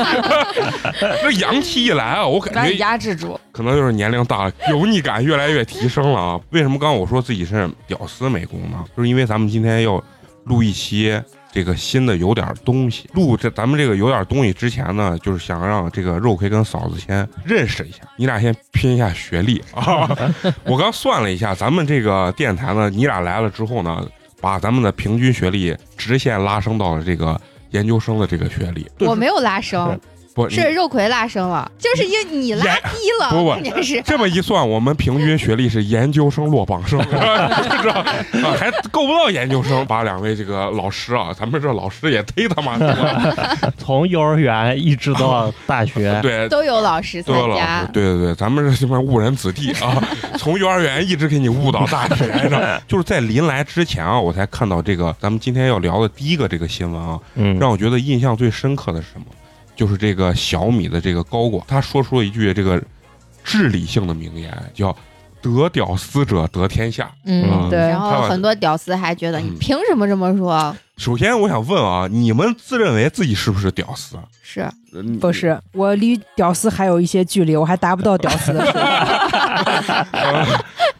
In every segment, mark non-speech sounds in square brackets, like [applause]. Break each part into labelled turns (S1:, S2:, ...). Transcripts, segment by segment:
S1: [laughs] 那阳气一来啊，我
S2: 把
S1: 感
S2: 你
S1: 觉
S2: 压制住，
S1: 可能就是年龄大了，油腻感越来越提升了啊。为什么刚刚我说自己是屌丝美工呢？就是因为咱们今天要录一期。这个新的有点东西，录这咱们这个有点东西之前呢，就是想让这个肉葵跟嫂子先认识一下，你俩先拼一下学历啊。我刚算了一下，咱们这个电台呢，你俩来了之后呢，把咱们的平均学历直线拉升到了这个研究生的这个学历。
S3: 我没有拉升，
S1: 不你
S3: 是肉葵拉升了，就是因为你拉
S1: 也
S3: 低了，
S1: 不不
S3: 关键是
S1: 这么一算，我们平均学历是研究生落榜生， [laughs] 是吧？啊，还够不到研究生。把两位这个老师啊，咱们这老师也忒他妈多了，
S4: 从幼儿园一直到大 [laughs] 学，
S1: 对。
S3: 都有老师参
S1: 对老
S3: 加
S1: 师，。对对对，咱们这他妈误人子弟啊！从幼儿园一直给你误导大学，你知道吗就是在临来之前啊，我才看到这个咱们今天要聊的第一个这个新闻啊，
S4: 嗯，
S1: 让我觉得印象最深刻的是什么？就是这个小米的这个高管，他说出了一句这个至理性的名言，叫“得屌丝者得天下
S4: 嗯
S3: 嗯，
S4: 对
S3: 然
S1: 他
S3: 后
S1: 把
S3: 很多屌丝还觉得
S1: 嗯
S3: 你凭什么这么说？”。
S1: 首先，我想问啊，你们自认为自己是不是屌丝？
S3: 是
S1: 呃你
S2: 不是我离屌丝还有一些距离，我还达不到屌丝
S5: [laughs]
S2: 的水平。
S1: 呃，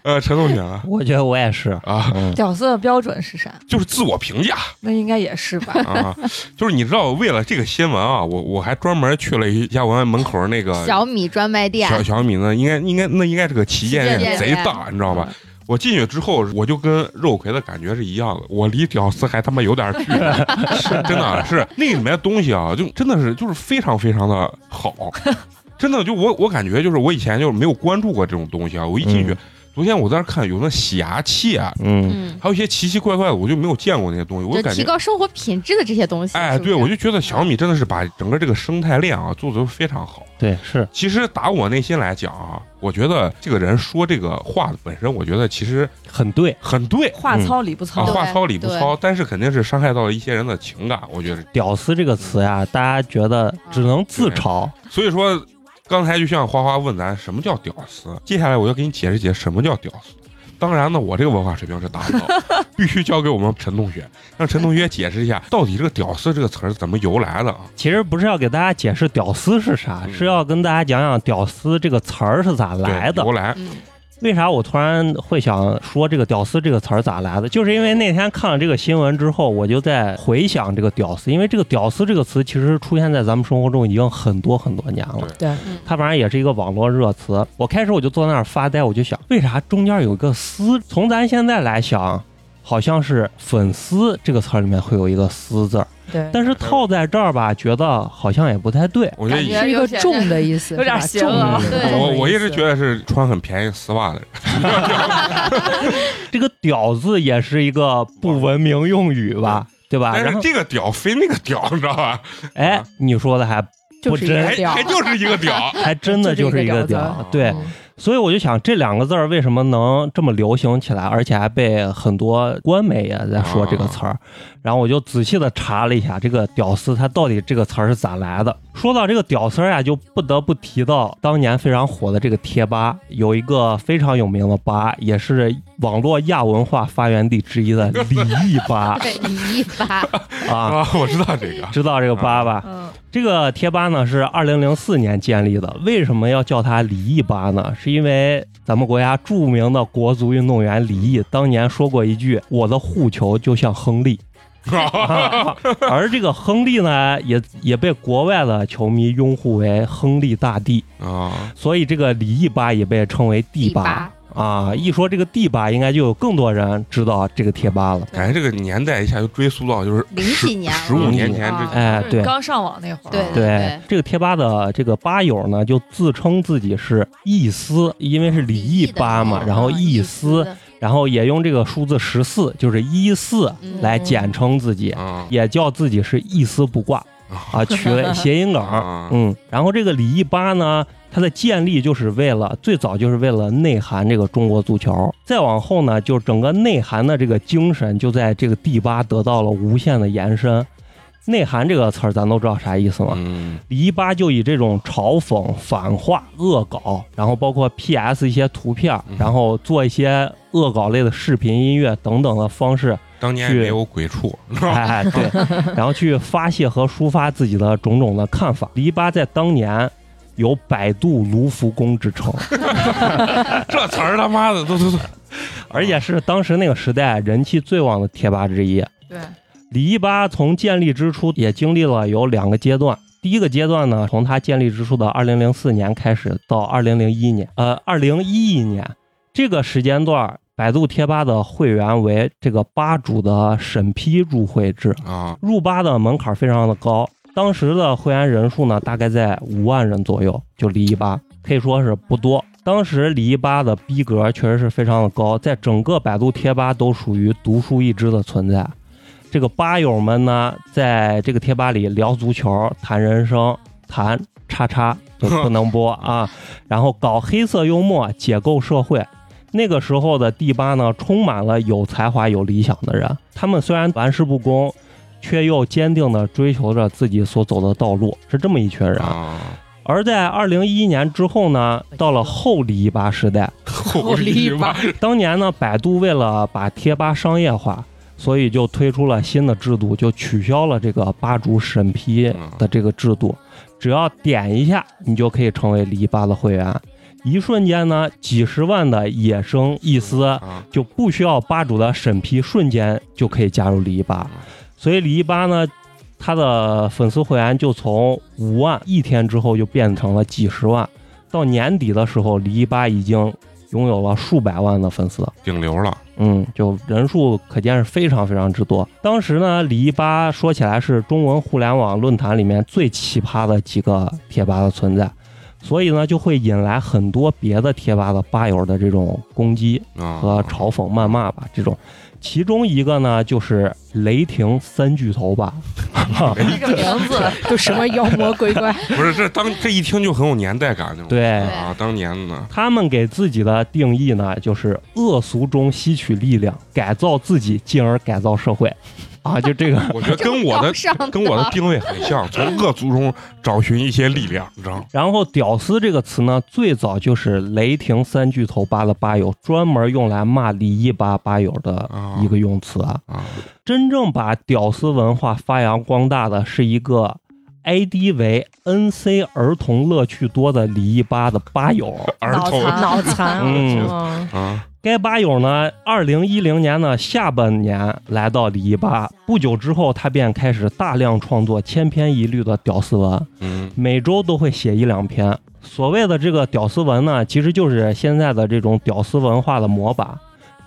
S1: 呃陈同学呢
S4: 我觉得我也是。
S1: 啊，
S4: 嗯，
S5: 屌丝的标准是啥？
S1: 就是自我评价？
S5: 那应该也是吧
S1: [laughs] 啊，就是你知道，为了这个新闻啊，我我还专门去了一下我们门口那个
S3: 小米专卖店，
S1: 呃小小米呢，应该应该那应该是个旗舰
S3: 旗
S1: 店，
S3: 舰嗯
S1: 贼
S3: 店
S1: 大，你知道吧？我进去之后，我就跟肉葵的感觉是一样的，我离屌丝还他妈有点距
S3: [laughs]
S1: 离，是真的是那里面的东西啊，就真的是就是非常非常的好，
S3: [laughs]
S1: 真的就我我感觉就是我以前就是没有关注过这种东西啊，我一进去，
S4: 嗯
S1: 昨天我在那看有那洗牙器啊，
S4: 嗯，
S3: 嗯，
S1: 还有一些奇奇怪怪的，我就没有见过那些东西，我
S3: 就
S1: 就感
S3: 提
S1: 觉。
S3: 高生活品质的这些东西。
S1: 哎，
S3: 是不
S1: 对，
S3: 是
S1: 我就觉得小米真的是把整个这个生态链啊做得非常好。
S4: 对，是
S1: 其实打我内心来讲啊，我觉得这个人说这个话本身，我觉得其实
S4: 很对。
S1: 很对
S2: 话糙理不
S1: 啊，
S2: 糙，
S3: 对
S1: 话糙理不糙，但是肯定是伤害到了一些人的情感，我觉得。
S4: 屌丝这个词呀，大家觉得只能自嘲，
S1: 所以说，刚才就像花花问咱什么叫屌丝，接下来我要给你解释解释什么叫屌丝。当然呢，我这个文化水平是达不到，必须交给我们陈同学，让陈同学解释一下到底这个“屌丝”这个词儿是怎么由来的啊？
S4: 其实不是要给大家解释屌丝是啥，
S1: 嗯
S4: 是要跟大家讲讲屌丝这个词儿是咋
S1: 对
S4: 来的
S1: 由。来，
S3: 嗯，
S4: 为啥我突然会想说这个“屌丝”这个词儿咋来的？就是因为那天看了这个新闻之后，我就在回想这个“屌丝”，因为这个“屌丝”这个词其实出现在咱们生活中已经很多很多年了。
S2: 对
S3: 嗯
S4: 它反正也是一个网络热词。我开始我就坐那儿发呆，我就想，为啥中间有一个“丝”？从咱现在来想，好像是“粉丝”这个词儿里面会有一个“丝”字儿，
S5: [laughs]
S2: 对，
S4: 但是套在这儿吧，觉得好像也不太对。
S1: 我觉得
S6: 感
S1: 以
S6: 觉
S2: 是一个重的意思，
S5: 有点
S2: 是吧
S5: 邪恶
S2: 重的
S6: 对
S1: 我我一直觉
S2: 得
S1: 得是穿很便宜丝袜的人。
S4: 这个“屌”字也是一个不文明用语吧，对吧？
S1: 但
S4: 然
S1: 是
S4: 后，
S1: 这个屌非那个屌，你知道吧？
S4: 哎，你说的还
S2: 就
S4: 不
S2: 是一个
S4: 真。
S1: 还
S2: 屌
S1: 哎还就是一个屌
S4: 还真的就是一个
S2: 就是一个
S4: 屌
S2: 屌
S1: 字，
S4: 对
S2: 嗯，
S4: 所以我就想这两个字儿为什么能这么流行起来，而且还被很多官媒也在说这个词儿。然后我就仔细的查了一下这个“屌丝”它到底这个词儿是咋来的。说到这个“屌丝”呀，就不得不提到当年非常火的这个贴吧，有一个非常有名的吧，也是网络亚文化发源地之一的李毅吧
S3: 对你一发，
S4: 啊。
S1: [laughs] 啊，我知道这 [laughs] 个，
S4: 知道这个吧吧？
S5: 嗯，
S4: 这个贴吧呢是二零零四年建立的，为什么要叫它李毅吧呢？是因为咱们国家著名的国足运动员李毅当年说过一句：“我的护球就像亨利。”
S1: 啊
S4: 啊 [laughs] 而这个亨利呢，也也被国外的球迷拥护为亨利大帝，
S1: 啊，
S4: 所以这个里义巴也被称为帝巴
S3: 巴，
S4: 啊。一说这个帝巴，应该就有更多人知道这个贴吧了。
S1: [laughs] 感觉这个年代一下就追溯到就是
S3: 零
S1: 十
S3: 几年
S1: 十五
S3: 了
S1: 年前之前。
S4: 哎，对，
S5: 刚上网那会儿，
S3: 对
S1: 啊
S4: 对，这个贴吧的这个吧友呢，就自称自己是义思，因为是礼义吧嘛，然后义思，，然后也用这个数字十四，就是一四
S3: 嗯
S4: 来简称自己，
S1: 啊
S4: 也叫自己是一丝不挂啊，取了谐音梗。
S1: 啊
S4: 嗯，然后这个礼义吧呢，它的建立就是为了最早就是为了内涵这个中国足球，再往后呢，就整个内涵的这个精神就在这个第八得到了无限的延伸。内涵这个词儿咱都知道啥意思吗？
S1: 嗯
S4: 李一吧就以这种嘲讽、反话、恶搞，然后包括 PS 一些图片
S1: 嗯，
S4: 然后做一些恶搞类的视频、音乐等等的方式，
S1: 当年也没有鬼畜，
S4: 哎，对，然后去发泄和抒发自己的种种的看法。李一吧在当年有“百度卢浮宫”之称，
S1: 这词儿他妈的都都 [laughs] 都
S4: 而且是当时那个时代人气最旺的贴吧之一。
S5: 对，
S4: 李一吧从建立之初也经历了有两个阶段。第一个阶段呢，从他建立之初的二零零四年开始到二零零一年，呃，二零一一年这个时间段儿，百度贴吧的会员为这个吧主的审批入会制，
S1: 啊
S4: 入吧的门槛非常的高。当时的会员人数呢，大概在五万人左右，就李一吧可以说是不多。当时李一吧的逼格确实是非常的高，在整个百度贴吧都属于独树一帜的存在。这个吧友们呢，在这个贴吧里聊足球、谈人生、谈叉叉就不能播啊， [laughs] 然后搞黑色幽默、解构社会。那个时候的第八呢，充满了有才华、有理想的人。他们虽然玩世不恭，却又坚定地追求着自己所走的道路，是这么一群人。
S1: 啊！
S4: 而在二零一一年之后呢，到了后里一吧时代，
S1: [laughs] 后篱笆
S4: 当年呢，百度为了把贴吧商业化，所以就推出了新的制度，就取消了这个吧主审批
S1: 嗯
S4: 的这个制度，只要点一下，你就可以成为篱笆的会员。一瞬间呢，几十万的野生一丝
S1: 啊
S4: 就不需要吧主的审批，瞬间就可以加入篱
S1: 啊
S4: 笆。所以篱笆呢，它的粉丝会员就从五万一天之后就变成了几十万，到年底的时候，篱笆已经拥有了数百万的粉丝。
S1: 顶流了
S4: 嗯，就人数可见是非常非常之多。当时呢，篱笆说起来是中文互联网论坛里面最奇葩的几个贴吧的存在，所以呢，就会引来很多别的贴吧的吧友的这种攻击
S1: 啊！
S4: 和嘲讽、谩骂吧这种。其中一个呢，就是雷霆三巨头吧，
S5: 这个名字
S2: 都什么妖魔鬼
S5: [laughs]
S2: 怪，
S1: 不是这当这一听就很有年代感，那种
S4: 对
S1: 啊，当年呢，
S4: 他们给自己的定义呢，就是恶俗中吸取力量，改造自己，进而改造社会，啊，就这个 [laughs]
S1: 我觉得跟我的
S3: 的
S1: 跟我的定位很像，从恶族中找寻一些力量，你知道吗？
S4: 然后“屌丝”这个词呢，最早就是雷霆三巨头吧的吧友专门用来骂李一吧吧友的一个用词啊。
S1: 啊
S4: 真正把屌丝文化发扬光大的是一个 ID 为 NC 儿童乐趣多的李一吧的吧友。
S1: 儿童
S5: 啊
S2: 脑残，
S4: 嗯
S2: 嗯，
S1: 啊，
S4: 该吧友呢，二零一零年的下半年来到李一吧，不久之后他便开始大量创作千篇一律的屌丝文。
S1: 嗯
S4: 每周都会写一两篇。所谓的这个屌丝文呢，其实就是现在的这种屌丝文化的模板。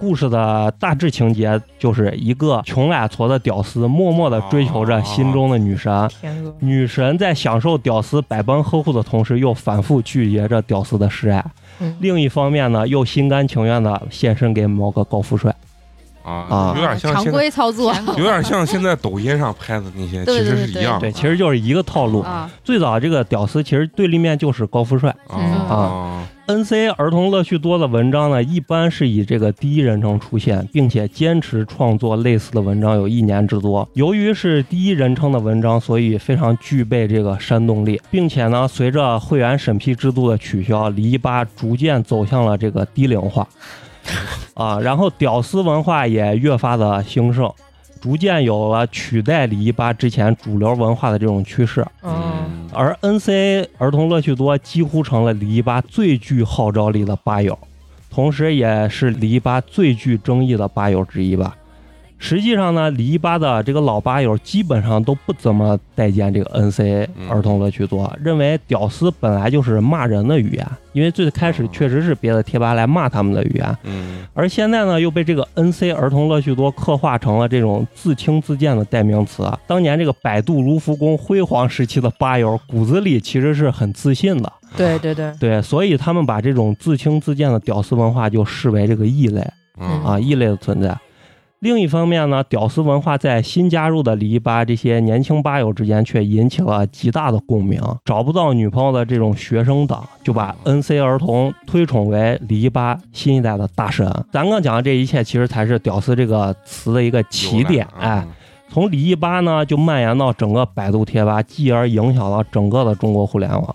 S4: 故事的大致情节就是一个穷矮矬的屌丝默默地追求着心中的女神，
S2: 天鹅，
S4: 女神在享受屌丝百般呵护的同时，又反复拒绝着屌丝的示爱。另一方面呢，又心甘情愿地献身给某个高富帅。
S1: 啊
S4: 啊，
S1: 有点像
S3: 常
S1: 现在，
S3: 规操作
S1: 有点像现在抖音上拍的那些，其
S3: 对
S1: 实
S3: 对
S1: 是一
S3: 对
S1: 样
S4: 对，其实就是一个套路。
S3: 啊，
S4: 最早这个屌丝其实对立面就是高富帅。
S1: 啊
S3: 嗯
S1: 啊
S4: NC 儿童乐趣多的文章呢，一般是以这个第一人称出现，并且坚持创作类似的文章有一年之多。由于是第一人称的文章，所以非常具备这个煽动力，并且呢，随着会员审批制度的取消，黎巴逐渐走向了这个低龄化，啊，然后屌丝文化也越发的兴盛。逐渐有了取代黎巴之前主流文化的这种趋势，
S5: 哦
S2: 嗯，
S1: 嗯
S4: 而 NC 儿童乐趣多几乎成了李一吧最具号召力的吧友，同时也是李一吧最具争议的吧友之一吧。实际上呢，离吧的这个老吧友基本上都不怎么待见这个 NC
S1: 嗯
S4: 儿童乐趣多，认为“屌丝”本来就是骂人的语言，因为最开始
S1: 哦
S4: 确实是别的贴吧来骂他们的语言，
S1: 嗯
S4: 而现在呢，又被这个 NC 儿童乐趣多刻画成了这种自轻自贱的代名词啊。当年这个百度卢浮宫辉煌时期的吧友，骨子里其实是很自信的，
S2: 对对对，
S4: 对，所以他们把这种自轻自贱的屌丝文化就视为这个异类
S1: 嗯
S4: 啊，异类的存在。另一方面呢，屌丝文化在新加入的离吧这些年轻吧友之间却引起了极大的共鸣。找不到女朋友的这种学生党，就把 NC 儿童推崇为离吧新一代的大神。咱刚讲的这一切，其实才是“屌丝”这个词的一个起点。
S1: 嗯啊
S4: 哎，，从离吧呢就蔓延到整个百度贴吧，继而影响到整个的中国互联网。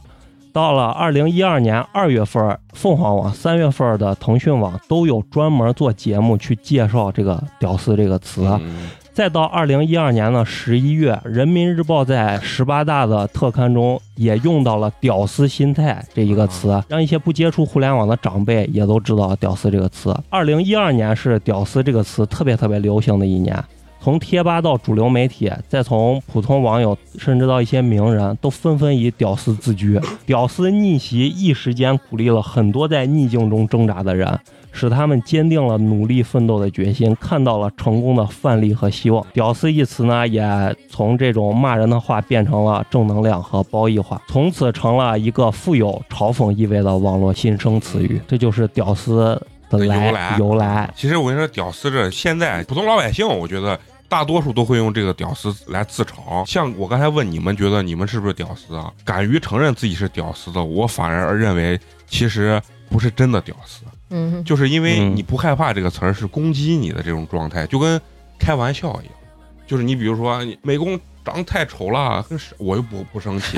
S4: 到了二零一二年二月份，凤凰网、三月份的腾讯网都有专门做节目去介绍这个“屌丝”这个词。啊
S1: 嗯
S4: 再到二零一二年的十一月，《人民日报》在十八大的特刊中也用到了“屌丝心态”这一个词，啊让一些不接触互联网的长辈也都知道“屌丝”这个词。二零一二年是“屌丝”这个词特别特别流行的一年，从贴吧到主流媒体，再从普通网友，甚至到一些名人，都纷纷以“屌丝”自居。“屌丝逆袭”一时间鼓励了很多在逆境中挣扎的人。使他们坚定了努力奋斗的决心，看到了成功的范例和希望。“屌丝”一词呢，也从这种骂人的话变成了正能量和褒义化，从此成了一个富有嘲讽意味的网络新生词语。这就是“屌丝”的来
S1: 的由
S4: 由来。
S1: 其实我跟你说，屌丝这现在普通老百姓，我觉得大多数都会用这个“屌丝”来自嘲。像我刚才问你们，觉得你们是不是屌丝啊？敢于承认自己是屌丝的，我反而认为其实不是真的屌丝，
S5: 嗯，
S1: 就是因为
S4: 嗯
S1: 你不害怕这个词儿是攻击你的这种状态，就跟开玩笑一样。就是你比如说，你美工长得太丑了，跟屎我又不不生气，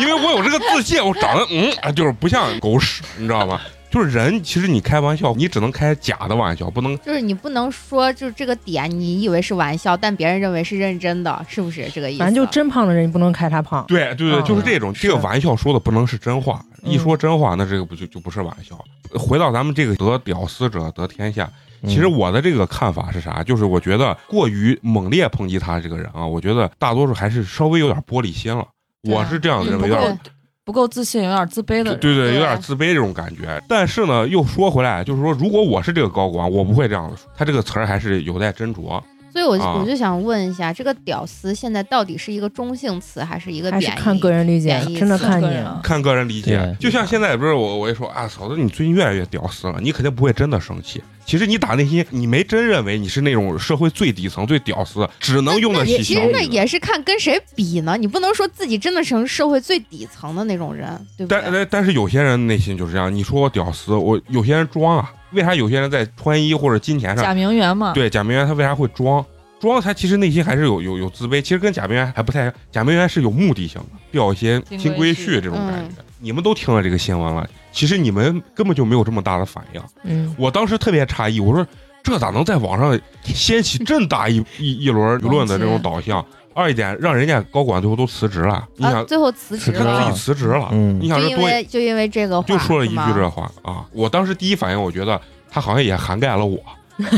S1: 因为我有这个自信，我长得嗯，啊就是不像狗屎，你知道吗？就是人，其实你开玩笑，你只能开假的玩笑，不能
S3: 就是你不能说，就是这个点你以为是玩笑，但别人认为是认真的，是不是这个意思？
S2: 反正就真胖的人，你不能开他胖。
S1: 对对对，
S2: 嗯
S1: 就是这种，这个
S2: 是
S1: 玩笑说的不能是真话，
S2: 嗯
S1: 一说真话，那这个不就就不是玩笑了。回到咱们这个得屌丝者得天下，
S4: 嗯
S1: 其实我的这个看法是啥？就是我觉得过于猛烈抨击他这个人啊，我觉得大多数还是稍微有点玻璃心了。
S3: 对啊
S1: 我是这样认为，[laughs]
S5: 嗯不
S1: 有点
S5: 够不够自信，有点自卑的人，
S1: 对对，有点
S3: 对
S1: 自卑这种感觉。但是呢，又说回来，就是说，如果我是这个高管，我不会这样子说。他这个词儿还是有待斟酌。
S3: 所以我就、
S1: 啊
S3: 我就想问一下，这个“屌丝”现在到底是一个中性词还是一个
S2: 还是
S3: 贬义？
S2: 看个人理解
S3: 贬义，
S2: 真的
S3: 词
S2: 看
S5: 个
S2: 你
S5: 人。啊
S1: 看个人理解
S4: 对。
S1: 就像现在不是我，我一说啊，嫂子，你最近越来越屌丝了，你肯定不会真的生气。其实你打内心，你没真认为你是那种社会最底层、最屌丝，只能用得
S3: 也
S1: 起
S3: 其
S1: 小
S3: 实
S1: 语
S3: 那
S1: 的。
S3: 也是看跟谁比呢，你不能说自己真的成社会最底层的那种人，对不
S1: 但
S3: 对？啊
S1: 但但是有些人内心就是这样，你说我屌丝，我有些人装啊。为啥有些人在穿衣或者金钱上，
S5: 假名媛嘛，
S1: 对贾明媛他为啥会装？装他其实内心还是有有有自卑，其实跟贾明媛还不太一样。贾明媛是有目的性的，钓一些
S5: 金
S1: 金龟
S5: 龟婿
S1: 婿这种
S3: 嗯
S1: 感觉。你们都听了这个新闻了，其实你们根本就没有这么大的反应。
S2: 嗯，
S1: 我当时特别诧异，我说这咋能在网上掀起这大
S3: [laughs]
S1: 一一一轮舆论的这种导向？二一点，让人家高管最后都辞职了，你
S3: 啊，
S1: 想
S3: 最后辞职
S1: 可能自
S3: 了
S1: 己，辞职了，
S4: 嗯
S1: 你想
S3: 就
S1: 这
S3: 因
S1: 多
S3: 为就因为这个话，
S1: 就说了一句
S3: 是吗
S1: 这话啊！我当时第一反应，我觉得他好像也涵盖了
S3: [laughs]
S1: 我，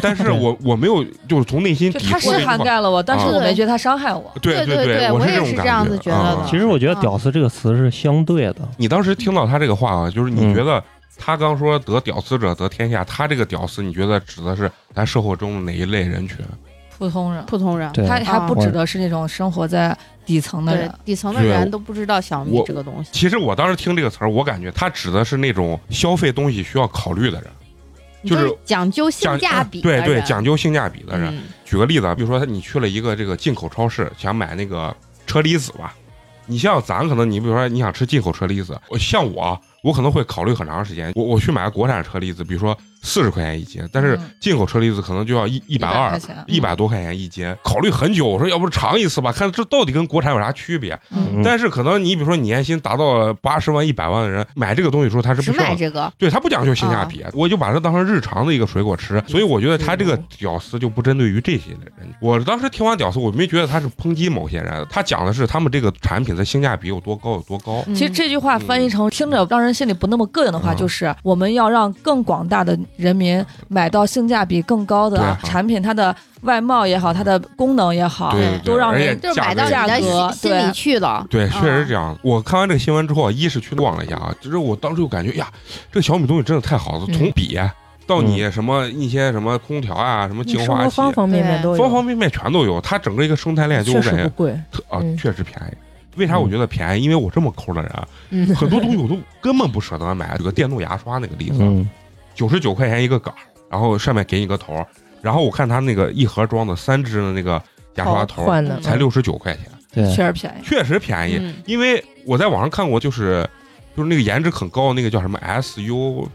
S1: 但是我我没有就是从内心
S5: 就
S1: 抵
S5: 他是
S1: 触这句
S5: 涵
S1: 话，
S5: 盖了我，但是我
S3: 对
S5: 没觉得他伤害我。
S1: 对
S3: 对对
S1: 对，
S3: 对我
S1: 是
S3: 也
S1: 种
S3: 是
S1: 感
S3: 这样子觉得
S1: 啊
S3: 的
S4: 其实我觉得“屌丝”这个词是相对的，
S1: 你当时听到他这个话啊，就是你
S4: 嗯
S1: 觉得他刚说得屌丝者得天下，他这个屌丝，你觉得指的是咱社会中的哪一类人群？
S5: 普通人，
S3: 普通人，
S4: 对，
S5: 他还不
S4: 我
S5: 指的是那种生活在底层的
S3: 对
S5: 人，
S3: 底层的
S1: 对
S3: 人都不知道小米
S1: 我
S3: 这个东西，
S1: 其实我当时听这个词儿，我感觉他指的是那种消费东西需要考虑的人，
S3: 你
S1: 就是
S3: 是讲究性
S1: 讲
S3: 价
S1: 啊
S3: 比的
S1: 对
S3: 人，
S1: 对，讲究性价比的人。
S3: 嗯
S1: 举个例子啊，比如说你去了一个这个进口超市，想买那个车厘子吧，你像咱可能你比如说你想吃进口车厘子，我像我，我可能会考虑很长时间，我我去买个国产车厘子，比如说四十块钱一斤，但是
S5: 嗯
S1: 进口车厘子可能就要一一
S5: 一
S1: 百二
S5: 块。钱，
S3: 嗯
S1: 一百多块钱一斤，考虑很久。我说，要不尝一次吧，看这到底跟国产有啥区别？
S5: 嗯
S4: 嗯
S1: 但是可能你比如说年薪达到八十万、一百万的人买这个东西的时候，他是
S3: 只
S1: 不需要
S3: 买这个，
S1: 对他不讲究性价
S2: 啊
S1: 比，我就把它当成日常的一个水果吃，
S2: 嗯
S1: 所以我觉得他这个屌丝就不针对于这些人。我当时听完屌丝，我没觉得他是抨击某些人，啊他讲的是他们这个产品的性价比有多高有多高。
S3: 嗯
S5: 其实这句话翻译成听着让人心里不那么膈应的话，
S1: 嗯
S5: 就是我们要让更广大的人民买到性价比更高
S1: 对
S5: 的
S1: 啊
S5: 产品，它的外貌也好，它的功能也好，
S1: 对对
S5: 都
S1: 对，
S5: 让
S1: 而且
S5: 人
S3: 就是
S1: 价
S3: 买
S1: 格
S3: 到
S1: 也
S5: 价
S3: 你
S1: 低
S5: 格
S3: 的心心里去了。
S1: 对，确实
S3: 嗯
S1: 这样。我看完这个新闻之后，一是去逛了一下啊，就是我当时就感觉呀，这个小米东西真的太好了，
S6: 嗯
S1: 从笔啊到你什么一些什么空调啊，什么
S2: 嗯你
S1: 净
S2: 生
S1: 化
S2: 活
S1: 器。
S2: 方方面面都有，
S1: 方方面面全都有，它整个一个生态链就
S2: 确
S1: 我
S2: 实
S1: 感
S2: 不
S1: 觉
S2: 贵。
S1: 特啊
S2: 嗯
S1: 确实便宜。为啥我觉得便宜？因为我这么抠的人，啊
S2: 嗯，
S1: 很多东西我都 [laughs] 根本不舍得买。这个电动牙刷那个例子，
S4: 嗯，
S1: 九十九块钱一个杆儿，然后上面给你个头儿，然后我看他那个一盒装的三支的那个牙刷头儿
S2: 换的
S1: 才六十九块钱，
S4: 对，
S5: 确实便宜。
S1: 确实便宜。
S3: 嗯，
S1: 因为我在网上看过，就是就是那个颜值很高的那个叫什么 SUP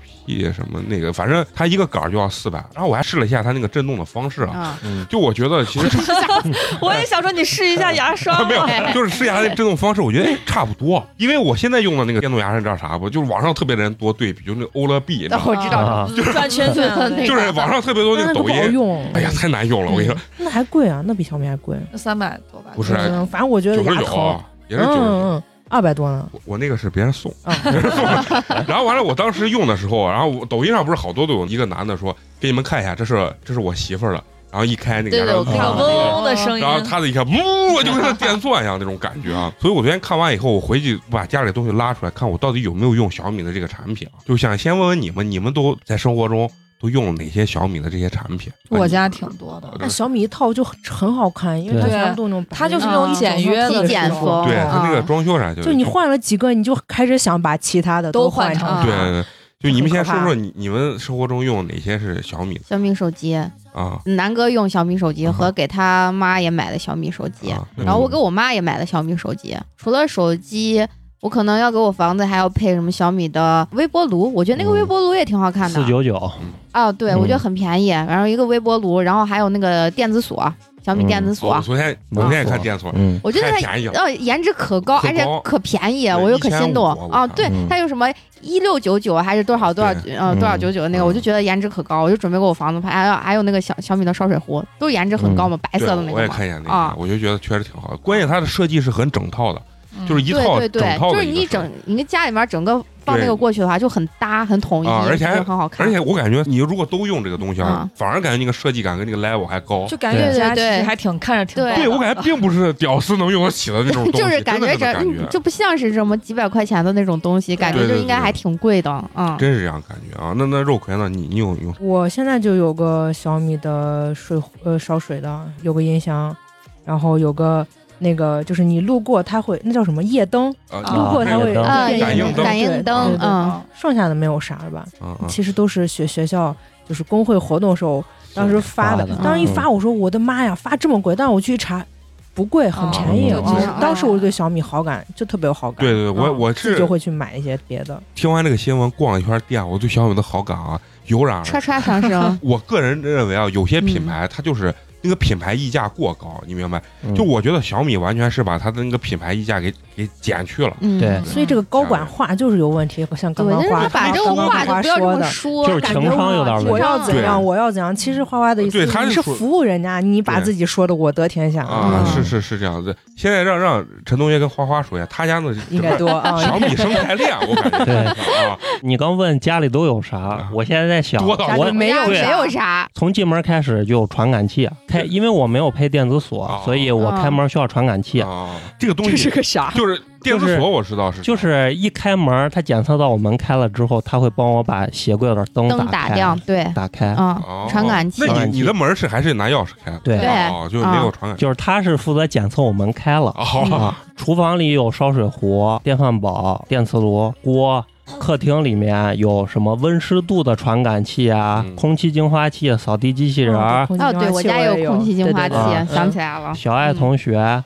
S1: 什么那个，反正它一个杆儿就要四百。然后我还试了一下它那个震动的方式啊，
S3: 啊，
S1: 就我觉得其实
S5: 我也想说，你试一下牙刷
S1: [laughs]
S5: 哎
S1: 没
S5: [laughs]
S1: 有，就是试一下它那个震动方式，我觉得哎差不多。因为我现在用的那个电动牙刷，你知道啥不？就是网上特别的人多对比，就是那个欧乐 B，你知道
S3: 那
S1: 吗
S3: 我知道
S4: 啊
S3: 了，转圈
S5: 圈的
S3: 那
S5: 那
S3: 哦个，
S1: 就是网上特别多那
S2: 那
S1: 个
S2: 都
S1: 抖
S2: 不好
S1: 音，
S2: 用。
S1: 哎呀，太难用了，我跟你说，
S2: 那还贵啊，那比小米还贵。
S5: 三百多吧，
S1: 不是哎
S2: 嗯，反正我觉得
S1: 九十
S2: 牙
S1: 九
S2: 膏，
S1: 也
S2: 嗯
S1: 是九十九。
S2: 嗯，二百多呢。
S1: 我我那个是 [laughs] 别人送，
S2: 啊，
S1: 然后完了，我当时用的时候，然后我抖音上不是好多都有一个男的说，给你们看一下，这是这是我媳妇儿的，然后一开那个
S3: 对
S1: 牙啊
S3: 对，我
S1: 刷
S3: 看
S1: 头
S3: 到
S5: 那个嗡嗡的声
S1: 然后他的一看，呜，
S5: [laughs]
S1: 就跟他电钻一样那种感觉啊。所以我昨天看完以后，我回去把家里的东西拉出来，看我到底有没有用小米的这个产品啊，就想先问问你们，你们都在生活中都用了哪些小米的这些产品？
S5: 我家挺多的。
S1: 啊
S2: 那小米一套就很很好看，因为它
S4: 对
S2: 全部都那种白的，
S5: 它就是那种简约的
S2: 嗯
S3: 简风
S1: 对他那个
S3: 嗯
S1: 装修啥就
S2: 就你换了几个，你就开始想把其他的
S5: 都换
S2: 换
S5: 成
S2: 成
S1: 对对对，就你们先说
S2: 很可
S1: 说
S2: 怕
S1: 你你们生活中用哪些是小米的
S3: 小米手机，
S1: 啊？
S3: 南哥用小米手机
S1: 嗯
S3: 和给他妈也买的小米手机，
S1: 啊
S4: 嗯
S3: 然后我给我妈也买了小米手机。除了手机，我可能要给我房子还要配什么小米的微波炉，我觉得那个
S4: 嗯
S3: 微波炉也挺好看的
S4: 四九九，
S3: 啊，对，
S4: 嗯
S3: 我觉得很便宜。然后一个微波炉，然后还有那个电子锁，小米
S4: 嗯
S3: 电子锁
S1: 我，昨天我昨天也看电锁，
S4: 嗯，
S3: 我觉得
S1: 太
S3: 它
S1: 便宜了。
S3: 呃，颜值可高，
S1: 可
S3: 而且
S1: 高
S3: 可便宜，
S1: 对
S3: 我又可心动
S1: 1500我
S3: 啊！
S1: 看
S3: 对
S4: 嗯，
S3: 它有什么一六九九还是多少多少呃
S4: 嗯
S3: 多少九九那个，
S1: 嗯
S3: 我就觉得颜值可高，我就准备给我房子拍，还有还有那个小小米的烧水壶，都是颜值很高嘛，白
S1: 对，
S3: 色的那
S1: 我
S3: 个
S1: 也
S3: 嘛，
S1: 看一眼那
S3: 啊
S1: 个，我就觉得确实挺好的。关键它的设计是很整套的，
S5: 嗯
S1: 就是一
S3: 对
S1: 套
S3: 对
S1: 整
S3: 对，
S1: 套
S3: 就
S1: 的
S3: 是
S1: 一个设计。
S3: 你一整你个家里面整个放那
S1: 对
S3: 个过去的话，就很搭很统一，
S1: 啊而且还
S3: 就很好看，
S1: 而
S3: [laughs]
S1: 且我感觉你如果都用这个东西啊
S3: 嗯，
S1: 反而感觉那个设计感跟那个 level 还高。
S5: 就感觉
S3: 对
S5: 家其
S3: 对
S5: 实
S3: 对
S5: 还挺看着挺
S3: 对
S5: 高
S1: 对
S5: 的
S1: 我感觉并不是屌丝能用得起的那种东西，
S3: 就是
S1: 真
S3: 感
S1: 的
S3: 觉
S1: 是
S3: 这
S1: 这感
S3: 嗯
S1: 觉，
S3: 就不像是什么几百块钱的那种东西，感觉
S1: 对
S3: 就
S1: 对
S3: 应该
S1: 对
S3: 还挺贵的，嗯。
S1: 真是这样感觉啊。那那肉葵呢？你你有用？
S2: 我现在就有个小米的水壶呃烧水的，有个音箱，然后有个那个就是你路过它会那叫什么夜灯，
S1: 啊
S3: 哦
S5: 啊
S2: 路过它会
S4: 夜灯
S3: 啊
S2: 变
S1: 感应灯
S3: 感应灯
S2: 对对对
S3: 嗯
S2: 剩下的没有啥了吧？
S1: 啊啊！
S2: 其实都是学学校就是工会活动的时候当时发的
S4: 发的，
S2: 当时一
S4: 嗯
S2: 发我说我的妈呀，发这么贵，但我去一查不贵，
S5: 嗯
S2: 很便宜。
S4: 哦
S2: 我
S5: 就是嗯
S2: 当时我就对小米好感就特别有好感，
S1: 对对，对我
S2: 嗯
S1: 我
S2: 自己
S1: 是
S2: 就会去买一些别的。
S1: 听完这个新闻，逛了一圈店，啊我对小米的好感啊油然而
S3: 唰
S1: 生。，
S3: 唰上升
S1: [laughs] 我个人认为啊，有些品
S3: 嗯
S1: 牌它就是那个品牌溢价过高，你明白？
S4: 嗯
S1: 就我觉得小米完全是把它的那个品牌溢价给给减去了。
S3: 嗯，
S4: 对
S2: 所以这个高管话就是有问题，像刚
S3: 对，
S2: 刚
S3: 但是
S2: 花
S3: 他把这个
S2: 刚刚
S3: 话就
S2: 花
S3: 不要这
S2: 说
S3: 么
S2: 的。
S3: 说，
S4: 就是
S3: 感
S4: 情
S3: 觉
S4: 商有点问题
S2: 我要怎
S1: 对
S2: 样？我要怎样？其实花花的意思
S1: 对他
S2: 是，你
S1: 是
S2: 是
S1: 说
S2: 服务人家，你把
S1: 对
S2: 自己说的我得天下
S1: 啊，
S2: 嗯
S1: 是是是这样子。现在让让陈同学跟花花说一下，他家的
S2: 应该多啊。
S1: 小米生态链，我感觉
S4: 对
S1: 啊，
S4: 你刚问家里都有啥，我现在在想，
S1: 多到
S2: 家里
S4: 啊我
S2: 没
S3: 没
S2: 有
S4: 对
S3: 有啥，
S4: 从进门开始就有传感器，啊开，因为我没有配电子
S1: 哦
S4: 锁，所以我开门需要传感器。
S1: 啊，这个东
S5: 这
S1: 西
S5: 是个啥？
S1: 就是电子锁，我知道是啥，
S4: 就是一开门，它检测到我门开了之后，它会帮我把鞋柜的灯
S3: 灯
S4: 打
S3: 打
S4: 开，
S3: 亮，对，
S4: 打开。
S1: 哦
S3: 嗯，传感器，
S1: 那你你的门是还是拿钥匙开的？
S4: 对
S3: 对
S1: 哦，就是没有传感器。
S4: 就是它是负责检测我门开了。
S1: 哦，
S4: 啊，厨房里有烧水壶、电饭煲、电磁炉、锅。客厅里面有什么温湿度的传感器啊、
S1: 嗯
S4: 空气净化器、扫地机器人
S1: 啊
S4: 儿、
S2: 啊空气
S3: 哦，
S2: 净
S3: 对
S2: 化
S3: 我
S2: 器
S3: 家
S2: 也
S3: 有空气净化器
S2: 对对对
S4: 啊，
S3: 想起来了，
S4: 小爱
S2: 嗯
S4: 同学、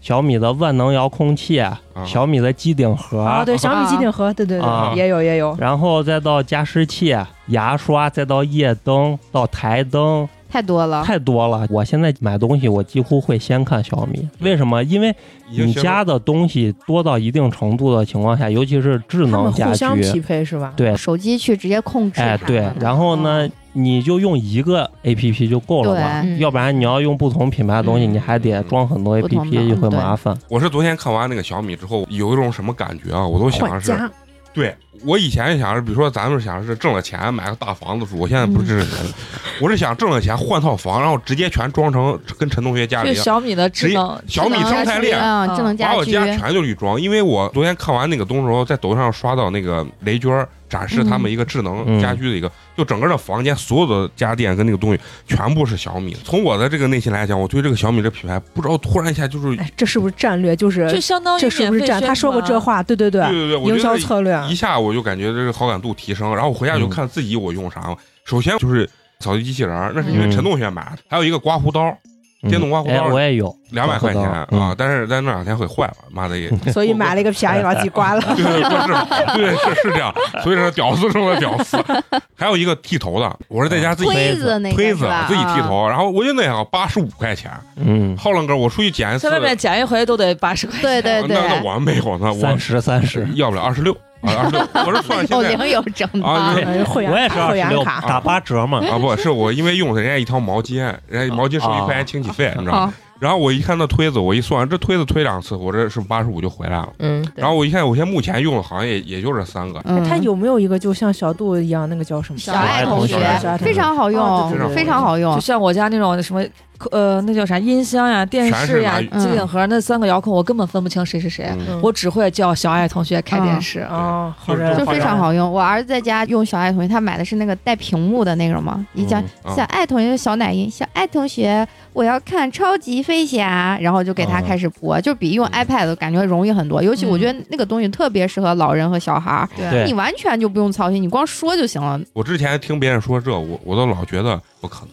S4: 小米的万能遥控器、
S1: 啊嗯
S4: 小米的机顶盒，
S2: 啊，对小米机顶盒，对对
S4: 啊
S2: 对，也有也有。
S4: 然后再到加湿器、牙刷，再到夜灯、到台灯，
S3: 太多
S2: 啊
S3: 了，
S4: 太多了。我现在买东西，我几乎会先看小米，为什么？因为
S1: 已经
S4: 你
S1: 学
S4: 家的东西多到一定程度的情况下，尤其是智
S2: 他
S4: 能
S2: 们
S4: 家
S2: 互相匹
S4: 居，
S2: 配是吧？
S4: 对，
S3: 手机去直接控制它
S4: 哎
S3: 们，
S4: 对，然后呢
S3: 嗯，，
S4: 你就用一个 A P P 就够了吧
S3: 对？
S4: 要不然你要用不同品牌的东西，
S3: 嗯
S4: 你还得装很多 A
S3: 不
S4: P
S3: 同
S2: 嗯
S4: P，
S3: 的
S4: 就会麻烦。
S1: 我是昨天看完那个小米之后，有一种什么感觉啊？我都想
S2: 换
S1: 的是，
S2: 家，
S1: 对我以前想是，比如说咱们想是挣了钱买个大房子住，我现在不是这种人，我是想挣了钱换套房，然后直接全装成跟陈同学家
S5: 就
S1: 里一样，
S5: 小米的智能
S1: 小米生态链，
S3: 啊，
S5: 嗯
S3: 智能
S1: 把
S3: 家
S1: 我
S3: 居
S1: 家全就绿装。因为我昨天看完那个东时候，在抖音上刷到那个雷军儿展示他们一个智能
S4: 嗯
S1: 家居的一个，就整个的房间所有的家电跟那个东西全部是小米。从我的这个内心来讲，我对这个小米这品牌不知道突然一下就是，对
S2: 哎，这是不是战略？就是
S5: 就相当于
S2: 这是不是
S5: 免费
S2: 战？
S5: 宣
S2: 他说过
S3: 啊
S2: 这
S5: 传，
S2: 话，对对对，
S1: 对对，我
S2: 营
S1: 觉
S2: 销
S1: 得
S2: 策略啊
S1: 一下我就感觉这个好感度提升，然后我回家
S4: 嗯
S1: 就看自己我用啥嘛。首先就是扫地机器人儿，那是因为
S4: 嗯
S1: 陈同学买的，还有一个刮胡刀，电动刮胡
S4: 哎，
S1: 刀
S4: 我也有
S1: 两百块钱
S4: 嗯
S1: 啊，但是在那两天会坏了，妈的也
S2: 所以买了一个便宜把自己刮了。
S1: 对对对，是吧，对是是这样，所以说屌丝中的屌丝，还有一个剃头的，我是在家自己
S3: 嗯推子那个
S1: 推
S3: 是
S1: 子
S3: 吧
S1: 自己剃
S3: 啊
S1: 头，然后我就那样八十五块钱，
S4: 嗯，
S1: 浩浪哥，我出去剪一次，
S5: [laughs] 在外面捡一回都得八十块钱。
S3: 对对
S1: 那那我没有呢，
S4: 三
S1: 我
S4: 十三十，
S1: 要不了二十六啊二十六，我是算
S3: 有
S1: 现在
S3: 零有整的，
S1: 啊
S4: 对
S2: 哎会员
S4: 我也是
S2: 卡
S4: 二
S2: 会
S4: 十
S2: 员
S4: 六
S2: 卡
S4: 打八折嘛，
S1: 啊不是我因为用的人家一条毛巾，人家毛巾收一块钱清洗费，你知
S3: 哦
S1: 道吗？然后我一看那推子，我一算这推子推两次，我这是八十五就回来了。
S3: 嗯，
S1: 然后我一看，我现在目前用的好像也也啊就这三个，
S3: 嗯
S2: 他有没有一个就像小度一样，那个叫什么？
S3: 小
S4: 爱
S3: 爱
S4: 同
S3: 同
S4: 学
S3: 学
S4: 小爱同
S3: 非
S4: 学
S3: 常好
S2: 哦对
S1: 对
S3: 用，
S1: 对
S3: 非常好用
S5: 就，像我家那种什么，呃，那叫啥音箱呀、电视呀、
S1: 全
S3: 是拿
S5: 机顶盒，那三个遥控我根本分不清谁是谁，
S1: 嗯
S2: 嗯
S5: 我只会叫小爱同学开电视。
S2: 啊，好
S1: 就是
S2: 人
S3: 就非常好用。我儿子在家用小爱同学，他买的是那个带屏幕的那种嘛，一讲
S1: 嗯
S3: 小爱同学小奶音，小爱同学我要看超级飞侠，然后就给他
S1: 嗯
S3: 开始播，就比用
S1: 嗯
S3: iPad 感觉容易很多。尤其我觉得那个东西特别适合老人和小孩
S1: 嗯
S3: 儿，
S4: 对
S3: 你完全就不用操心，你光说就行了。
S1: 我之前听别人说这，我我都老觉得不可能，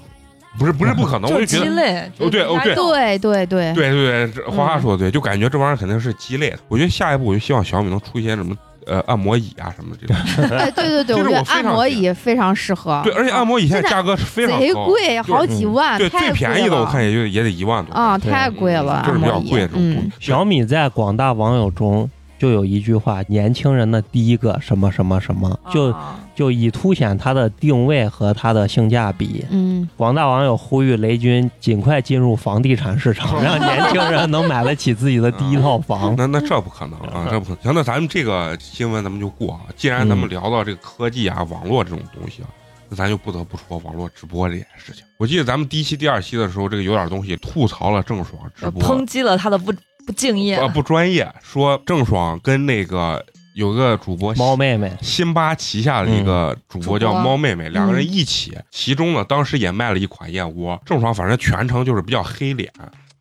S1: 不是不是不
S3: [laughs]
S1: 可能，嗯我就
S5: 就
S1: 是觉
S5: 鸡
S1: 得。
S5: 肋，
S1: 哦对哦对
S5: 就是大家
S3: 对对对，
S1: 对对对，这花花说
S3: 嗯
S1: 的对，就感觉这玩意儿肯定是鸡肋的。我觉得下一步我就希望小米能出一些什么呃按摩椅啊什么这种。
S3: 哎对
S1: [laughs]
S3: 对对，
S1: 这
S3: 我
S1: 是
S3: 觉
S1: 我
S3: 得
S1: 非常
S3: 按摩椅非常适合。
S1: 对，而且按摩椅现在价格是非常
S3: 贼
S1: 高，
S3: 啊贵，好几万，
S1: 对
S3: 太
S1: 最便宜
S3: 贵
S1: 的
S3: 了
S1: 我看也就也得一万多。
S3: 啊，
S4: 对
S3: 太贵了，
S1: 就是
S3: 按
S1: 比
S3: 摩
S1: 较
S3: 椅
S1: 贵这种东西
S3: 嗯，。
S4: 小米在广大网友中就有一句话：“年轻人的第一个什么什么什么”，
S5: 哦
S4: 就
S3: 啊
S4: 就以凸显它的定位和它的性价比。
S3: 嗯，
S4: 广大网友呼吁雷军尽快进入房地产市场，让年轻人能买得起自己的第一套房。
S1: 那那这不可能
S3: 嗯
S1: 啊，这不可能。行，那咱们这个新闻咱们就过啊。既然咱们聊到这个科技啊、网络这种东西啊，那咱就不得不说网络直播这件事情。我记得咱们第一期、第二期的时候，这个有点东西吐槽了郑爽直
S3: 呃
S1: 播，
S5: 抨击了他的不不敬业
S1: 啊，不专业，说郑爽跟那个有个主播
S4: [laughs] 猫妹嗯妹，
S1: 辛巴旗下的一个主播嗯叫
S5: 主播
S1: 猫妹妹，两个人一起，其中呢当时也卖了一款燕窝，郑爽反正全程就是比较黑脸，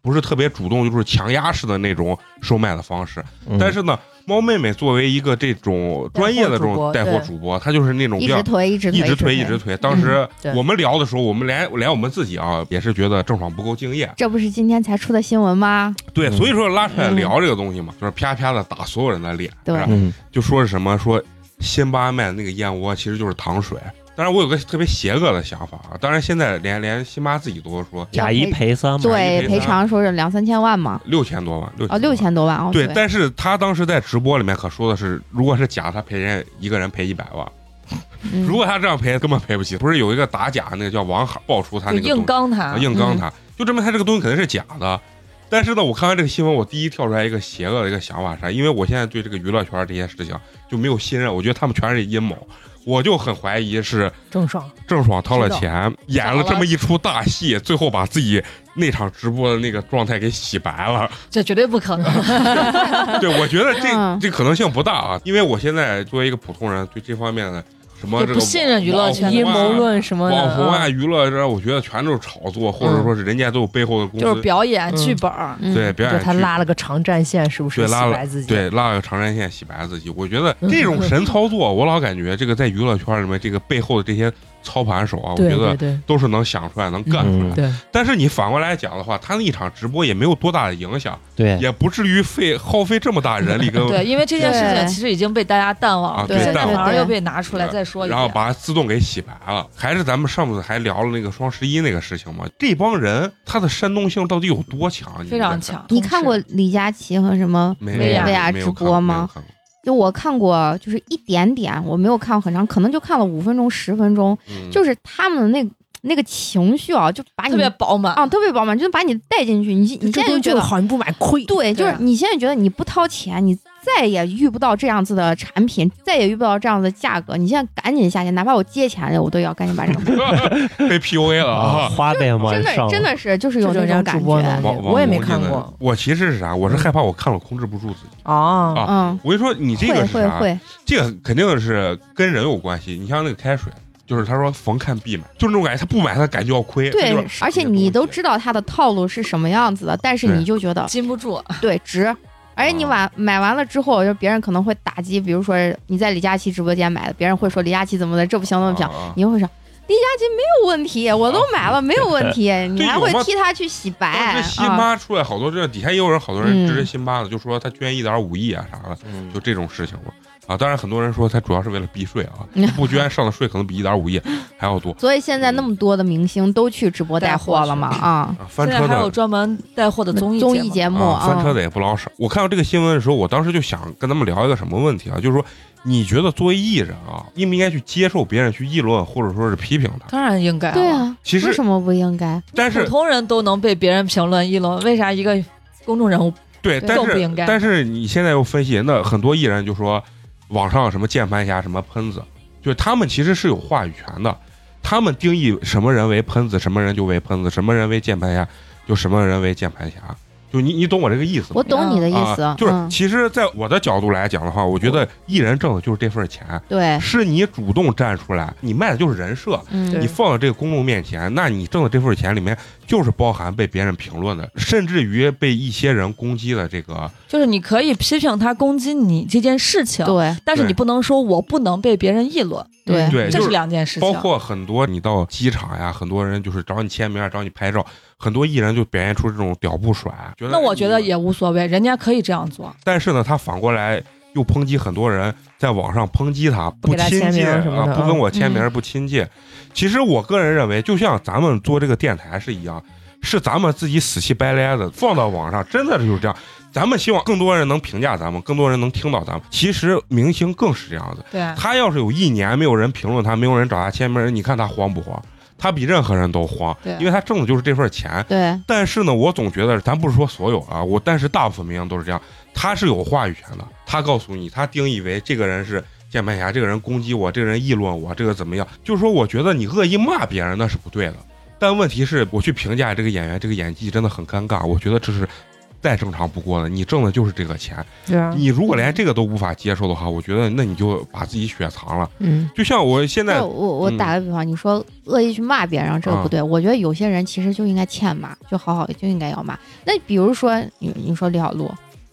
S1: 不是特别主动，就是强压式的那种售卖的方式。
S4: 嗯
S1: 但是呢，猫妹妹作为一个这种专业的这种带
S2: 带货
S1: 货
S2: 主播
S1: 主播，她就是那种比
S3: 一
S1: 较
S3: 直。推，一直
S1: 一
S3: 推，
S1: 直推，
S3: 推，
S1: 一直。推。嗯当时
S2: 对
S1: 我们聊的时候，我们连连我们自己啊，也是觉得郑爽不够敬业，
S3: 这不是今天才出的新闻吗？
S1: 对，
S4: 嗯
S1: 所以说拉出来聊这个东西嘛，就是啪啪的打所有人的脸，
S3: 对
S1: 是吧
S4: 嗯，
S1: 就说是什么说辛巴卖的那个燕窝其实就是糖水。当然，我有个特别邪恶的想法啊，当然现在连连辛巴自己都说
S4: 假一赔
S1: 啊
S4: 三嘛，
S3: 对，
S1: 赔赔
S3: 赔
S1: 偿
S3: 偿说是两三千万嘛，
S1: 六千多万，六
S3: 哦，六。千多万哦，
S1: 对，但是他当时在直播里面可说的是，如果是假，他赔人一个人赔一百万。
S3: 嗯
S1: 如果他这样赔，根本赔不起。不是有一个打假那个叫王海爆出他
S5: 就
S1: 那个东西
S5: 硬刚他
S1: 啊，。硬
S5: 嗯
S1: 刚他，就证明他这个东西肯定是假的。但是呢，我看完这个新闻，我第一跳出来一个邪恶的一个想法啥？因为我现在对这个娱乐圈这些事情就没有信任，我觉得他们全是阴谋，我就很怀疑是
S2: 郑爽，
S1: 郑爽掏了钱演了
S5: 找了
S1: 这么一出大戏，最后把自己那场直播的那个状态给洗白了。
S5: 这绝对不可
S1: [laughs]
S5: 能。
S1: 对，我觉得这
S3: 嗯
S1: 这可能性不大啊，因为我现在作为一个普通人，对这方面的什么
S5: 也
S1: 这个
S5: 不信任娱乐
S1: 网
S5: 圈
S1: 红
S5: 的
S2: 阴谋
S1: 啊
S2: 论什么的，
S1: 网红啊、
S2: 嗯
S1: 娱乐这，我觉得全都是炒作，或者说是人家都有背后的公司，
S5: 嗯就是表演、
S2: 嗯
S5: 剧本儿，
S3: 嗯
S1: 对，表
S2: 就
S1: 演
S2: 他
S1: 剧
S2: 拉了个长战线，是不是？
S1: 对拉了
S2: 洗白自己，
S1: 对，拉个长战线洗白自己。我觉得这种神操作，我老感觉这个在娱乐圈里面，这个背后的这些操盘手啊，我
S2: 对
S1: 觉
S2: 对
S1: 得
S2: 对
S1: 都是能想出来、能干出来
S4: 嗯。
S2: 对，
S1: 但是你反过来讲的话，他那一场直播也没有多大的影响，
S4: 对，
S1: 也不至于费耗费这么大人力跟
S5: [laughs] 对，因为这件事情其实已经被大家淡忘
S1: 啊
S5: 了，
S1: 对
S5: 现在
S1: 淡忘
S5: 反而
S3: 了
S5: 又被拿出来再说一
S1: 然后
S5: 遍。
S1: 把它自动给洗白了。还是咱们上次还聊了那个双十一那个事情嘛，这帮人他的煽动性到底有多强？你
S5: 非常
S1: 在看。
S5: 强，
S3: 你看过李佳琦和什么？
S1: 没
S5: 薇娅
S1: 没有
S3: 薇娅
S1: 没有
S3: 直
S1: 看
S3: 播
S1: 过
S3: 吗？
S1: 没有看过
S3: 就我看过，就是一点点，我没有看很长，可能就看了五分钟、十分钟，
S1: 嗯
S3: 就是他们的那那个情绪啊，就把
S5: 特
S3: 你
S5: 别饱满
S3: 啊特别饱满，就把你带进去。你你现在就觉得
S2: 好，你不买亏。
S3: 对，就
S5: 对
S3: 是你现在觉得你不掏钱，你再也遇不到这样子的产品，再也遇不到这样子的价格。你现在赶紧下去，哪怕我借钱了，我都要赶紧把这个
S1: [laughs] 被 PUA 了
S4: 啊，
S1: 啊！
S4: 花呗往
S3: 真
S4: 上
S3: 的
S4: 了，
S3: 真的是就是有那
S2: 这种
S3: 种
S2: 人
S3: 感
S2: 主播
S3: 觉
S2: 呢，
S1: 王
S2: 我也没
S1: 王姑娘
S2: 看过
S1: 我其实是啥？我是害怕我看了控制不住自己。
S2: 啊
S1: 啊
S3: 嗯，
S1: 我跟你说，你这
S3: 会
S1: 个是啊
S3: 会
S1: 啥？
S3: 会，
S1: 这个肯定是跟人有关系。你像那个开水，就是他说逢看必买，就那种感觉，他不买他感觉要亏。
S3: 对
S1: 他就是，
S3: 而且你都知道它的套路是什么样子的，但是
S1: 对啊
S3: 你就觉
S5: [laughs]
S3: 得
S5: 禁不住，
S3: 对值。而且你买买完了之后，就别人可能会打击，比如说你在李佳琦直播间买的，别人会说李佳琦怎么的，这不行那
S1: 啊
S3: 不行，
S1: 啊
S3: 你会说李佳琦没有问题，我都买了没有问题，你还会
S1: 有吗
S3: 替他去洗白
S1: 当时辛
S3: 啊？
S1: 巴出来好多这底下也有人，好多人
S3: 嗯
S1: 支持辛巴的，就说他捐一点五亿啊啥的，
S4: 嗯
S1: 就这种事情嘛。啊，当然很多人说他主要是为了避税
S3: [laughs]
S1: 啊
S3: 嗯，
S1: 不捐上的税可能比一点五亿还要多
S3: 所以现在那么多的明星都去直播带货了嘛啊？
S1: 啊。翻
S5: 现在
S1: 车
S5: 还有
S1: 的
S5: 专门带货的综艺
S3: 嗯综
S5: 节
S3: 艺
S5: 目
S3: 节目
S1: 啊，翻车
S3: 啊，
S1: 的也不老少。我看到这个新闻的时候，我当时就想跟他们聊一个什么问题啊，就是说你觉得作为艺人啊，应不应该去接受别人去议论或者说是批评他？
S5: 当然应该了
S3: 对，啊，
S1: 其
S3: 为
S1: 实，
S3: 什么不应该？
S1: 但是
S5: 普通人都能被别人评论议论，为啥一个公众人物
S1: 对，
S3: 对
S1: 但
S5: 更不应
S1: 是
S5: 该
S1: 但是你现在又分析，那很多艺人就说网上什么键盘侠、什么喷子，就是他们其实是有话语权的，他们定义什么人为喷子，什么人就为喷子，什么人为键盘侠，就什么人为键盘侠，就你你懂我这个意思吗？
S3: 我懂你的意思，
S1: 啊，就是
S3: 嗯
S1: 其实，在我的角度来讲的话，我觉得艺人挣的就是这份钱，
S3: 嗯对，
S1: 是你主动站出来，你卖的就是人设，
S3: 嗯，
S1: 你放到这个公众面前，那你挣的这份钱里面就是包含被别人评论的，甚至于被一些人攻击的这个
S5: 就是你可以批评他攻击你这件事情，
S3: 对
S5: 但是
S1: 对
S5: 你不能说我不能被别人议论，
S3: 对
S1: 嗯对，
S5: 这
S1: 就是
S5: 两件事情。
S1: 包括很多你到机场呀，很多人就是找你签名啊，找你拍照，很多艺人就表现出这种屌不甩。觉得
S5: 那我觉得
S1: 你，
S5: 也无所谓，人家可以这样做。
S1: 但是呢，他反过来又抨击很多人在网上抨击他，
S2: 不给他
S1: 亲
S2: 签
S1: 近
S2: 名什么
S1: 啊
S2: 的，
S1: 不
S2: 啊
S1: 跟我签名，
S3: 嗯
S1: 不亲近。其实我个人认为，就像咱们做这个电台是一样，是咱们自己死乞白赖的放到网上，真的就是这样。咱们希望更多人能评价咱们，更多人能听到咱们。其实明星更是这样的。
S5: 对，
S2: 嗯
S1: 他要是有一年没有人评论他，没有人找他签名，你看他慌不慌？他比任何人都慌
S5: 对，
S1: 因为他挣的就是这份钱。
S3: 对，
S1: 但是呢，我总觉得，咱不是说所有啊，我但是大部分明星都是这样，他是有话语权的。他告诉你，他定义为这个人是键盘侠，这个人攻击我，这个人议论我，这个怎么样？就是说，我觉得你恶意骂别人那是不对的。但问题是，我去评价这个演员这个演技真的很尴尬，我觉得这是再正常不过了。你挣的就是这个钱，
S2: 对啊，
S1: 你如果连这个都无法接受的话，我觉得那你就把自己雪藏了。
S2: 嗯，
S1: 就像我现在
S3: 那，我我
S1: 嗯
S3: 打个比方，你说恶意去骂别人，这个
S1: 啊
S3: 不对。我觉得有些人其实就应该欠骂，就好好就应该要骂。那比如说你你说李小璐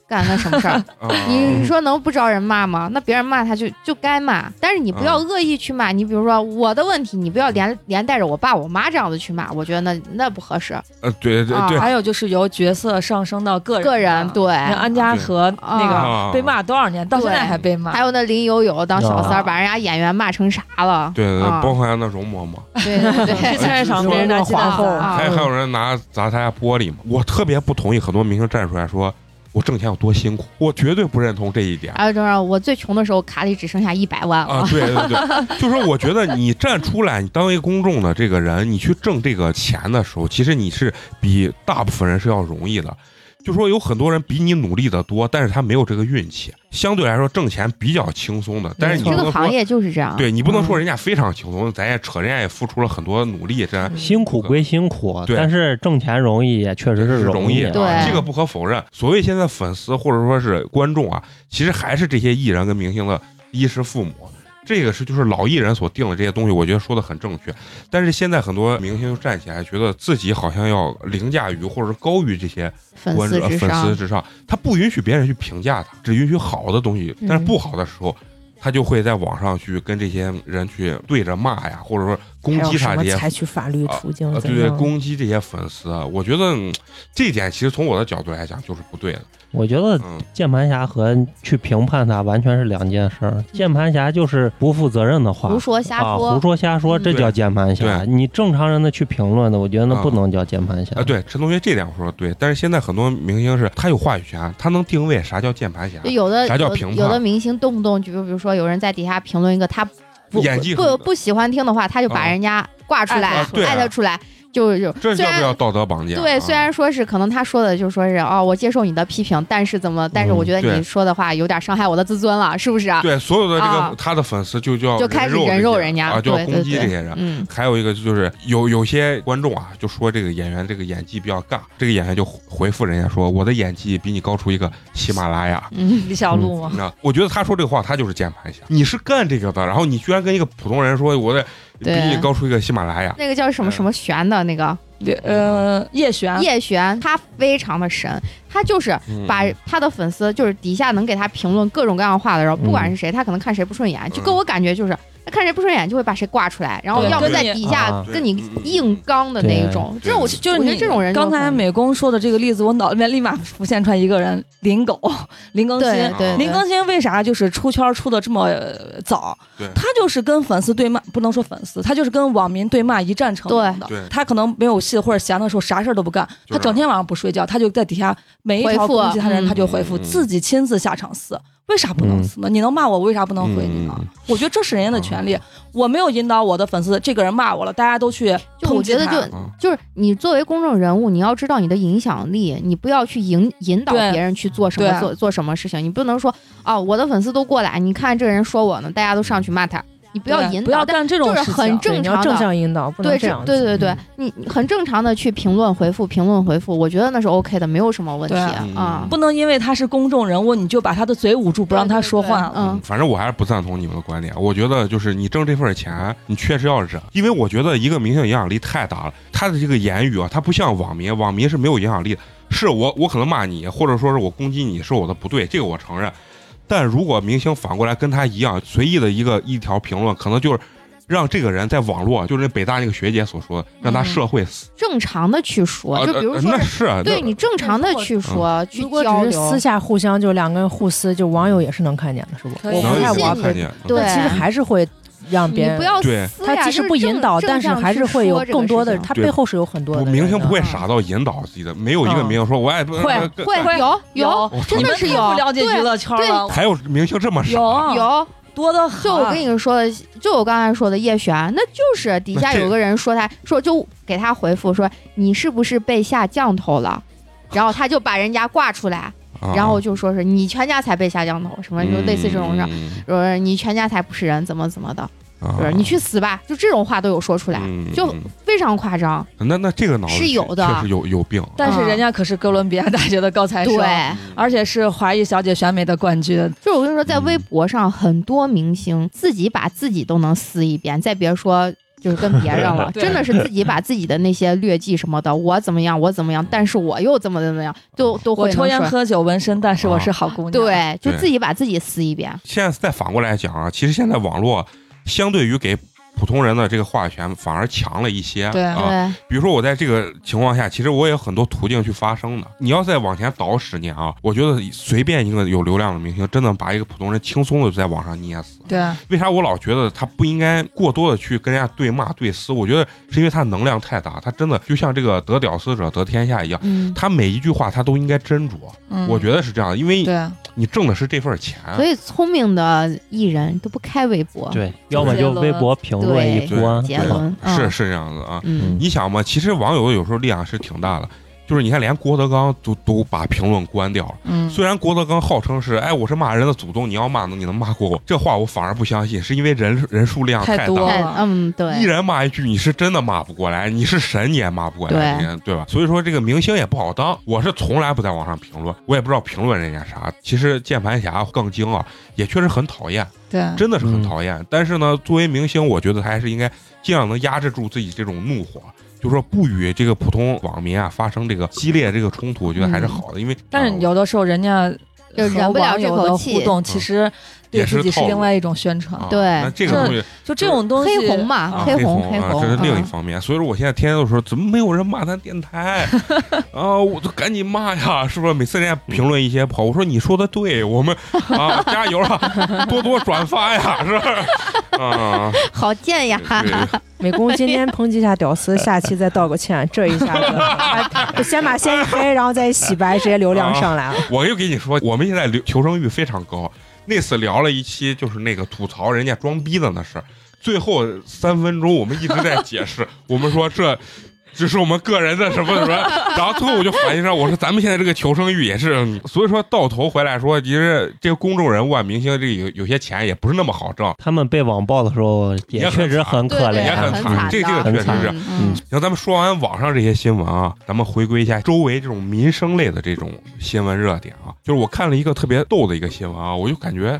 S3: 干了什么
S1: [laughs]
S3: 事儿，
S1: 啊
S3: [laughs] 你你说能不招人骂吗？那别人骂他就就该骂，但是你不要
S1: 嗯
S3: 恶意去骂。你比如说我的问题，你不要连连带着我爸我妈这样子去骂，我觉得那那不合适。
S1: 呃，对对
S3: 啊
S1: 对，
S5: 还有就是由角色上升到个人，
S3: 个人对，
S5: 你看安家和那
S1: 啊
S5: 个被骂多少年，到现在还被骂
S3: 还。有那林有有当小三儿，
S5: 啊
S3: 把人家演员骂成啥了？ [laughs]
S1: 对对，
S3: 啊
S1: 包括那容嬷嬷，
S3: 对对对，
S5: 去菜市
S1: [laughs]
S5: 场被人家
S3: 啊
S5: 划后，
S3: 啊
S1: 还还有人拿砸他家玻璃嘛。我特别不同意很多明星站出来说我挣钱有多辛苦，我绝对不认同这一点。
S3: 还有就是我最穷的时候，卡里只剩下一百万了。
S1: 啊，对对对，就是我觉得你站出来，你当一个公众的这个人，你去挣这个钱的时候，其实你是比大部分人是要容易的。就说有很多人比你努力的多，但是他没有这个运气，相对来说挣钱比较轻松的。但是你
S3: 这
S1: 不
S3: 个
S1: 能
S3: 行
S1: 说，
S3: 业啊嗯就是这样。
S1: 对你不能说人家非常轻松，咱也扯，人家也付出了很多努力，这
S4: 辛苦归辛苦，
S1: 对
S4: 但是挣钱容易也确实
S1: 是容
S4: 易
S1: 易的，
S4: 啊。
S3: 对
S1: 这个不可否认。所谓现在粉丝或者说是观众啊，其实还是这些艺人跟明星的衣食父母。这个是就是老艺人所定的这些东西，我觉得说的很正确。但是现在很多明星站起来，觉得自己好像要凌驾于或者是高于这些
S3: 粉
S1: 观
S3: 丝
S1: 众呃
S3: 至
S1: 粉丝
S3: 上，
S1: 之上，他不允许别人去评价他，只允许好的东西。但是不好的时候，他就会在网上去跟这些人去对着骂呀，或者说攻
S2: 还有
S1: 击他
S2: 什
S1: 这
S2: 么
S1: 些
S2: 采取法律途径
S1: 啊，
S2: 怎
S1: 对对，
S2: 样？
S1: 攻击这些粉丝，啊，我觉得嗯这一点其实从我的角度来讲就是不对的。
S4: 我觉得
S1: 嗯，
S4: 键盘侠和去评判他完全是两件事儿。键盘侠就是不负责任的话
S3: 嗯胡，说瞎
S4: 啊，胡
S3: 说。
S4: 说瞎说，
S3: 嗯
S4: 这叫键盘侠。
S1: 对
S4: 你正常人的去评论的，我觉得那不能叫键盘侠
S1: 啊，。对，陈同学这点我说的对，但是现在很多明星是他有话语权，他能定位啥叫键盘侠
S3: 就。有的
S1: 啥叫
S3: 有
S1: 评判
S3: 有的明星动不动就比如说有人在底下评论一个他不
S1: 演技
S3: 不不喜欢听的话，他就把
S1: 啊
S3: 人家挂出来
S1: 啊，对啊
S3: 艾特出来，就就
S1: 这
S3: 虽
S1: 叫不
S3: 然
S1: 叫道德绑架啊？
S3: 对，虽然说是可能他说的就说是哦，我接受你的批评，但是怎么，但是我觉
S1: 嗯
S3: 得
S1: 对
S3: 你说的话有点伤害我的自尊了，是不是啊？
S1: 对所有的这
S3: 啊
S1: 个他的粉丝就叫
S3: 就开始
S1: 人
S3: 人肉
S1: 人
S3: 人家，
S1: 啊，就要
S3: 对
S1: 攻
S3: 对
S1: 击这
S3: 对，
S1: 些人。
S3: 嗯，
S1: 还有一个就是有有些观众啊，就说这个演员这个演技比较尬，这个演员就回复人家说我的演技比你高出一个喜马拉雅。
S3: 嗯， [laughs]
S5: 李小璐吗？
S1: 那我觉得他说这个话，他就是键盘侠。你是干这个的，然后你居然跟一个普通人说我的比
S3: 对
S1: 你高出一个喜马拉雅，
S3: 那个叫
S1: 嗯
S3: 什么什么玄的那个
S5: 对，呃，叶璇，
S3: 叶璇，他非常的神，他就是
S1: 嗯
S3: 把他的粉丝就是底下能给他评论各种各样的话的，然后不管
S4: 嗯
S3: 是谁，他可能看谁不顺
S1: 嗯
S3: 眼，就跟我感觉就是。他看谁不顺眼就会把谁挂出来，然后
S5: 对
S3: 要不
S5: 跟
S3: 在
S5: 你
S3: 底下
S4: 啊
S3: 跟你硬刚的那一种，
S1: 对
S3: 这我
S1: 对
S5: 就
S3: 我
S5: 是
S3: 觉
S5: 你
S3: 得这种人就
S5: 刚才
S3: 很
S5: 美工说的这个例子，我脑里面立马浮现出来一个人，林狗，林更
S3: 对
S5: 新。
S3: 对
S1: 林
S5: 林
S3: 对
S5: 更新为啥就是出圈出的这么呃早
S1: 对？
S5: 他就是跟粉丝对骂，不能说粉丝，他就是跟网民对骂一战成名
S1: 对对
S5: 的。他可能没有戏或者闲的时候啥事儿都不干，
S1: 就是
S5: 他整天晚上不睡觉，他就在底下每一
S3: 回
S5: 条
S3: 复
S5: 攻击他的人，
S3: 嗯
S5: 他就回复，
S1: 嗯
S5: 自己亲自下场撕。为啥不能撕呢？你能骂我，我为啥不能回你呢
S1: 嗯？
S5: 我觉得这是人家的权利，我没有引导我的粉丝，这个人骂我了，大家都去
S3: 就我
S5: 抨击
S3: 觉得
S5: 他
S3: 就
S1: 嗯
S3: 就是你作为公众人物，你要知道你的影响力，你不要去引引导
S5: 对
S3: 别人去做什
S5: 对
S3: 么做做什么事情，你不能说哦，我的粉丝都过来，你看这个人说我呢，大家都上去骂他，你不要
S5: 对
S3: 引
S5: 不要
S3: 导，但
S5: 干这种
S3: 就
S5: 事
S3: 是
S5: 情。
S3: 很
S2: 对，
S3: 正
S2: 你要
S3: 常
S2: 正
S3: 的。
S2: 向引导，不能
S3: 对，这
S2: 这样子。
S3: 对对对
S2: 嗯，
S3: 你你很正常的去评论回复评论回复，我觉得那是 OK 的，没有什么问题
S5: 对
S3: 啊
S1: 嗯。
S5: 不能因为他是公众人物，你就把他的嘴捂住，不让他说话了。
S3: 嗯，
S1: 反正我还是不赞同你们的观点。我觉得就是你挣这份钱，你确实要忍，因为我觉得一个明星影响力太大了，他的这个言语啊，他不像网民，网民是没有影响力的。是我我可能骂你，或者说是我攻击你是我的不对，这个我承认。但如果明星反过来跟他一样随意的一个一条评论，可能就是让这个人在网络，就是北大那个学姐所说的，让他社会死。
S3: 正常的去说，
S1: 啊
S3: 嗯就比如
S1: 呃
S3: 说
S1: 那
S3: 是，
S1: 是啊
S3: 对
S1: 那
S3: 你正常的去说去
S2: 嗯如果
S3: 交
S2: 只是
S3: 流
S2: 私，下互相就两个人互撕，就网友也是能看见的，是不？
S5: 可以
S2: 我
S5: 能
S2: 不太
S1: 能
S3: 信
S2: 玩
S3: 你
S1: 看见，嗯
S3: 对
S2: 但其实还是会让别
S3: 你
S2: 人
S3: 不。要
S1: 对
S3: 撕呀
S2: 他即使
S3: 就是
S2: 不引
S3: 正
S2: 导，
S3: 正
S2: 但是
S3: 向
S2: 还
S3: 去
S2: 是会有
S3: 说这个
S2: 更多
S3: 事
S2: 的，
S3: 情
S2: 他
S1: 对
S2: 背后是有很多
S1: 不
S2: 的
S1: 明星不会
S2: 人的
S1: 傻到引导自己的，没有一个明星说我爱不
S5: 会
S3: 啊嗯会
S1: 会
S3: 有有
S1: 我
S3: 真
S5: 你
S3: 的
S5: 们
S3: 是
S5: 太
S3: 有
S5: 不了解娱乐圈
S3: 对
S5: 了，
S1: 还有明星这么啊傻，
S5: 有
S3: 有，
S5: 多的很。啊
S3: 就我跟你说的，就我刚才说的叶璇，那就是底下
S1: 那这
S3: 有个人说他说就给他回复说你是不是被下降头了，然后他就把人家挂出来，
S1: 啊
S3: 然后就说是你全家才被下降头，什么就类似这种事儿，
S1: 嗯
S3: 说是你全家才不是人，怎么怎么的，
S1: 啊
S3: 就是你去死吧，就这种话都有说出来，
S1: 嗯
S3: 就
S1: 嗯
S3: 非常夸张，
S1: 那那这个脑子
S3: 是有的
S1: 确实有有病。啊
S5: 但是人家可是哥伦比亚大学的高材生，
S3: 对。
S5: 而且是华裔小姐选美的冠军。
S3: 就是我跟你说，在微博上，很多明星自己把自己都能撕一遍，再别说就是跟别人
S1: [laughs]
S3: 了，
S5: 对
S3: 真的是自己把自己的那些劣迹什么的，我怎么样，我怎么样，但是我又怎么怎么样，都都
S5: 我
S3: 会
S5: 抽
S3: 能
S5: 烟
S3: 说。
S5: 喝酒纹身，但是我是好姑娘。，
S3: 对，就
S1: 嗯对
S3: 自己把自己撕一遍。
S1: 现在再反过来讲啊，其实现在网络相对于给普通人的这个话语权反而强了一些。
S5: 对
S1: 啊，比如说我在这个情况下，其实我也有很多途径去发声的。你要再往前倒十年啊，我觉得随便一个有流量的明星，真的把一个普通人轻松的在网上捏死。
S5: 对啊，
S1: 为啥我老觉得他不应该过多的去跟人家对骂对撕？我觉得是因为他能量太大，他真的就像这个得屌丝者得天下一样，
S3: 嗯，
S1: 他每一句话他都应该斟酌。
S5: 嗯
S1: 我觉得是这样的，因为
S5: 对啊，
S1: 你挣的是这份钱。
S3: 所以聪明的艺人都不开微博，
S4: 对，要么就微博评论一关，
S3: 杰伦嗯
S1: 是是这样子啊。
S3: 嗯，
S1: 你想嘛，其实网友有时候力量是挺大的，就是你看，连郭德纲都都把评论关掉了。
S5: 嗯，
S1: 虽然郭德纲号称是，哎，我是骂人的祖宗，你要骂呢，你能骂过我？这话我反而不相信，是因为人人数量
S5: 太
S1: 太
S5: 多
S1: 大
S5: 了
S1: 了。
S3: 哎嗯，
S1: 一
S3: 对，
S1: 人骂一句，你是真的骂不过来，你是神你也骂不过来，
S3: 对
S1: 你对吧？所以说这个明星也不好当。我是从来不在网上评论，我也不知道评论人家啥。其实键盘侠更精啊，也确实很讨厌，
S5: 对啊，
S1: 真的是很讨厌。但是呢，作为明星，我觉得他还是应该尽量能压制住自己这种怒火，就说不与这个普通网民啊发生这个激烈这个冲突，我觉得还是好的，因为
S5: 嗯但
S1: 啊
S5: 是有的时候人家
S3: 就
S5: 和
S3: 忍不了
S5: 网
S3: 这
S5: 友
S3: 口
S5: 的
S3: 气
S5: 互动，其实对
S1: 也是
S5: 自己是
S1: 套路
S5: 另外一种宣传
S1: 啊。
S3: 对
S1: 那这个
S5: 这
S1: 东西
S5: 就这种东西，
S3: 黑红
S1: 啊
S3: 嘛，
S1: 黑
S3: 红，黑
S1: 啊，这是另一
S3: 嗯
S1: 方面。所以说，我现在天天都说，怎么没有人骂咱电
S3: [laughs]
S1: 台啊？我就赶紧骂呀，是不是？每次人家评论一些不好，我说你说的对，我们啊，加油
S3: [laughs]
S1: 啊，多多转发呀，是不是？啊，
S3: 好贱呀！
S1: 对
S2: 美工今天抨击一下屌丝，下期再道个歉，这一下子把先把先一黑，然后再一洗白，直接流量上来了。
S1: [laughs] 我又跟你说，我们现在留求生欲非常高。那次聊了一期，就是那个吐槽人家装逼的那事儿。最后三分钟我们一直在解释， [laughs] 我们说这。这是我们个人的什么什 [laughs] 么，然后最后我就反应上，我说咱们现在这个求生欲也是，嗯所以说到头回来说，其实这个公众人物啊，明星这个有有些钱也不是那么好挣。
S4: 他们被网暴的时候
S1: 也
S4: 也
S1: 很
S4: 确实很
S3: 对
S4: 可 [laughs]
S3: 对
S4: 怜，
S1: 也很惨
S3: 惨的，
S1: 这这个
S4: 很
S1: 确实
S4: 惨
S1: 是。
S3: 嗯
S4: 嗯
S3: 嗯，
S1: 行，咱们说完网上这些新闻啊，咱们回归一下周围这种民生类的这种新闻热点啊。就是我看了一个特别逗的一个新闻啊，我就感觉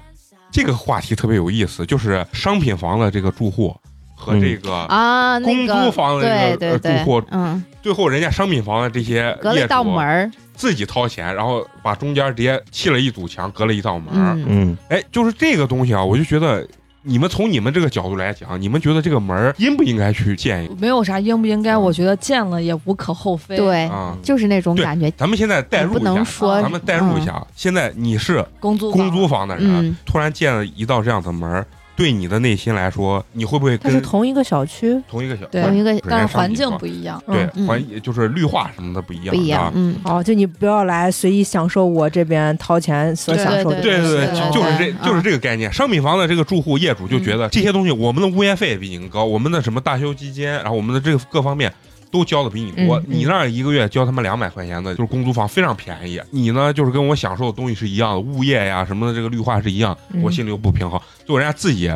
S1: 这个话题特别有意思，就是商品房的这个住户和这个、
S3: 啊，那
S1: 公租
S3: 个
S1: 房的
S3: 对
S1: 这个
S3: 对
S1: 呃住户
S3: 对，嗯，
S1: 最后人家商品房的这些
S3: 隔了
S1: 业
S3: 一道
S1: 主
S3: 门儿，
S1: 自己掏钱，然后把中间直接砌了一堵墙，隔了一道门儿。
S3: 嗯，
S4: 嗯，
S1: 哎，就是这个东西啊，我就觉得你们从你们这个角度来讲，你们觉得这个门儿应不应该去建一个
S5: 没有啥应不应该，
S1: 嗯
S5: 我觉得见了也无可厚非。，
S3: 对，
S1: 啊？
S3: 就是那种
S1: 对
S3: 感觉，
S1: 咱们现在代
S3: 你
S1: 入
S3: 哎不
S1: 一下
S3: 能，说
S1: 咱们代入一下，啊，现在你是
S5: 公租
S1: 公
S5: 房
S1: 租房的人，
S3: 嗯，
S1: 突然建了一道这样的门儿，对你的内心来说，你会不会
S2: [laughs] 它是
S1: 跟
S2: 同一个小区，
S1: 同一个小
S5: 对
S3: 同一个
S5: 但是环境不一样。
S1: 对
S3: 嗯
S1: 环就是绿化什么的不一样，
S3: 不一样
S1: 啊，
S3: 嗯，
S2: 哦，就你不要来随意享受我这边掏钱所享受的
S1: 对
S3: 对
S1: 对对，
S3: 对对
S1: 就是
S3: 对
S1: 这，就是这个概念。商品房的这个住户业主就觉得这些东西，我们的物业费也比你高，我们的什么大修基金，然后我们的这个各方面都交的比你多
S3: 嗯。嗯
S1: 你那儿一个月交他妈两百块钱的，就是公租房非常便宜。你呢，就是跟我享受的东西是一样的，物业呀什么的这个绿化是一样，
S2: 嗯
S1: 我心里又不平衡，所以人家自己。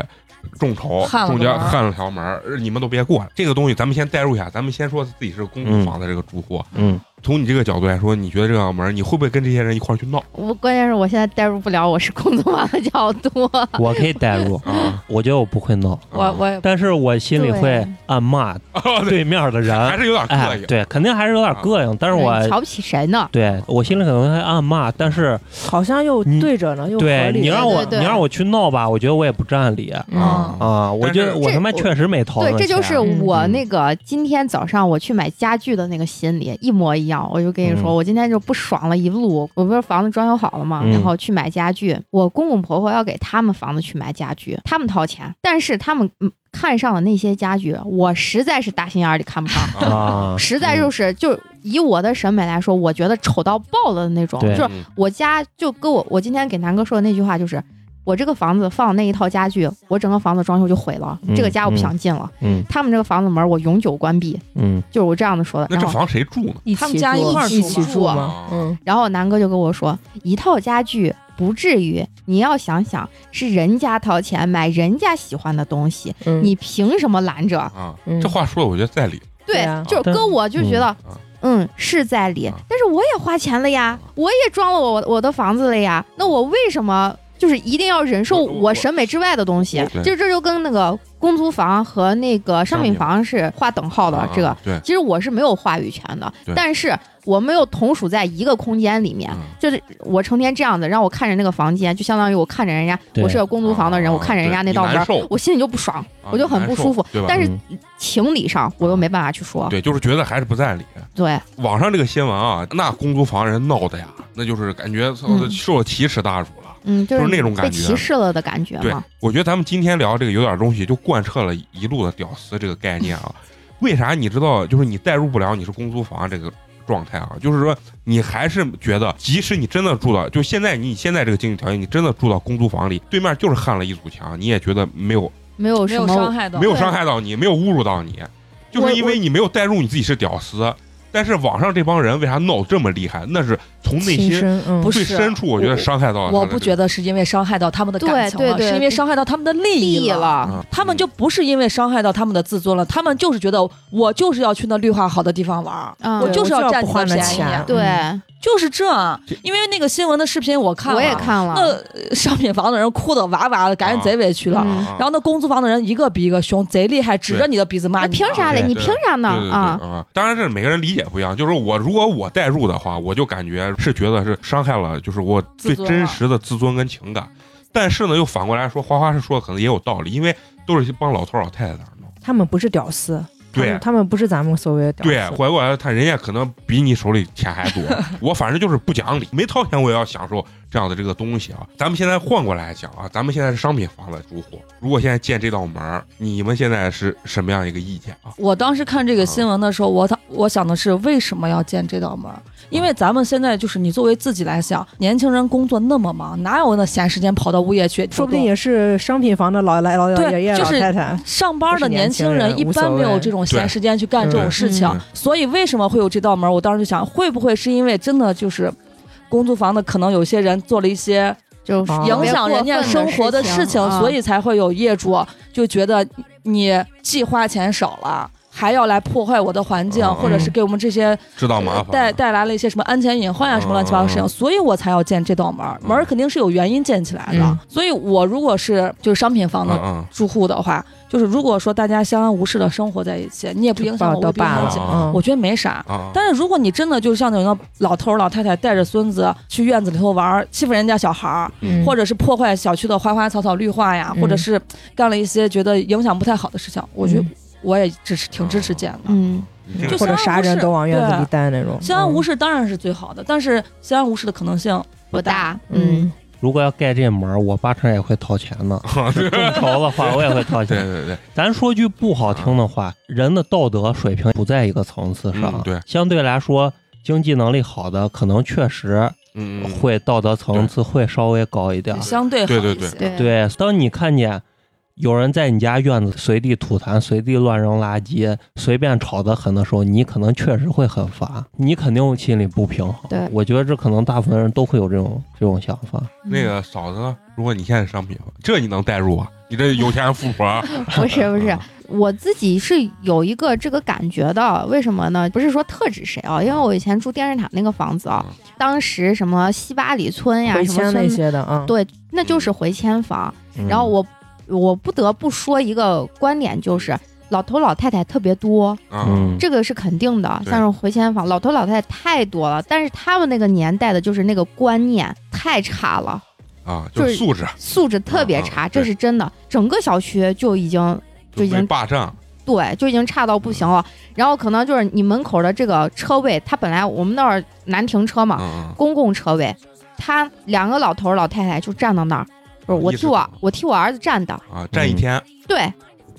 S1: 众筹
S5: 焊了个
S1: 中间
S5: 门儿
S1: 焊了条门儿，呃你们都别过来。这个东西咱们先代入一下，咱们先说自己是公租
S4: 嗯
S1: 房的这个住户。
S4: 嗯，
S1: 从你这个角度来说，你觉得这道门儿，你会不会跟这些人一块儿去闹，
S3: 我关键是我现在代入不了，我是工作忙的较多，
S4: 我可以代入
S1: [laughs]
S3: 嗯
S1: 啊？
S4: 我觉得我不会闹，
S1: 嗯
S5: 我我也
S4: 但是我心里会
S3: 对
S4: 暗骂
S1: 啊，对，
S4: 对面的
S1: 还
S4: 人，
S1: 是有点啊膈
S4: 哎，
S1: 应。啊
S4: 对，肯定还是有点膈应，但是我
S3: [laughs] 瞧不起谁呢？
S4: 对我心里可能会暗骂，但是
S2: 好像又
S4: 你
S2: 嗯对着呢，又合
S4: 对
S2: 理
S4: 你让我
S3: 对对
S4: 你让我去闹吧，我觉得我也不占理
S1: 啊
S5: 嗯
S4: 啊，我觉
S1: 但
S4: 得
S1: 是
S4: 我他妈
S3: 这
S4: 确实没掏
S3: 对，
S4: 那
S3: 这就
S4: 钱啊嗯
S3: 是我那个今天早上我去买家具的那个心理一模一样。我就跟你说，
S4: 嗯
S3: 我今天就不爽了一路。我不是房子装修好了嘛，
S4: 嗯
S3: 然后去买家具。我公公婆婆要给他们房子去买家具，他们掏钱，但是他们嗯看上了那些家具，我实在是大心眼儿里看
S4: [laughs]
S3: 不上。[laughs]
S4: 啊，
S3: 实在就是，就以我的审美来说，我觉得丑到爆了的那种。
S4: 对
S3: 就是我家就跟我我今天给南哥说的那句话就是，我这个房子放那一套家具，我整个房子装修就毁了，
S4: 嗯
S3: 这个家我不想进了。
S4: 嗯
S3: 他们这个房子门我永久关闭，
S4: 嗯
S3: 就是我这样的说的。
S1: 那
S3: 然
S1: 这
S3: 后，
S1: 房谁住呢？
S2: 一
S5: 他
S2: 起
S5: 们家一块儿
S2: 一
S5: 住
S2: 起
S5: 嘛
S2: 住
S1: 啊
S2: 嘛，嗯，
S3: 然后南哥就跟我说，一套家具不至于，你要想想是人家掏钱买人家喜欢的东西，
S2: 嗯
S3: 你凭什么拦着？
S1: 啊，
S2: 嗯
S1: 这话说的我觉得在理。
S3: 对，
S2: 对啊
S3: 就是
S4: 但
S3: 跟我就觉得，
S1: 嗯啊
S3: 嗯是在理
S1: 啊，
S3: 但是我也花钱了呀，我也装了我我的房子了呀，那我为什么就是一定要忍受
S1: 我我
S3: 我审美之外的东西
S1: 我？对
S3: 就这就跟那个公租房和那个商品房是划等号的
S1: 啊，
S3: 这个
S1: 啊对，
S3: 其实我是没有话语权的
S1: 对，
S3: 但是我们又同属在一个空间里面
S1: 嗯，
S3: 就是我成天这样子，让我看着那个房间，就相当于我看着人家，
S4: 对
S3: 我是个公租房的人，
S1: 啊
S3: 我看着人家
S1: 对
S3: 那道
S1: 你
S3: 门
S1: 难受，
S3: 我心里就不爽，
S1: 啊
S3: 我就很不舒服
S1: 难受对吧？
S3: 但是
S4: 嗯
S3: 情理上我都没办法去说，
S1: 啊对，就是觉得还是不在理。
S3: 对。
S1: 网上这个新闻啊，那公租房人闹的呀，那就是感觉操
S3: 嗯
S1: 受了奇耻大辱了。
S3: 嗯，就
S1: 就是是那种感
S3: 被
S1: 觉
S3: 歧视了的感觉
S1: 对
S3: 嘛。，
S1: 我觉得咱们今天聊这个有点东西，就贯彻了一路的屌丝这个概念啊。为啥你知道？就是你代入不了你是公租房这个状态啊，就是说你还是觉得，即使你真的住到，就现在你现在这个经济条件，你真的住到公租房里，对面就是焊了一堵墙，你也觉得没有
S3: 没有
S5: 没
S3: 什
S5: 有
S3: 么
S5: 伤害到，
S1: 没有伤害到你，没有侮辱到你，就是因为你没有代入你自己是屌丝。但是网上这帮人为啥闹这么厉害？那是从内
S2: 亲
S1: 心
S2: 身，嗯，
S5: 不
S1: 最
S5: 是啊
S1: 深处，我觉得伤害到了他的
S5: 我不觉
S1: 这个
S5: 得是因为伤害到他们的感情
S3: 对
S5: 了，
S3: 对对
S5: 是因为伤害到他们的利
S3: 利
S5: 益了。
S3: 了。
S1: 啊
S5: 他们就不是因为伤害到他们的自尊了，他们就是觉得我就是要去那绿化好的地方玩儿，
S3: 嗯
S5: 我就是要占
S2: 不
S5: 你
S2: 花那
S5: 便
S2: 钱嗯
S5: 宜，
S3: 对，
S5: 就是这。因为那个新闻的视频我看了，
S3: 我也看了。
S5: 那呃商品房的人哭的哇哇的，
S1: 啊
S5: 感觉贼委屈了。
S3: 嗯
S5: 然后那公租房的人一个比一个凶，贼厉害，指着你的鼻子骂
S3: 那
S5: 你。
S3: 凭啥嘞？
S4: 对
S3: 你凭啥呢
S1: 对对？对
S3: 啊，
S1: 啊！当然，这每个人理解不一样。就是我，如果我代入的话，我就感觉是觉得是伤害了，就是我最
S5: 自尊
S1: 真
S5: 了
S1: 实的自尊跟情感。但是呢，又反过来说，花花是说的可能也有道理，因为都是一帮老头老太太在那儿弄。
S2: 他们不是屌丝，他
S1: 对
S2: 们，他们不是咱们所谓的屌丝，
S1: 对，回过来看人家可能比你手里钱还多，我反正就是不讲理，没掏钱我也要享受这样的这个东西啊。咱们现在换过来讲啊，咱们现在是商品房的住户，如果现在建这道门儿，你们现在是什么样一个意见啊？
S5: 我当时看这个新闻的时候，我当我想的是为什么要建这道门
S1: 嗯
S5: 儿？因为咱们现在就是你作为自己来想，年轻人工作那么忙，哪有那闲时间跑到物业去？
S2: 说不定也是商品房的老来老
S5: 对
S2: 老爷爷
S5: 就
S2: 老
S5: 是
S2: 太太。
S5: 上班的年轻人一般没有这种闲时间去干这种事情
S1: 对嗯，
S5: 所以为什么会有这道门？我当时就想，会不会是因为真的就是公租房的可能有些人做了一些
S3: 就是
S2: 啊
S5: 哦影响人家生活的事情，
S1: 啊
S3: 啊
S5: 所以才会有业主就觉得你既花钱少了。还要来破坏我的环境，
S1: 嗯
S5: 或者是给我们这些
S1: 知道麻烦啊
S5: 带带来了一些什么安全隐患啊，什么乱七八糟的事
S1: 嗯
S5: 情，所以我才要建这道门儿。
S1: 嗯
S5: 门儿肯定是有原因建起来的
S2: 嗯，
S5: 所以我如果是就是商品
S1: 嗯
S5: 房的
S1: 嗯
S5: 住户的话，就是如果说大家相安无事的生活在一起，你也不影响我，
S2: 就
S5: 我也不影
S2: 罢
S5: 响
S2: 了
S5: 你，
S1: 嗯
S5: 我觉得没啥。
S1: 啊，
S5: 但是如果你真的就是像那种老头儿老太太带着孙子去院子里头玩儿，欺负人家小孩儿，
S2: 嗯
S5: 或者是破坏小区的花花草草绿化呀，
S2: 嗯
S5: 或者是干了一些觉得影响不太好的事情，我
S1: 嗯
S5: 觉得我也支持，挺支持建的。
S3: 嗯，
S1: 你这
S5: 就
S1: 个
S2: 或者啥人都往院子里带那种，嗯
S5: 相安无
S2: 事。
S5: 事当然是最好的，但是相安无事的可能性
S3: 不
S5: 不大。
S3: 大，嗯
S2: 嗯，
S4: 如果要盖这门儿，我八成也会掏钱的。众筹的话，我也会掏
S1: 对
S4: 钱。
S1: 哦对对，
S4: 咱说句不好听的话，人的道德水平不在一个层次
S1: 嗯
S4: 上。
S1: 对，
S4: 相对来说，经济能力好的，可能确实
S1: 嗯，嗯
S4: 会道德层次会稍微高一点。
S5: 相对好
S1: 对对
S5: 一些
S3: 嗯对
S4: 对，当你看见有人在你家院子随地吐痰、随地乱扔垃圾、随便吵得很的时候，你可能确实会很烦，你肯定心里不平衡。
S3: 对
S4: 我觉得这可能大部分人都会有这种这种想法。
S1: 那个嫂子呢，如果你现在是商品房，这你能代入啊？你这有钱人富婆，啊
S3: 不是不是，我自己是有一个这个感觉的，为什么呢？不是说特指谁啊，因为我以前住电视塔那个房子啊，当时什么西八里村呀，
S2: 回
S3: 什么
S2: 迁那
S3: 村，
S2: 些的啊，
S3: 对，那就是回迁房。
S4: 嗯
S3: 然后我我不得不说一个观点，就是老头老太太特别多，
S1: 嗯，
S4: 嗯，
S3: 这个是肯定的。
S1: 对
S3: 像是回迁房，老头老太太太多了，但是他们那个年代的就是那个观念太差了，
S1: 啊，
S3: 就
S1: 就是素质
S3: 素质特别
S1: 啊
S3: 差，
S1: 啊
S3: 这
S1: 对
S3: 是真的。整个小区就已经就已
S1: 被
S3: 经
S1: 霸占，
S3: 对，就已经差到不行了。然后可能就是你门口的这个车位，它本来我们那儿难停车嘛，
S1: 嗯
S3: 公共车位，他两个老头儿老太太就站到那儿，就是我
S1: 一直
S3: 替我
S1: 站
S3: 我替我儿子站的，
S1: 嗯啊，占一天。
S3: 对，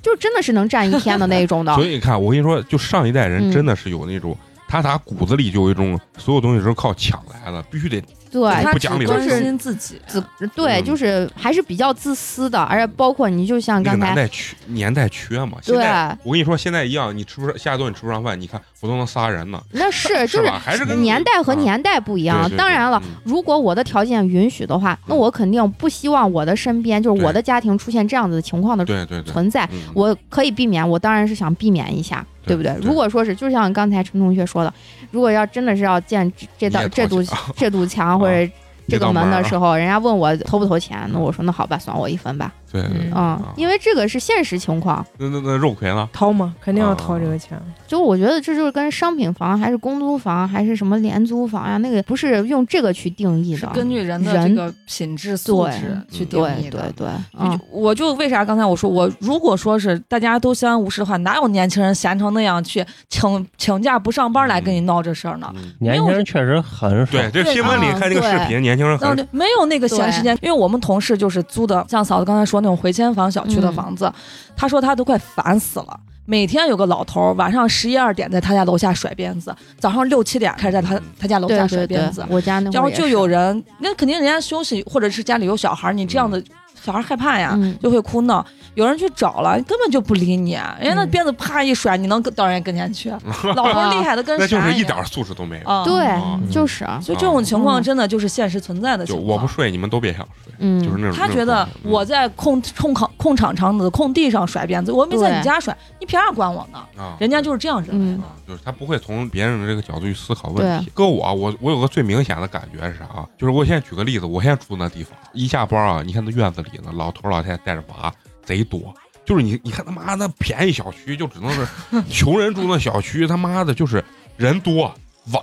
S3: 就真的是能站一天的那种的
S1: 所。以你看，我跟你说，就上一代人
S3: 嗯
S1: 真的是有那种，他打骨子里就有一种所有东西都是靠抢来的，必须得
S3: 对，
S5: 他
S1: 不
S5: 只
S1: 讲理
S5: 关
S3: 就是
S5: 心自己，
S3: 子对，
S1: 嗯
S3: 就是还是比较自私的，而且包括你就像
S1: 那嗯个
S3: 刚
S1: 年
S3: 才，
S1: 代缺年代缺嘛。现
S3: 对，
S1: 在我跟你说，现在一样，你吃不上下一顿你吃不上饭，你看我都能仨人呢，
S3: 那是就是是
S1: 吧？还是跟
S3: 年代和
S1: 啊
S3: 年代不一样
S1: 对。对
S3: 当然了
S1: 对嗯，
S3: 如果我的条件允许的话，那我肯定不希望我的身边就是我的家庭出现这样子的情况的
S1: 对对对，
S3: 存在。
S1: 嗯
S3: 我可以避免，我当然是想避免一下，
S1: 对
S3: 对不对？
S1: 对
S3: 如果说是就像刚才陈同学说的，如果要真的是要建这这
S1: 你
S3: 道
S1: 也
S3: 这
S1: 掏
S3: 堵
S1: 钱啊
S3: [laughs] 这堵墙或者这
S1: 道
S3: 个
S1: 门
S3: 门
S1: 儿啊嗯
S3: 的时候，人家问我投不投钱，那我说那好吧，算我一分吧。
S1: 对对对，
S3: 嗯
S2: 嗯
S1: 啊，
S3: 因为这个是现实情况。
S1: 那那那肉葵呢？
S2: 掏嘛，肯定要掏这个钱。
S3: 就我觉得这就是跟商品房还是公租房还是什么廉租房呀、那个不是用这个去定义的。
S5: 根据人的这
S3: 人
S5: 个品质素
S3: 对
S5: 质去
S1: 嗯
S5: 定
S3: 对
S5: 义的
S3: 对。对，
S5: 我
S3: 嗯
S5: 就，我就为啥刚才我说我如果说是大家都相安无事的话，哪有年轻人闲成那样去请请假不上班来跟你闹这事儿呢？
S1: 嗯
S4: 年轻人确实很少。
S1: 对，这
S5: 对
S1: 新闻里
S3: 啊
S1: 看这个视
S3: 对
S1: 频，年轻人
S5: 那
S1: 很
S5: [laughs] 没有那个闲时间，因为我们同事就是租的，像嫂子刚才说那种回迁房小区的房子，她说她都快烦死了。每天有个老头儿晚上十一二点在他家楼下甩鞭子，早上六七点开始在他他家楼
S3: 对
S5: 下
S3: 对
S5: 甩
S3: 对
S5: 鞭子，，
S3: 我家那会儿
S5: 然后
S3: 也
S5: 就是有人，那肯定人家休息或者是家里有小孩儿，你这样的小孩儿害怕呀，
S3: 嗯
S5: 就会哭闹。有人去找了，根本就不理你，人家那
S2: 嗯
S5: 鞭子啪一甩，你能跟到人家跟前去？老头儿厉害的
S1: [laughs]
S5: 跟
S1: 那
S5: 啥
S1: 就是
S5: 样
S1: 一点儿素质都没有。
S5: 啊，
S3: 对，
S1: 嗯
S3: 就是啊
S5: 所以这种情况
S3: 嗯
S5: 真的就是现实存在的
S1: 就
S5: 情
S1: 我不
S5: 况。
S1: 睡，你们都别想睡，
S3: 嗯，
S1: 就是那种。
S5: 他
S1: 那种嗯
S5: 觉得
S1: 状态
S5: 我在空空场空场场子空地上甩鞭子，我又没在
S3: 对嗯
S5: 你家甩，你凭啥管我呢？
S1: 嗯啊，
S5: 人家就是这样
S1: [laughs]
S5: 认为的。
S1: 啊，就是他不会从别人的这个角度去思考问题。搁我，我我有个最明显的感觉是啥啊？就是我现在举个例子，我现在住那地方，一下班啊，你看那院子里呢，老头老太太带着娃贼多。就是你，你看他妈那便宜小区，就只能是穷人住那小区，他妈的就是人多。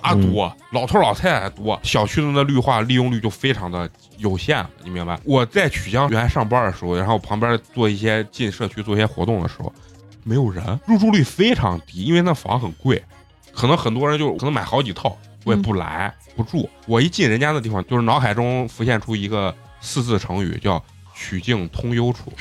S1: 娃多，老头老太太多，小区的那绿化利用率就非常的有限，你明白？我在曲江原来上班的时候，然后旁边做一些进社区做一些活动的时候，没有人，入住率非常低，因为那房很贵，可能很多人就可能买好几套，我也不来不住。我一进人家的地方，就是脑海中浮现出一个四字成语，叫“曲径通幽处”。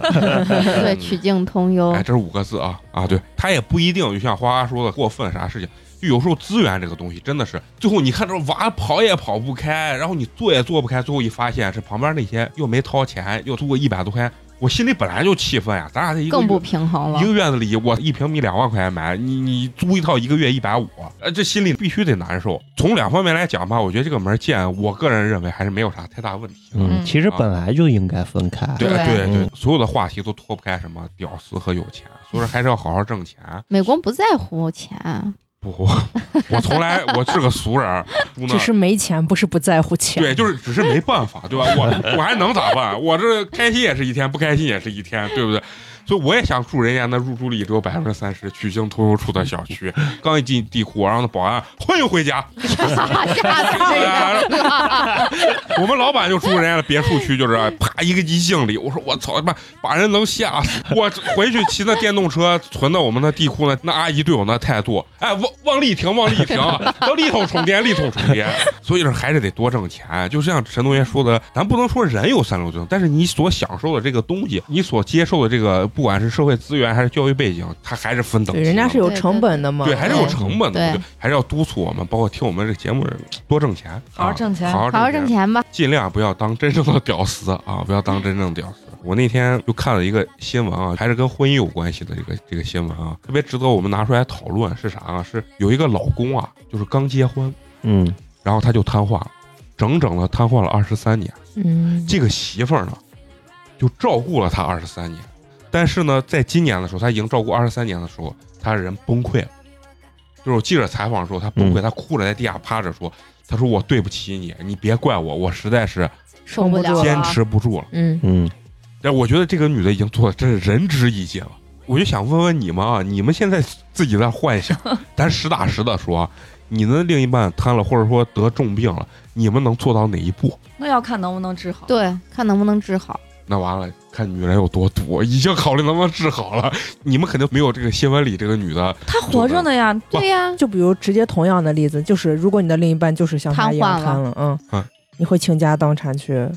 S3: 对，曲径通幽
S1: 哎，，这是五个字啊啊！对，它也不一定，就像花花说的过分啥事情。就有时候资源这个东西真的是，最后你看这娃跑也跑不开，然后你做也做不开，最后一发现是旁边那些又没掏钱，又租个一百多块钱，我心里本来就气愤呀、咱俩这一个
S3: 更不
S1: 月
S3: 平衡了
S1: 一。个院子里，我一平米两万块钱买，你你租一套一个月一百五，呃，这心里必须得难受。从两方面来讲吧，我觉得这个门建，我个人认为还是没有啥太大问题的。
S4: 嗯，其实本来就应该分开。
S1: 对
S6: 对
S1: 对对
S4: 嗯，
S1: 所有的话题都脱不开什么屌丝和有钱，所以说还是要好好挣钱。
S3: 美工不在乎钱， [laughs]
S1: 不，我我从来我是个俗人儿，不
S2: 只
S1: 能
S2: 是没钱，不是不在乎钱。
S1: 对，就是只是没办法，对吧？我我还能咋办？我这开心也是一天，不开心也是一天，对不对？所以我也想住人家那入住率只有百分之三十曲径通幽处的小区，刚一进地库，然后那保安欢迎回家，
S3: 吓死人了！
S1: 我们老板就住人家的别墅区，就是哎啪一个一敬礼。我说我操他妈，把人能吓死！我回去骑那电动车存到我们那地库那那阿姨对我那态度，哎，往往里停，往里停， [laughs] 要力桶充电，力桶充电。所以说还是得多挣钱。就像陈同学说的，咱不能说人有三六九等，但是你所享受的这个东西，你所接受的这个，不管是社会资源还是教育背景，它还是分等级
S2: 对，
S1: 的。
S2: 人家是有成本的嘛。
S1: 对，还是有成本的，
S3: 对
S1: 对还是要督促我们，包括听我们这个节目的人多挣钱，
S5: 好好
S1: 啊
S5: 挣钱
S1: 好
S3: 好好挣钱吧，
S1: 尽量不要当真正的屌丝啊，不要当真正的屌丝。我那天就看了一个新闻啊，还是跟婚姻有关系的这个这个新闻啊，特别值得我们拿出来讨论是啥啊？是有一个老公啊，就是刚结婚，
S4: 嗯，
S1: 然后他就瘫痪了，整整的瘫痪了二十三年。
S2: 嗯，
S1: 这个媳妇儿呢，就照顾了他二十三年，但是呢，在今年的时候，他已经照顾二十三年的时候，他人崩溃了。就是我记者采访的时候，他崩溃，他哭着在地下趴着说：“他说我对不起你，你别怪我，我实在是
S3: 受不了
S2: 好
S1: 坚
S3: 了。
S1: 持不住了。
S2: 嗯，
S4: 嗯，
S1: 但我觉得这个女的已经做的真是仁至义尽了。我就想问问你们啊，你们现在自己在幻想，咱实打实的说啊，你的另一半瘫了，或者说得重病了，你们能做到哪一步？
S5: 那要看能不能治好。
S3: 对，看能不能治好。
S1: 那完了，看女人有多毒，已经考虑能不能治好了。你们肯定没有这个新闻里这个女的，
S5: 他活着呢呀，
S1: 哇
S3: 对呀，
S2: 就比如直接同样的例子，就是如果你的另一半就是像他一样
S3: 瘫
S2: 瘫
S3: 痪
S2: 了，嗯，
S1: 嗯
S2: 你会倾家荡产去，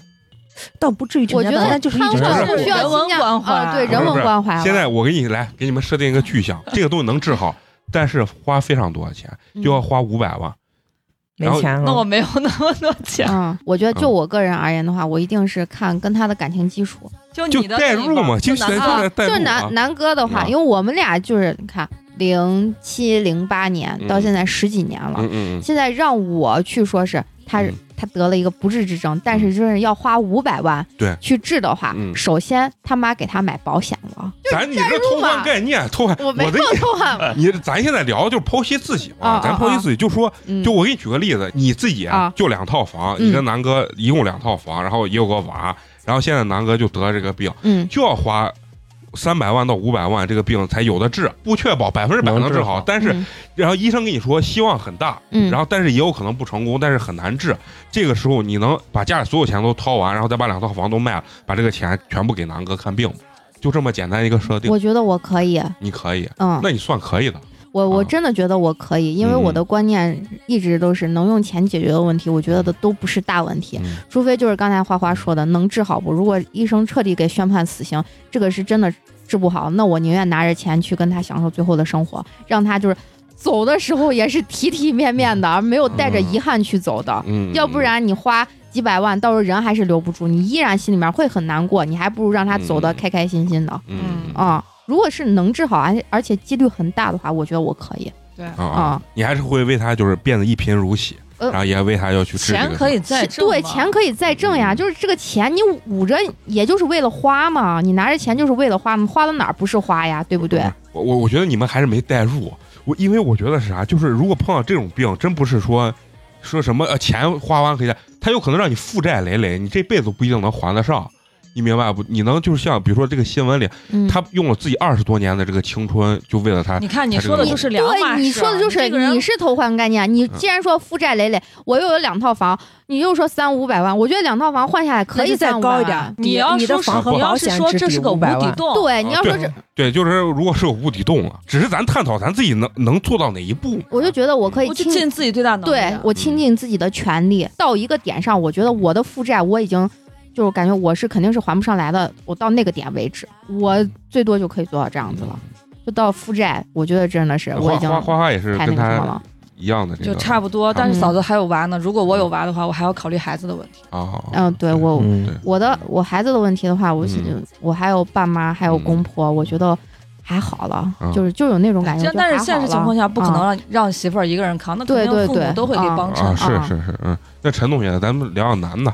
S2: 倒不至于倾
S3: 我
S2: 家
S3: 觉
S2: 荡
S3: 得
S2: 产，就是一
S3: 瘫
S2: 直
S1: 是
S3: 痪是需要
S5: 人文
S3: 倾家
S5: 关怀
S3: 啊对
S1: 不是
S3: 人
S1: 不
S3: 文
S1: 是
S3: 关怀了。
S1: 现在我给你来给你们设定一个具象，这个东西能治好，但是花非常多的钱，
S3: 嗯
S1: 就要花五百万。
S2: 没钱
S5: 那我
S2: 了。
S5: 没有那么多钱，
S3: 嗯，我觉得
S1: 嗯
S3: 就我个人而言的话，我一定是看跟他的感情基础。
S5: 就
S1: 就
S5: 嗯你的
S1: 代
S5: 那一
S1: 入
S5: 半
S1: 嘛，
S5: 就
S1: 就
S5: 男
S1: 是
S5: 的
S1: 在代入
S3: 就
S1: 啊
S3: 南南哥的话，
S1: 嗯
S3: 因为我们俩就是你看零七零八年到
S1: 嗯
S3: 现在十几年了，
S1: 嗯嗯嗯，
S3: 现在让我去说是他、
S1: 嗯
S3: 他得了一个不治之症，但是就是要花五百万
S1: 对
S3: 去治的话，
S1: 嗯
S3: 首先他妈给他买保险了，
S1: 咱你这偷换概念，偷换
S3: 我没
S1: 的
S3: 有
S1: 意呃
S3: 错
S1: [laughs]
S3: 啊，
S1: 你咱现在聊就是剖析自己嘛，
S3: 啊
S1: 咱
S3: 啊
S1: 剖析自己就说，
S3: 嗯
S1: 就我给你举个例子，你自己
S3: 啊
S1: 就两套房，
S3: 嗯
S1: 你跟南哥一共两套房，然后也有个娃，然后现在南哥就得这个病，
S3: 嗯
S1: 就要花三百万到五百万，这个病才有的治，不确保百分之百能
S4: 能
S1: 治
S4: 治
S1: 好
S4: 好，
S1: 但是
S3: 嗯
S1: 然后医生跟你说希望很大，
S3: 嗯
S1: 然后但是也有可能不成功，但是很难治。这个时候你能把家里所有钱都掏完，然后再把两套房都卖了，把这个钱全部给南哥看病吗，就这么简单一个设定，
S3: 我觉得我可以，
S1: 你可以，
S3: 嗯，
S1: 那你算可以的。
S3: 我我
S1: 啊
S3: 真的觉得我可以，因为
S1: 嗯
S3: 我的观念一直都是能用钱解决的问题，我觉得都不是大问题，
S1: 嗯
S3: 除非就是刚才花花说的能治好不？如果医生彻底给宣判死刑，这个是真的治不好，那我宁愿拿着钱去跟他享受最后的生活，让他就是走的时候也是体体面面的，而 [laughs] 没有带着遗憾去走的。
S1: 嗯，
S3: 要不然你花几百万，到时候人还是留不住，你依然心里面会很难过，你还不如让他走的
S1: 嗯
S3: 开开心心的
S1: 嗯，嗯
S3: 啊。如果是能治好，而且而且几率很大的话，我觉得我可以。
S1: 啊啊
S3: 啊，
S1: 你还是会为他就是变得一贫如洗，
S3: 呃
S1: 然后也为他要去治这
S5: 钱
S1: 个
S5: 可以
S1: 病
S5: 再挣嘛，
S3: 对，钱可以再挣呀，
S1: 嗯
S3: 就是这个钱你捂着，也就是为了花嘛，你拿着钱就是为了花嘛，花到哪儿不是花呀，对不对？
S1: 我我我觉得你们还是没带入我，因为我觉得是啥，啊就是如果碰到这种病，真不是说说什么呃钱花完可以的，他有可能让你负债累累，你这辈子不一定能还得上。你明白不？你能就是像比如说这个新闻里，
S3: 嗯
S1: 他用了自己二十多年的这个青春，就为了他
S5: 你看你说的就是两
S3: 对，
S5: 码事。
S3: 你说的就是
S5: 这个人
S3: 你是偷换概念。
S2: 嗯
S3: 你既然说负债累累，我又有两套房，你又说三五百万，我觉得两套房换下来可
S2: 那
S3: 以
S2: 就再
S3: 三五百
S2: 高一
S3: 万
S2: 点儿，
S5: 你要
S2: 你的
S5: 说是
S2: 房和
S5: 你要
S2: 保
S5: 是
S2: 险
S5: 说
S2: 只
S5: 这是
S2: 比
S5: 个
S2: 五
S5: 无
S2: 百
S5: 底
S2: 万，
S5: 洞，
S3: 对，你要说这，
S1: 对，就是如果是有无底洞了，只是咱探讨咱自己能能做到哪一步。
S3: 我就觉得我可以
S5: 我就
S3: 倾
S5: 尽自己最大能力。
S3: 对我
S1: 嗯
S3: 倾尽自己的全力，到一个点上，我觉得我的负债我已经就是感觉我是肯定是还不上来的，我到那个点为止，我最多就可以做到这样子了。就到负债，我觉得真的是我
S1: 嗯花
S3: 已经
S1: 花花花也是
S3: 太那
S1: 跟
S3: 个什
S1: 他
S3: 么了。
S1: 一样的这个，
S5: 就差不多，但
S3: 嗯
S5: 是嫂子还有娃呢。如果我有娃的话，我还要考虑孩子的问题。
S1: 啊，
S3: 嗯，对我
S4: 嗯
S1: 对啊
S3: 我的我孩子的问题的话，我是
S1: 嗯
S3: 我还有爸妈，还有公婆，我觉得还好了，
S1: 嗯
S3: 就是就有那种感觉
S5: 但。
S3: 就
S5: 但
S3: 还
S5: 是
S3: 好
S5: 现实情
S3: 了
S5: 况下，不可能
S3: 啊
S5: 让让媳妇儿一个人扛，那肯
S3: 对对
S5: 定父母
S3: 对
S5: 都会给
S3: 啊
S5: 帮衬
S1: 啊，。是
S3: 啊
S1: 是是，嗯，那陈同学，咱们聊聊男的，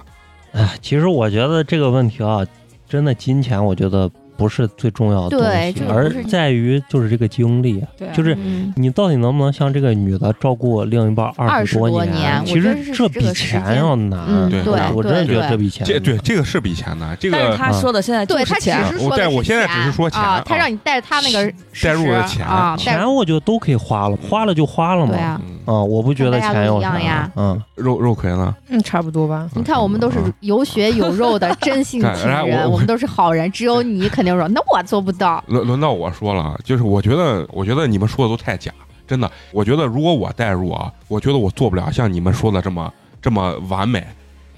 S4: 哎，其实我觉得这个问题啊，真的金钱，我觉得不是最重要的东
S3: 对
S4: 西，
S3: 这个不
S4: 而
S3: 是
S4: 在于就是这个经历，
S5: 对啊，
S4: 就是
S3: 嗯
S4: 你到底能不能像这个女的照顾另一半十
S3: 20多年
S4: 年？
S3: 我
S4: 其
S3: 觉
S4: 实
S3: 得是这
S4: 比
S3: 个时间
S4: 钱要难，啊
S3: 嗯，
S1: 对
S3: 对
S4: 我真的
S3: 对
S4: 觉得这
S3: 对。
S4: 比钱
S1: 这对这个是比钱难，这
S5: 但
S1: 个嗯
S5: 是他说的现在就
S3: 对
S5: 是
S3: 他只
S5: 钱，
S3: 是说
S1: 我
S3: 的
S1: 但
S3: 是
S1: 我现在只是说钱
S3: 啊，他
S1: 啊
S3: 让你带着他那个
S1: 带入了
S3: 事实
S1: 钱
S3: 啊，带
S4: 钱我觉得都可以花了，花了就花了嘛。
S3: 对啊，
S1: 嗯
S4: 嗯我不觉得钱有
S3: 大家
S4: 啥
S3: 都一样呀。
S4: 嗯，
S1: 肉肉葵呢？
S2: 嗯，差不多吧。
S3: 你看，我们都是
S1: 嗯
S3: 有血有肉 [laughs] 的真性
S1: 看
S3: 情
S1: 然后
S3: 人，
S1: 我
S3: 啊我们都是好人。只有你肯定说，那我做不 [laughs] 到。
S1: 轮轮到我说了，啊就是我觉得，我觉得你们说的都太假，真的。我觉得如果我代入啊，我觉得我做不了像你们说的这么这么完美。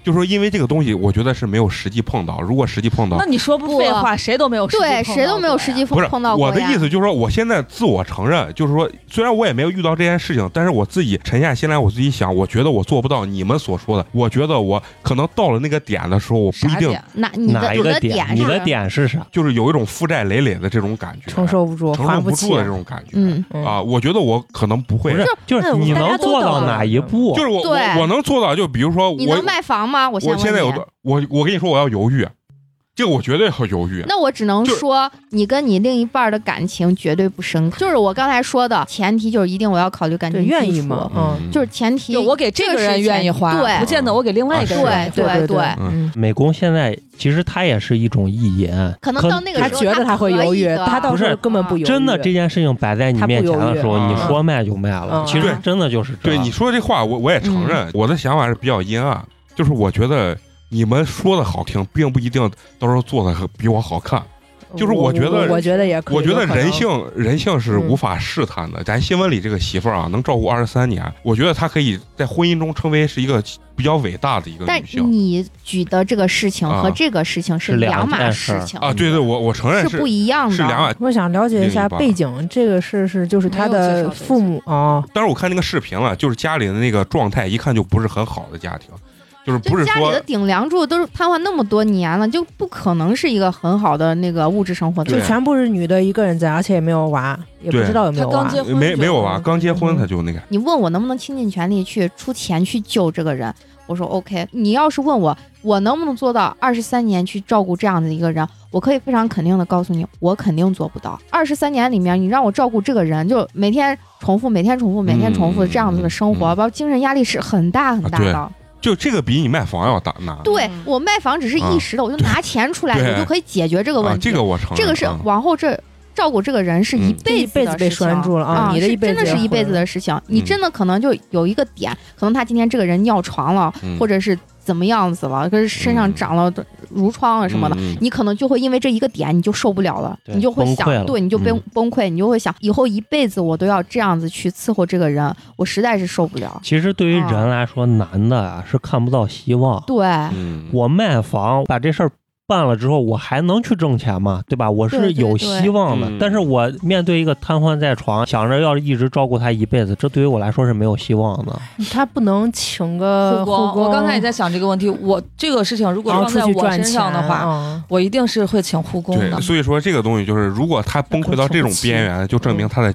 S1: 就说因为这个东西，我觉得是没有实际碰到。如果实际碰到
S5: 那，你说不废话，谁都没有实际碰到
S3: 对，
S5: 过呀
S3: 谁都没有实际
S1: 不
S3: 碰
S1: 是
S3: 碰到过
S1: 我的
S3: 呀
S1: 意思，就是说我现在自我承认，就是说虽然我也没有遇到这件事情，但是我自己沉下心来，我自己想，我觉得我做不到你们所说的。我觉得我可能到了那个点的时候，我不一
S5: 啥
S1: 定
S5: 点？
S3: 哪你
S4: 哪
S3: 的
S4: 一
S3: 有
S4: 个
S3: 的点
S4: 你
S3: 是
S4: 的点是啥？
S1: 就是有一种负债累累的这种感觉，啊
S2: 承受不住，
S1: 承
S2: 还
S1: 受不
S2: 起
S1: 住的这种感觉。
S3: 嗯，
S2: 嗯
S1: 啊，我觉得我可能不
S4: 不
S1: 会，
S4: 是，就是
S3: [laughs]
S2: 那
S4: 你
S2: 大家
S4: 能
S2: 都
S4: 做
S2: 懂
S4: 到
S2: 了
S4: 哪一步？
S1: 就是我
S3: 对
S1: 我我能做到，就比如说
S3: 你
S1: 我
S3: 能卖房吗？我
S1: 我
S3: 问
S1: 现在有
S3: 你。
S1: 的我我跟你说我要犹豫，这个我绝对要犹豫。
S3: 那我只能
S1: 就是
S3: 说，你跟你另一半的感情绝对不深刻。就是我刚才说的，前提就是一定我要考虑感
S2: 对，
S3: 情
S2: 愿
S3: 基
S2: 意
S3: 础
S2: 嘛，嗯，
S3: 就是前提
S5: 就我给这个人愿意花，
S3: 对啊
S5: 不见得我给另外一个人愿意
S3: 对
S5: 花。
S3: 对
S2: 对
S3: 对
S2: 嗯，
S4: 美工现在其实他也是一种意淫，
S3: 可能到那个
S2: 他
S3: 时候
S2: 觉得
S3: 他
S2: 他会犹豫，
S3: 他
S2: 他到时候根本不犹豫。
S4: 真的这件事情摆在你
S2: 他不
S4: 面前
S2: 犹
S4: 的
S2: 豫
S4: 时候，
S1: 啊
S4: 你说卖就卖了。
S2: 嗯
S4: 其实
S1: 对
S4: 真的就是这
S1: 对
S4: 样
S1: 你说这话，我我也承
S3: 嗯
S1: 认，我的想法是比较阴暗，就是我觉得你们说的好听，并不一定到时候做的比我好看。就是我
S2: 我
S1: 觉得
S2: 我觉得也可以，
S1: 我觉得
S2: 有可能
S1: 人性人性是
S2: 嗯
S1: 无法试探的。咱新闻里这个媳妇儿啊，能照顾二十三年，我觉得她可以在婚姻中成为是一个比较伟大的一个
S3: 但
S1: 女性
S3: 你举的这个事情和
S1: 啊
S3: 这个事情是
S4: 是两
S3: 两码
S4: 件
S3: 事
S4: 事
S3: 情，
S1: 啊。对对，我我承认
S3: 是
S1: 是
S3: 不一样的。
S1: 是两码，
S2: 我想了解一下背景，这个事是就是他的父母啊，
S1: 但是我看那个视频了，就是家里的那个状态，一看就不是很好的家庭，就是
S3: 就
S1: 不是
S3: 家里
S1: 说
S3: 的顶梁柱都是瘫痪那么多年了，就不可能是一个很好的那个物质生活的
S1: 对
S2: 就全部是女的一个人在，而且也没有娃，也不
S1: 对
S2: 知道有没有
S5: 他
S2: 娃
S5: 刚。结婚
S1: 没没有
S5: 啊
S1: 啊，？刚结
S3: 嗯
S1: 婚他就那个，
S3: 你问我能不能倾尽全力去出钱去救这个人，我说 OK。你要是问我，我能不能做到二十三年去照顾这样的一个人，我可以非常肯定的告诉你，我肯定做不到。二十三年里面，你让我照顾这个人，就每天重复、每天重复、每天重复
S1: 嗯
S3: 这样子的生活，
S1: 嗯啊
S3: 包括精神压力是很大很大的。
S1: 就这个比你卖房要大难。
S3: 对
S5: 嗯
S3: 我卖房只是一时的，我就拿钱出来，
S1: 啊对
S3: 我就可以解决这个问
S1: 啊，
S3: 题。
S1: 这个我承认，
S3: 这个是
S1: 啊
S3: 往后这照顾这个人是一
S1: 嗯
S3: 辈
S2: 这一辈
S3: 的
S2: 子被
S3: 事情
S2: 拴住了啊
S3: 啊！
S2: 你的
S3: 是
S2: 一辈子
S3: 真的是
S2: 也
S3: 一辈
S2: 毁
S3: 子
S2: 了
S3: 的事情，你
S1: 嗯
S3: 真的可能就有一个点，可能他今天这个人尿床了，
S1: 嗯
S3: 或者是怎么样子了，可是身上
S1: 嗯
S3: 长了褥疮啊什么的。
S1: 嗯嗯
S3: 你可能就会因为这一个点，你就受不了了，
S4: 对
S3: 你就会
S4: 崩溃了
S3: 想，对，你就
S1: 嗯
S3: 崩崩溃，你就会想，以后一辈子我都要这样子去伺候这个人，我实在是受不了。
S4: 其实对于
S3: 啊
S4: 人来说，男的啊是看不到希望。
S3: 对，
S1: 嗯
S4: 我卖房把这事儿办了之后，我还能去挣钱吗？对吧？我是
S3: 对对
S4: 有希望的，
S1: 对嗯
S4: 但是我面对一个瘫痪在床，想着要一直照顾他一辈子，这对于我来说是没有希望的。
S2: 他不能请个
S5: 呃护工，
S2: 工，
S5: 我刚才也在想这个问题。我这个事情如果
S2: 然后
S5: 放
S2: 出
S5: 在
S2: 去
S5: 我
S2: 赚
S5: 身
S2: 钱
S5: 上的话，
S2: 啊
S5: 我一定是会请护工的
S1: 对，。所以说这个东西就是，如果他崩溃到这种边缘，就证明他的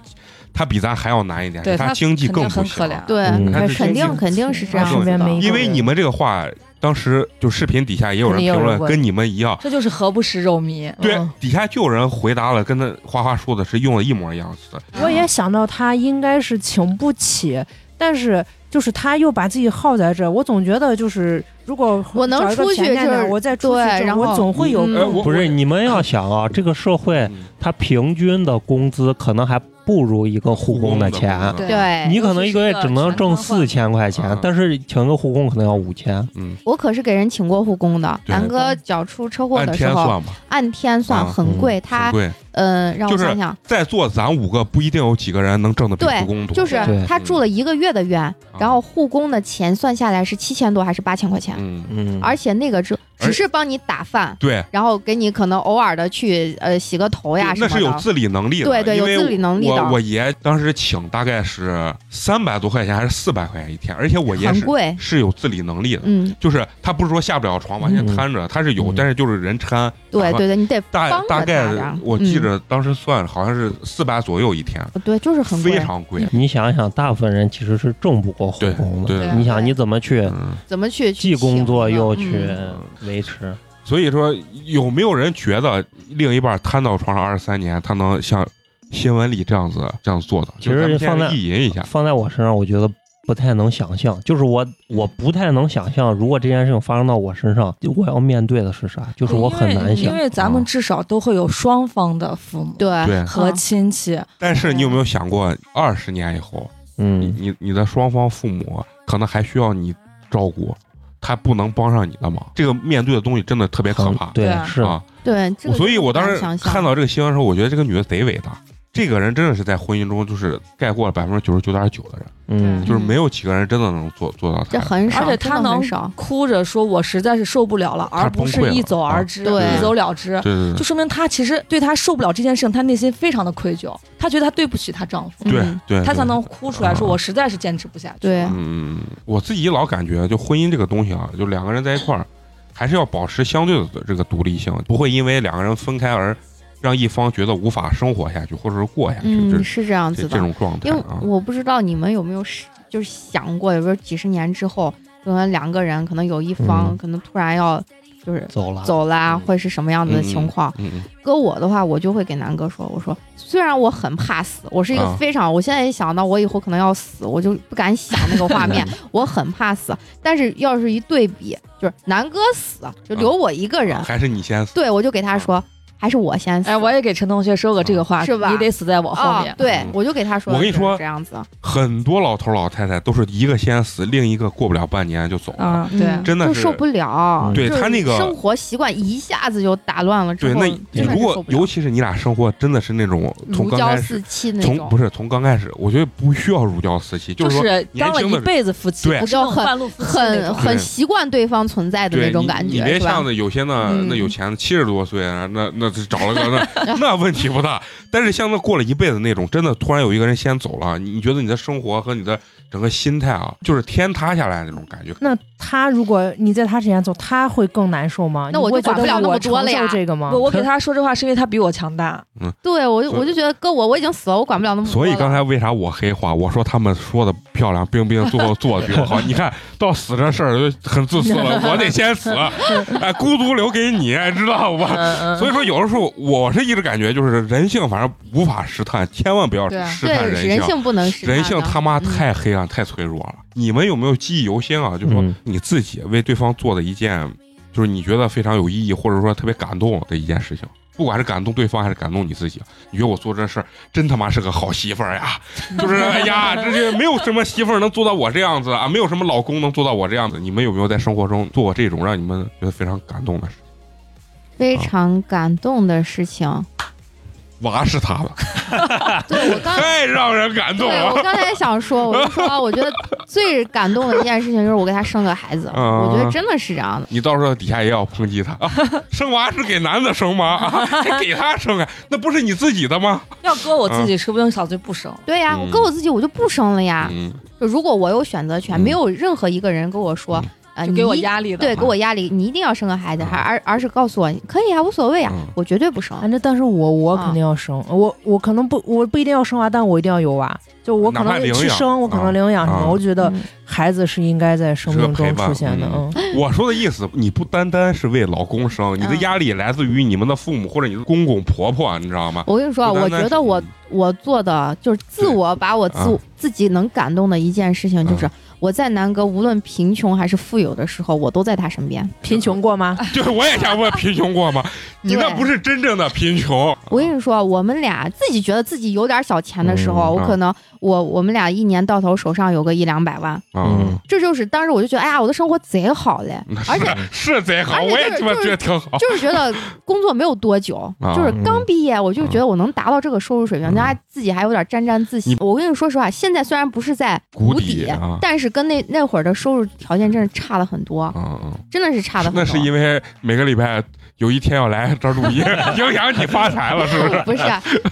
S1: 他比咱还要难一点，
S5: 对
S1: 他
S5: 他
S1: 经济
S5: 肯定
S1: 更不
S5: 很
S1: 行
S5: 可。怜。
S3: 对，
S4: 嗯
S1: 他是
S3: 肯定
S1: 经济
S3: 肯定是这
S1: 啊
S3: 样
S1: 身
S3: 子
S2: 边
S3: 的。
S2: 没
S1: 因为你们这个话，当时就视频底下也有人
S2: 肯定有
S1: 评
S2: 人
S1: 论，
S2: 问
S1: 跟你们一样。
S5: 这就是何不食肉糜。
S1: 对
S2: 嗯，
S1: 底下就有人回答了，跟他花花
S3: 嗯
S1: 说的是用的一模一样的词。
S2: 我也想到他应该是请不起，但是就是他又把自己耗在这儿，我总觉得就是如果
S3: 我能
S2: 找一个
S3: 出去
S2: 钱念
S3: 就是
S2: 念我再出去
S3: 对
S2: 挣，
S3: 然后
S2: 我总会有
S3: 嗯
S1: 哎我
S4: 不是，你们要想啊，这个社会
S1: 嗯
S4: 它平均的工资可能还不如一个护工嗯的钱，
S1: 对
S3: 对
S4: 你可能一个月只能挣四千块
S1: 啊
S4: 钱，但是请一个护工可能要五千。
S1: 嗯，
S3: 我可是给人请过护工的。
S1: 对嗯
S3: 南哥脚出车祸
S1: 按
S3: 的时
S1: 天
S3: 候，
S1: 算吧，
S3: 按天算
S1: 啊
S3: 很贵，
S1: 很
S3: 他
S1: 贵。
S3: 嗯，让我
S1: 就是
S3: 想想，
S1: 在座咱五个不一定有几个人能挣的比
S3: 对
S1: 护工多，
S3: 就是
S4: 对
S3: 他住了一个月的院，
S1: 啊
S3: 然后护工的钱算下来是七千多还是八千块钱，
S1: 嗯，
S4: 嗯，
S3: 而且那个只
S1: 而
S3: 只是帮你打饭，
S1: 对，
S3: 然后给你可能偶尔的去呃洗个头呀什
S1: 那
S3: 么的。
S1: 是有自理能力的，
S3: 对对
S1: 因为
S3: 有自理能力的
S1: 我我爷当时请大概是三百多块钱还是四百块钱一天，而且我爷
S3: 很
S1: 是
S3: 贵，
S1: 是有自理能力的，
S3: 嗯，
S1: 就是他不是说下不了床，完全
S4: 嗯
S1: 瘫着，他是有，
S4: 嗯
S1: 但是就是人瘫。
S3: 对
S1: 打
S3: 对对，你得
S1: 大
S3: 帮着
S1: 大概
S3: 他呀
S1: 我记着当时算好像是四百左右一天，
S3: 哦对，就是很
S1: 非
S3: 贵，
S1: 常贵。
S4: 你想想，大部分人其实是挣不过护
S1: 对
S4: 工的。
S1: 对
S6: 对，
S4: 你想你怎么去
S1: 嗯，
S3: 怎么去
S4: 既工作又去
S3: 嗯
S4: 维持？
S1: 所以说有没有人觉得另一半瘫到床上二十三年，他能像新闻里这样子这样做的？
S4: 其实
S1: 就是咱
S4: 放
S1: 们
S4: 在
S1: 先意淫一下，
S4: 放在我身上，我觉得不太能想象。就是我，我不太能想象，如果这件事情发生到我身上，就我要面对的是啥？就是我很难
S5: 因为
S4: 想
S5: 因。为咱
S1: 啊
S5: 们至少都会有双方的父母
S3: 嗯对啊
S1: 对。
S5: 和亲戚，
S1: 但是你有没有想过，二十年以后，你
S4: 嗯，
S1: 你你的双方父母可能还需要你照顾，他不能帮上你的忙。这个面对的东西真的特别可
S4: 很
S1: 怕
S4: 对
S5: 对，啊
S4: 是
S1: 啊！
S3: 对，这个
S1: 所以
S3: 就
S1: 我当
S3: 不敢
S1: 时
S3: 想象
S1: 看到这个新闻的时候，我觉得这个女的贼伟大。这个人真的是在婚姻中就是概括了百分之九十九点九的人，
S4: 嗯，
S1: 就是没有几个人真的能做做到她
S3: 这很少，
S5: 而且
S3: 真
S5: 他
S3: 的
S5: 能
S3: 很少，
S5: 哭着说：“我实在是受不了了。”
S1: 他
S5: 而不
S1: 崩溃
S5: 是
S1: 了
S5: 一走
S1: 啊
S5: 而之，
S3: 对
S5: 一走了之，
S1: 对对
S5: 就
S1: 对，
S5: 说明他其实对他受不了这件事情，他内心非常的愧疚，他觉得他对不起他丈夫，
S1: 对
S3: 嗯
S1: 对，
S5: 他才
S1: 对
S5: 能哭出来说：“
S1: 啊
S5: 我实在是坚持不下去。”
S3: 对
S1: 嗯，我自己老感觉，就婚姻这个东西啊，就两个人在一块儿，还是要保持相对的这个独立性，不会因为两个人分开而让一方觉得无法生活下去，或者是过下去，
S3: 嗯，
S1: 这
S3: 是这样
S1: 这
S3: 子
S1: 这
S3: 的，
S1: 种状态
S3: 因为
S1: 啊。
S3: 我不知道你们有没有是就是想过，有没有几十年之后，可能两个人可能有一方
S4: 嗯
S3: 可能突然要就是
S4: 走了，
S3: 走啦，
S1: 嗯
S3: 会是什么样子的情况？
S1: 嗯嗯
S3: 搁我的话，我就会给南哥说，我说虽然我很怕死，我是一个
S1: 啊
S3: 非常，我现在一想到我以后可能要死，我就不敢想
S1: [laughs]
S3: 那个画面，我很怕死。但是要是一对比，就是南哥死，就留我一个人，
S1: 还是你先死。
S3: 对我就给他说，还是我先死。
S5: 哎，我也给陈同学说过这个话，
S3: 是吧
S5: 你得死在我后
S3: 啊、
S5: 面。
S3: 对
S1: 嗯，
S3: 我就给他说，
S1: 我跟你说
S3: 这样子，
S1: 很多老头老太太都是一个先死，另一个过不了半年就走了。
S5: 啊，
S3: 嗯
S5: 对，
S1: 真的嗯
S3: 就是受不了。
S1: 对
S3: 就是
S1: 他那个
S3: 生活习惯一下子就打乱了，
S1: 对，
S3: 之后
S1: 那
S3: 真的
S1: 如
S3: 是
S1: 果
S3: 受不了
S1: 尤其是你俩生活真的是那种从
S3: 如
S1: 刚
S3: 胶
S1: 开始，
S3: 似漆那
S1: 从
S3: 种
S1: 不，是从刚开始，我觉得不需要如胶似漆，
S5: 就是
S1: 说
S5: 是当了一辈子夫妻，
S1: 对
S5: 不是那种半路夫妻那
S3: 很
S5: 种。
S3: 很习惯对方存在的
S1: 对
S3: 那种
S1: 你
S3: 感
S1: 你
S3: 觉，
S1: 别
S3: 是吧
S1: 像？那有些呢，
S3: 嗯
S1: 那有钱的七十多岁，啊那那是找了个那那问题不大。但是像那过了一辈子那种，真的突然有一个人先走了，你你觉得你的生活和你的整个心态啊，就是天塌下来那种感觉。
S2: 那他如果你在他之前走，他会更难受吗？
S3: 那我
S2: 你会
S3: 就管
S2: 觉得
S3: 不了那么
S2: 我
S3: 多了呀
S2: 承受这个吗
S5: 我？我给他说这话是因为他比我强大，
S3: 对我就
S1: 所以
S3: 我就觉得哥我我已经嗯死了，我管不了那么多
S1: 所以
S3: 了
S1: 刚才为啥我黑化？我说他们说的漂亮，冰冰
S3: [laughs]
S1: 最后做的比我好。你看到死这事儿就很自私
S3: [laughs]
S1: 了，我得先死，哎，孤独留给你，知道吧？
S5: 嗯
S1: 所以说，有的时候我是一直感觉，就是人性反正无法试探，千万不要
S5: 对啊
S1: 试探
S3: 对人性不能是
S1: 人性他妈
S3: 嗯
S1: 太黑暗、太脆弱了。你们有没有记忆犹新啊？就是说
S4: 嗯
S1: 你自己为对方做的一件，就是你觉得非常有意义，或者说特别感动的一件事情，不管是感动对方还是感动你自己，你觉得我做这事儿真他妈是个好媳妇儿呀！就是哎呀，这些没有什么媳妇儿能做到我这样子啊，没有什么老公能做到我这样子。你们有没有在生活中做过这种让你们觉得非常感动的事？
S3: 非常感动的事情。
S1: 娃是他的，
S3: 对我
S1: [laughs]
S3: 刚。
S1: 太让人感动
S3: 对，
S1: 了。
S3: 我刚才想说，我就说，啊我觉得最感动的一件事情就是我给他生个孩子，
S1: [laughs] 嗯
S3: 我觉得真的是这样的。
S1: 你到时候底下也要抨击他啊！生娃是给男的生吗？啊，还给他生啊？那不是你自己的吗？
S5: 要搁我自己，说不定小子就不生。
S3: 对呀、
S1: 嗯
S3: 我跟我自己我就不生了呀。
S1: 嗯，
S3: 就如果我有选择权，
S1: 嗯
S3: 没有任何一个人跟我说，
S1: 嗯
S3: 呃，
S5: 就给我
S3: 你一
S5: 压力的。
S3: 对，给我压力，你一定要生个孩子，
S1: 嗯
S3: 还而而是告诉我可以啊，无所谓啊，
S1: 嗯
S3: 我绝对不生。
S2: 反正，但是我我
S3: 啊
S2: 肯定要生，我我可能不我不一定要生娃，但我一定要有娃。就我可
S1: 哪怕
S2: 能
S1: 领
S2: 去
S1: 养
S2: 生，我可
S1: 啊
S2: 能领养什么，
S1: 啊
S2: 我觉得
S3: 嗯
S2: 孩子是应该在生
S1: 是个
S2: 命
S1: 陪
S2: 中
S1: 伴
S2: 出现的。
S1: 嗯
S2: 嗯，
S3: [laughs]
S1: 我说的意思，你不单单是为老公生，你的
S3: 嗯
S1: 压力来自于你们的父母或者你的公公婆婆，你知道吗？
S3: 我跟你说啊，
S1: 不单
S3: 我
S1: 单
S3: 觉
S1: 是嗯
S3: 得我我做的就是自我把我自、
S1: 啊
S3: 自己能感动的一件事情，就是我在南哥无论贫穷还是富有的时候，我都在他身边。
S2: 贫穷过
S3: [laughs]
S2: 吗？
S1: 对，我也想问，贫穷过吗？你那不是真正的贫穷。
S3: 我跟你说，啊我们俩自己觉得自己有点小钱的时候，
S1: 嗯
S3: 我可能我我们俩一年到头手上有个一两百万，
S1: 嗯，
S3: 这就是当时我就觉得，哎呀，我的生活贼好嘞，而且
S1: 是贼好，
S3: 而且
S1: 我也
S3: 就是
S1: 他妈
S3: 就
S1: 觉
S3: 是
S1: 得挺好。
S3: [laughs] 就是觉得工作没有多久，
S1: 啊
S3: 就是刚毕业，我就觉得我能达到这个收入水平，
S1: 嗯
S3: 然后自己还有点沾沾自喜
S1: 你。
S3: 我跟你说实话，现在虽然不是在
S1: 谷
S3: 底，
S1: 底啊
S3: 但是跟那那会儿的收入条件真是差了很多，
S1: 嗯嗯，
S3: 真的是差了很多。
S1: 那是因为每个礼拜有一天要来这儿录音，影响你发财了，是不是？
S3: [laughs] 不是，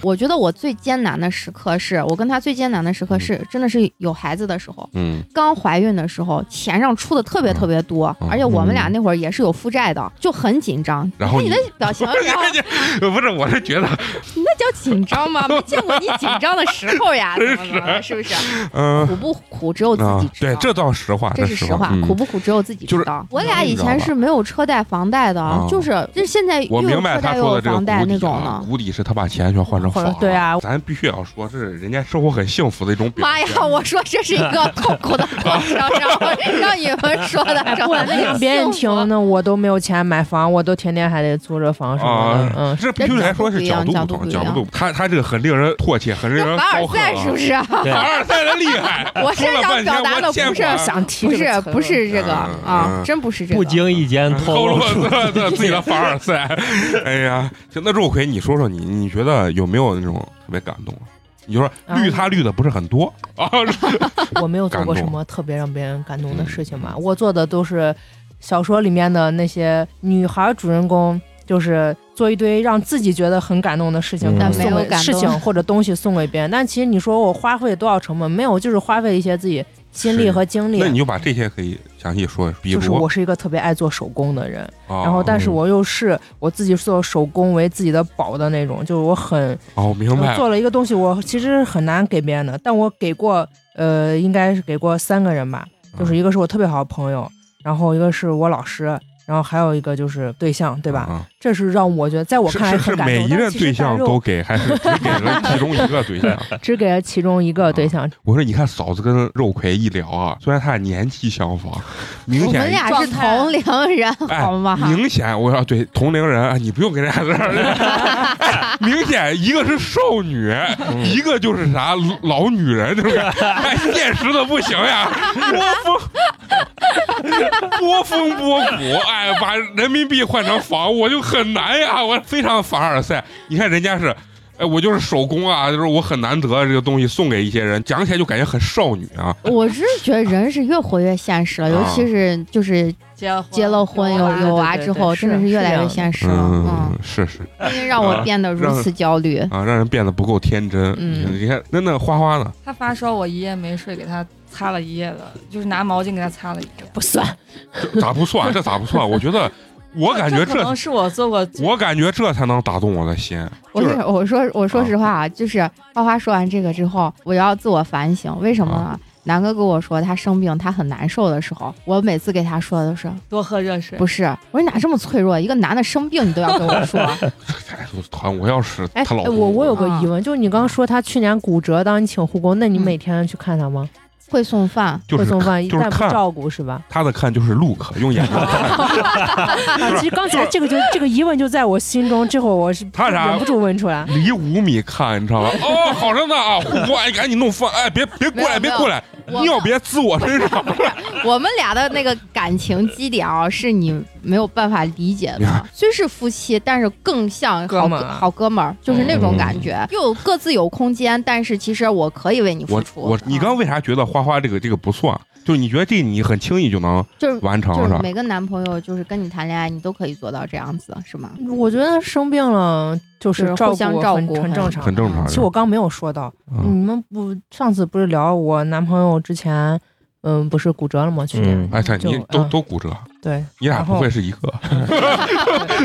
S3: 我觉得我最艰难的时刻是我跟他最艰难的时刻是，真的是有孩子的时候，
S1: 嗯
S3: 刚怀孕的时候，钱上出的特别特别多，
S1: 嗯
S3: 而且我们俩那会儿也是有负债的，就很紧张。
S1: 然后
S3: 你
S1: 你
S3: 看你的表情， [laughs] 然
S1: [laughs]
S3: 后
S1: 不是，我是觉得，
S3: 你那叫紧张吗？没见过你紧张的时候呀，怎么怎么 [laughs] 了，是不是？
S1: 嗯
S3: 苦 [laughs] 不苦只有自己
S1: 啊，
S3: 知道。
S1: 对，这倒实话，
S3: 这是
S1: 实
S3: 实话，
S1: 嗯
S3: 苦不苦只有自己知道。我俩以前是没有车贷、房贷的，
S1: 啊
S3: 就是就是现在又
S1: 我
S3: 有
S1: 明白
S3: 车
S1: 他
S3: 贷
S1: 说
S3: 又
S1: 的
S3: 有
S1: 这个
S3: 房贷那
S1: 谷底
S3: 种
S1: 啊，
S3: 呢。
S1: 谷底是他把钱全换成
S3: 或
S1: 房
S3: 者
S1: 了。
S2: 对啊
S1: 咱必须要说，这是人家生活很幸福的一种表
S3: 妈 [laughs]
S1: 现。
S3: 呀！我说这是一个痛苦的过程， [laughs] 然后让你们说的，
S2: 不管那 [laughs] 让别人听，那我都没有钱买房，我都天天还得租着房什么
S1: 啊
S2: 的。，嗯，
S1: 这必须来说是角度不同，角
S3: 角度
S1: 度
S3: 不
S1: 不同。他他这个很令人唾弃，很令人
S3: 那凡
S1: 高
S3: 尔
S1: 恨
S3: 赛
S1: 啊
S3: 是不是？。
S4: 对
S1: 凡尔赛的厉害
S3: [laughs] 我是
S1: 说了
S3: 想
S1: 半天
S3: 表达
S1: 我
S3: 的
S1: 见
S3: 不是
S1: 过啊
S2: 想提
S3: 不
S2: 这
S3: 是
S2: 个词儿
S3: 不是这个
S1: 嗯
S3: 啊
S1: 嗯，
S3: 真不是这个。
S4: 不经意间透
S1: 透露 [laughs]
S4: 露出
S1: 了自自己的凡尔赛。 [laughs] 哎呀，行，那肉葵，你说说你，你觉得有没有那种特别感动？啊你就说
S2: 嗯
S1: 绿他绿的不是很多啊，
S4: 哦
S2: [laughs] 我没有做过
S1: 感
S2: 什
S1: 动嗯
S2: 么特别让别人感动的事情吧，我做的都是小说里面的那些女孩主人公，就是做一堆让自己觉得很感动的事情，
S4: 嗯
S2: 给
S4: 但
S2: 送
S3: 没有
S2: 给
S3: 感动
S2: 事情或者东西送给别人。但其实你说我花费多少成本？没有，就是花费一些自己心力和精力啊
S1: 那。你就把这些可以详细说，比
S2: 就是
S1: 如哦
S2: 我，是一个特别爱做手工的人，然
S1: 然
S2: 后但是
S4: 嗯
S2: 我又是我自己做手工为自己的宝的那种，就是我很
S1: 哦，明
S2: 我
S1: 白了，
S2: 做了一个东西，我其实很难给别人的，但我给过，呃，应该是给过三个人吧，
S1: 嗯
S2: 就是一个是我特别好的朋友，然后一个是我老师，然后还有一个就是对象，对吧？
S1: 啊？
S2: 这是让我觉得，在我
S1: 是
S2: 看来
S1: 是是
S2: 很感动。
S1: 每一
S2: 但
S1: 任
S2: 其实
S1: 对
S2: 大
S1: 象
S2: 肉
S1: 都给，还是只给了其中一个对象？ [laughs]
S2: 只给了其中一个对象，
S1: 我说，你看嫂子跟肉葵一聊啊，虽然他俩年纪相仿，明
S3: 我们
S1: 显
S3: 俩是
S5: 状态
S3: 同龄人，
S1: 哎
S3: 好吗？
S1: 明显我要对同龄人，哎你不用跟人家在这儿。
S3: [laughs]
S1: 明显一个是少女，一个就是啥老老女人，就是哎，现实的不行
S3: [laughs]
S1: 呀，波峰波峰波谷，哎，把人民币换成房，我就很难呀，我非常凡尔赛。你看人家是。哎，我就是手工啊，就是我很难得这个东西送给一些人，讲起来就感觉很少女啊。
S3: [laughs] 我是觉得人是越活越现实了，
S1: 啊
S3: 尤其是就是
S5: 结婚
S3: 结了婚有有娃之后，真的是越来越现实了。
S1: 嗯
S3: 嗯，，
S1: 是是
S3: 婚姻让我变得如此焦虑。
S1: 啊，让人变得不够天真。
S3: 嗯
S1: 你看，那那花花呢？
S6: 他发烧，我一夜没睡，给他擦了一夜的，就是拿毛巾给他擦了一夜。
S5: 不算，
S1: [laughs] 咋不算？这咋不算？我觉得，我感觉
S5: 这可
S1: 这
S5: 能，是我做过最
S1: 我感觉这才能打动我的心。
S3: 我
S1: 就是是
S3: 我说我说实话啊，就是花花说完这个之后，我要自我反省，为什么呢？南哥跟我说他生病，他很难受的时候，我每次给他说的是
S5: 多喝热水
S3: 不。是？我说你咋这么脆弱？一个男的生病你都要跟我 [laughs] 说，
S1: 哎，我团，我要是
S2: 哎，
S1: 她老
S2: 哎
S1: 公，
S2: 我我有个
S3: 啊
S2: 疑问，就是你刚刚说他去年骨折，当你请护工，那你
S3: 嗯
S2: 每天去看他吗？
S3: 会送饭，
S1: 就
S2: 会
S1: 是
S2: 送饭，
S1: 就是
S2: 但不
S1: 看
S2: 照顾是
S1: [laughs]
S2: 吧？
S1: 他的看就是 look，用眼睛看。
S2: 啊，其实刚才这个就这个疑问就在我心中，这会儿我是
S1: 他啥
S2: 忍不住问出来。
S1: 离五米看，你知道吧？哦，好着呢啊！护工，哎，赶紧弄饭，哎，别别过来，
S3: 没
S1: 别
S3: 有
S1: 过来，
S3: 我
S1: 尿别滋我身上。
S3: [laughs] 我们俩的那个感情基点啊，是你没有办法理解
S1: 明白 [laughs]
S3: 的。虽是夫妻，但是更像好
S2: 哥们儿啊
S3: 好哥们儿，就是那种感觉，
S1: 嗯
S3: 又各自有空间，但是其实我可以为你付
S1: 我
S3: 出。啊
S1: 我，你刚为啥觉得花花这个这个不算？就是你觉得这你很轻易就能
S3: 就是
S1: 完成
S3: 就是
S1: 是吧？
S3: 每个男朋友，就是跟你谈恋爱，你都可以做到这样子，是吗？
S2: 我觉得生病了就是
S3: 就是互相
S2: 顾
S3: 照
S2: 很
S3: 顾
S2: 很
S3: 很嗯
S2: 正常
S1: 很。正常。
S2: 其实我刚没有说到，你
S1: 嗯，
S2: 们不上次不是聊我男朋友之前，嗯，不是骨折了吗？去年
S4: [laughs] 嗯
S1: 哎，他你
S2: 就
S1: 都
S2: 嗯
S1: 都骨折，
S2: 对， [laughs]
S1: 你俩
S2: 然后
S1: 不会是一个？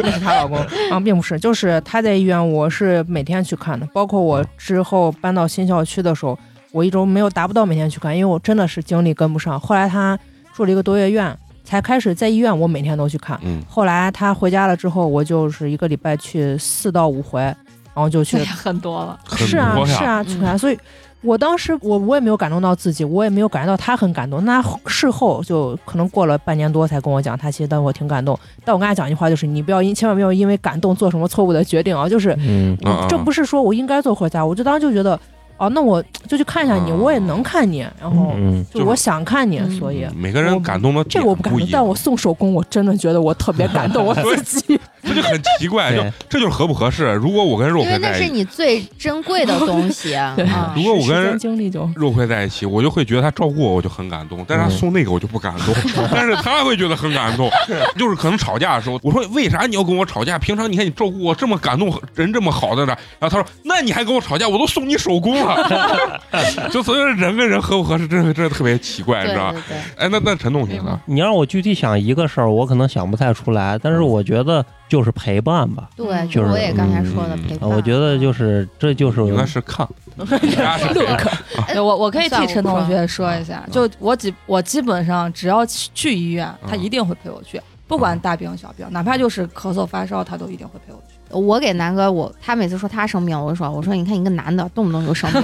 S2: 那是她老公啊，并不是，就是她在医院，我是每天去看的，包括我之后搬到新校区的时候，我一周没有达不到每天去看，因为我真的是精力跟不上。后来她住了一个多月院，才开始在医院，我每天都去看。
S1: 嗯，
S2: 后来她回家了之后，我就是一个礼拜去四到五回，然后就去
S6: [laughs]
S5: 这也很多了，
S1: 很
S3: [laughs]
S2: 是啊
S1: 多呀
S2: 是啊，去看，所以我当时我我也没有感动到自己，我也没有感觉到他很感动。那后事后就可能过了半年多才跟我讲，他其实当我挺感动。但我跟他讲一句话，就是你不要因千万不要因为感动做什么错误的决定啊！就是
S4: 嗯
S1: 嗯嗯
S2: 这不是说我应该做或者咋，我就当时就觉得，哦，那我就去看一下你，
S1: 嗯
S2: 我也能看你，然后
S4: 嗯，
S1: 就是
S2: 就我想看你，
S3: 嗯
S2: 所以
S1: 每个人感动的
S2: 这
S1: 点
S2: 个我不敢
S1: 一
S2: 动
S1: 样，，
S2: 但我送手工，我真的觉得我特别感
S1: [laughs]
S2: 动我自己。
S1: 这就很奇怪，就
S4: 对
S1: 这就是合不合适。如果我跟肉
S3: 因为
S1: 葵
S3: 那
S1: 在一
S3: 是
S1: 起，
S3: 你最珍贵的东
S1: [laughs]
S3: 西啊
S1: 如。果我
S2: 时间
S1: 跟
S2: 经历就
S1: 肉葵在一起，我就会觉得他照顾我，我就很感动；但是他
S4: 嗯
S1: 送那个，我就不感动。但是他会觉得很感动，就是可能吵架的时候，我说为啥你要跟我吵架？平常你看你照顾我这么感动，人这么好在那，然后他说那你还跟我吵架，我都送你手工了。就所以说人跟人合不合适，真的真的特别奇怪，
S3: 对
S1: 你知道
S3: 对
S1: 吧？
S3: 对，
S1: 哎，那那陈同学呢？
S4: 你让我具体想一个事儿，我可能想不太出来，但是我觉得就是陪伴吧。
S3: 对，
S4: 就是
S3: 我也刚才说的
S1: 嗯
S3: 陪
S4: 啊
S3: 伴。
S4: 我觉得就是这就是
S1: 应该是看，他
S5: [laughs]
S1: 是陪伴
S3: [laughs]
S6: 对我我可以
S3: 算
S6: 替
S3: 我
S6: 陈
S3: 不
S6: 同
S3: 说
S6: 学说一下，就我基我基本上只要去去医院，他
S1: 嗯嗯
S6: 一定会陪我去，不管大病小病，哪怕就是咳嗽发烧，他都一定会陪我去。
S3: 我给南哥，我他每次说他生病，我就说，我说你看一个男的动不动就生病，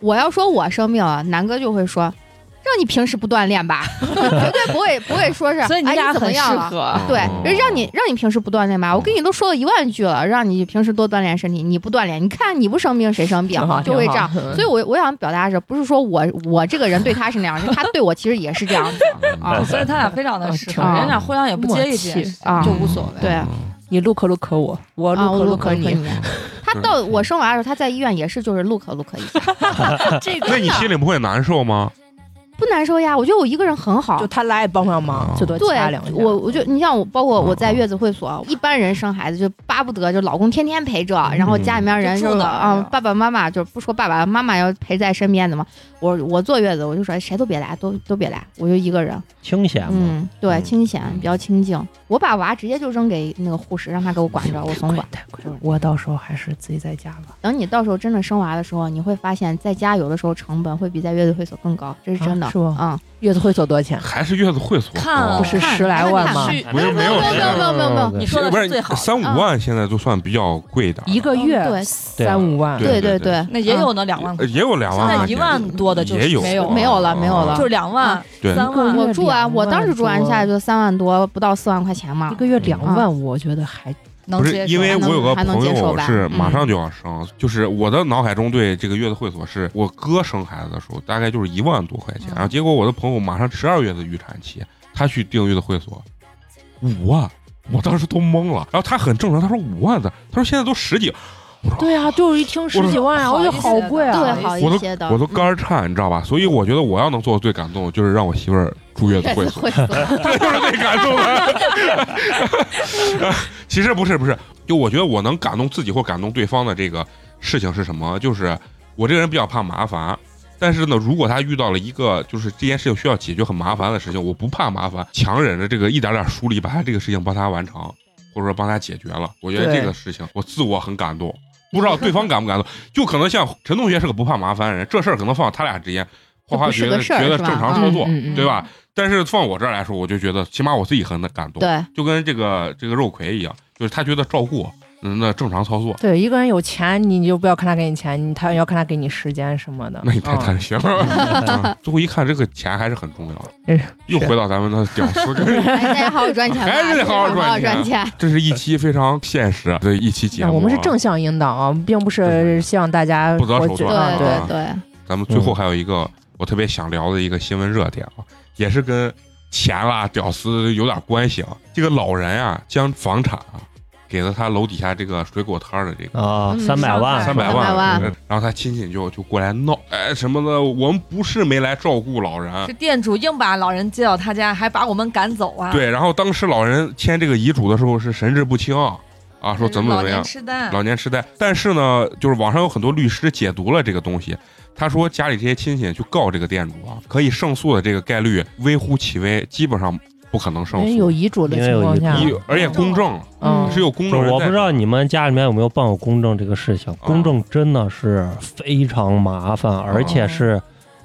S3: 我要说我生病啊，南哥就会说，让你平时不锻炼吧，绝对不会不会说是，
S5: 所以你
S3: 哎
S5: 俩
S3: 怎么
S5: 很适
S3: 样了？
S5: 合。
S3: 对，
S1: [laughs]
S3: 让你让你平时不锻炼
S2: 嗯
S3: 吧，我跟你都说了一万句了，让你平时多锻炼身体，你不锻炼，你看你不生病谁生病
S2: 挺好，
S3: 就会这样。
S2: [laughs] 挺好
S3: 所以我，我想表达的是，不是说我我这个人对他是那
S2: [laughs]
S3: 样，是他对我其实也是这样子啊
S1: 嗯
S6: 所以他俩非常的
S2: 嗯
S6: 适合，
S3: 挺好
S6: 人俩互相也不介意这件事情，
S3: 啊
S6: 就无所谓。
S3: 对
S2: 你录可录可我，我
S3: 啊，
S2: 录可
S3: 我
S2: 录
S3: 可
S2: 可你。 [laughs]
S3: 你。他到我生娃的时候，他在医院也是就是 look look 一下，
S5: 这
S1: 那你心里不会难受吗？
S3: 不难受呀。我觉得我一个人很好
S2: 就。他来也帮帮忙
S1: 啊，
S2: 最多
S3: 对
S2: 掐两下。，
S3: 我我就你像我，包括我在
S1: 嗯嗯
S3: 月子会所，一般人生孩子就巴不得就老公天天陪着，然后家里面人
S6: 就住
S3: 就是
S6: 哪儿啊
S3: 啊，爸爸妈妈就不说爸爸妈妈要陪在身边的嘛。我我坐月子，我就说谁都别来，都都别来，我就一个人。
S4: 清闲嘛。
S3: 嗯，对，
S1: 嗯
S3: 清闲比较清静。我把娃直接就扔给那个护士，让他给我管着，我
S2: 嗯
S3: 总管。
S2: 我到时候还是自己在家吧。
S3: 等你到时候真的生娃的时候，你会发现在家有的时候成本会比在月子会所更高，这是真的。
S2: 啊是吗
S3: 嗯，
S2: 月子会所多少钱？
S1: 还是月子会所
S6: 看啊
S1: 哦
S2: 不是
S3: 看
S2: 十来万吗？
S6: 去
S1: 没有没有
S3: 没有没有没有没有没有
S6: 你说的
S1: 嗯不
S6: 是最好的嗯
S1: 三五万现在就算比较贵的，
S2: 一个
S3: 嗯
S2: 月
S3: 对
S2: 三五万，
S1: 对
S3: 对
S1: 对对
S3: 对，
S6: 那也有呢，两万块
S1: 呃，也有两
S6: 现在
S1: 万块钱，
S6: 一万多的就
S1: 也
S6: 是
S1: 有啊
S6: 没有
S3: 没有了没有了
S6: 就是两万
S3: 啊、
S1: 对
S6: 三万
S2: 一个。
S3: 我住完，我当时住完
S2: 两万多
S3: 下来就三万多，不到四万块钱嘛
S2: 一。个月两万，我觉得还
S6: 能
S1: 不
S6: 接
S1: 是
S6: 受，啊
S1: 因为我有个
S3: 还能
S1: 朋
S3: 接受
S1: 友
S3: 吧
S1: 是
S3: 嗯
S1: 马上就要生，就是我的脑海中对这个月子会所是我哥生孩子的时候大概就是一万多块钱，
S6: 嗯
S1: 然后结果我的朋友马上十二月的预产期，他去订月子会所，五万，我当时都懵了，然后他很正常，他说五万的，他说现在都十几，
S2: 对啊，就是一听十几万啊，
S6: 我
S2: 我
S6: 说
S2: 觉得好贵
S6: 不好意
S2: 啊
S3: 对，
S6: 思
S3: 好
S1: 我
S3: 一
S1: 都
S3: 些的。
S1: 我都肝儿颤，你知道吧？所以我觉得我要能做的最感动的就是让我媳妇儿住月子
S3: 月
S1: 嗯 [laughs] 会
S3: 子
S1: 所，
S3: 会所，
S1: 这 [laughs] 就是最感动的。其实不是不是，就我觉得我能感动自己或感动对方的这个事情是什么？就是我这个人比较怕麻烦，但是呢，如果他遇到了一个就是这件事情需要解决很麻烦的事情，我不怕麻烦，强忍着这个一点点疏离，把他这个事情帮他完成，或者说帮他解决了。我觉得
S2: 对
S1: 这个事情我自我很感动，不
S3: [laughs]
S1: 知道对方感不感动，就可能像陈同学是个不怕麻烦的人，这事儿可能放他俩之间。花花
S3: 就不是
S1: 觉得
S3: 个事儿
S1: 觉得
S3: 是
S1: 正
S3: 吧
S1: 常操作，
S2: 嗯嗯嗯
S1: 对吧？但是放我这儿来说，我就觉得起码我自己很感动，
S3: 对，
S1: 就跟这个这个肉葵一样，就是他觉得照顾我，嗯，那正常操作，
S2: 对，一个人有钱，你就不要看他给你钱，你他要看他给你时间什么的。
S1: 那你太
S2: 嗯
S1: 贪心 [laughs]
S2: [laughs]
S1: 了。最后一看，这个钱还是很重要
S2: 嗯
S1: 的，又回到咱们的屌丝跟人，
S3: 哎大家好好赚钱吧，
S1: 还是得好好
S3: 好
S1: 赚钱
S3: 赚钱。
S1: 这是一期非常现实的一期节
S2: 那
S1: 目啊。
S2: 我们是正向引导啊，并不是希望大家
S1: 不择手
S2: 我觉
S1: 段
S3: 对
S2: 得啊
S1: 啊
S3: 对对，
S1: 咱们最后还有一个我特别想聊的一个新闻热点啊，也是跟钱啦、屌丝有点关系啊。这个老人啊，将房产啊给了他楼底下这个水果摊儿的这个
S4: 啊，三百万，
S1: 三百
S3: 万300
S1: 嗯
S3: 万
S1: 然后他亲戚就就过来闹，哎什么的，我们不是没来照顾老
S5: 啊
S1: 人
S6: 这，店主硬把老人接到他家，还把我们赶走啊！
S1: 对，然后当时老人签这个遗嘱的时候是神志不清啊，啊说怎么怎
S6: 老
S1: 么
S6: 年
S1: 样，
S6: 痴呆，
S1: 老年痴呆。但是呢，就是网上有很多律师解读了这个东西，他说家里这些亲戚去告这个店主啊，可以胜诉的这个概率微乎其微，基本上不可能胜
S2: 因为有
S1: 诉。
S2: 遗嘱的
S4: 因为有
S2: 情况下，
S1: 一而且公证
S2: 嗯，
S1: 是有公证人在，
S4: 我不知道你们家里面有没有办过公证这个事情，公证真的是非常麻烦，而且是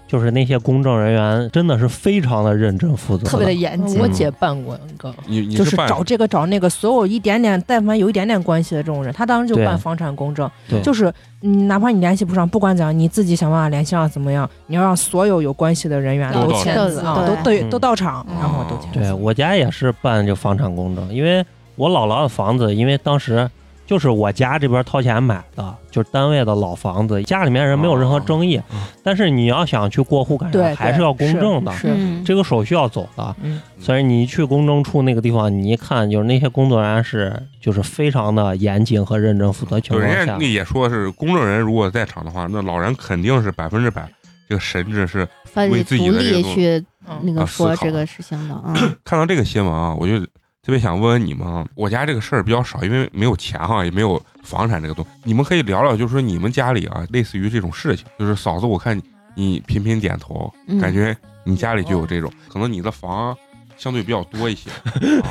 S4: 就是那些公证人员真的是非常的认真
S6: 嗯
S4: 负责的，
S5: 特别的严谨。
S2: 我姐办过一个，
S1: 你你
S2: 就是
S1: 办
S2: 找这个找那个，所有一点点，但凡有一点点关系的这种人，他当时就
S4: 对
S2: 办房产公证
S4: 对，
S2: 就是你哪怕你联系不上，不管怎样，你自己想办法联系啊上怎么样，你要让所有有关系的人员
S1: 都
S2: 都
S1: 到
S2: 签
S3: 场
S2: 字
S3: 对
S2: 啊，都对
S4: 嗯
S2: 都到场，
S6: 嗯
S2: 然后都签
S4: 对
S2: 字。
S4: 我家也是办这房产公证，因为我姥姥的房子，因为当时就是我家这边掏钱买的，就是单位的老房子，家里面人没有任何争议。
S1: 哦
S4: 但是你要想去过户干啥，
S2: 对，
S4: 还是要公证的，
S2: 是，
S3: 嗯，
S4: 这个手续要走的。
S2: 嗯
S4: 所以你一去公证处那个地方，你一看就是那些工作人员是就是非常的严谨和认真负责情
S1: 对，
S4: 况
S1: 人家
S4: 下
S1: 那，
S3: [laughs]
S1: 也说是公证人如果在场的话，那老人肯定是百分之百这个神智是
S3: 他
S1: 为
S3: 得
S1: 自己
S3: 独
S1: 的这
S3: 立
S1: 种
S3: 去那
S1: 啊
S3: 个
S1: 思
S3: 说
S1: 考
S3: 这个事情的，
S1: [laughs]
S3: 嗯
S1: 看到这个新闻啊，我就特别想问问你们啊，我家这个事儿比较少，因为没有钱哈、也没有房产这个东西，你们可以聊聊，就是说你们家里啊，类似于这种事情，就是嫂子，我看你频频点头，
S3: 嗯，
S1: 感觉你家里就有这种，可能你的房相对比较多一些，啊、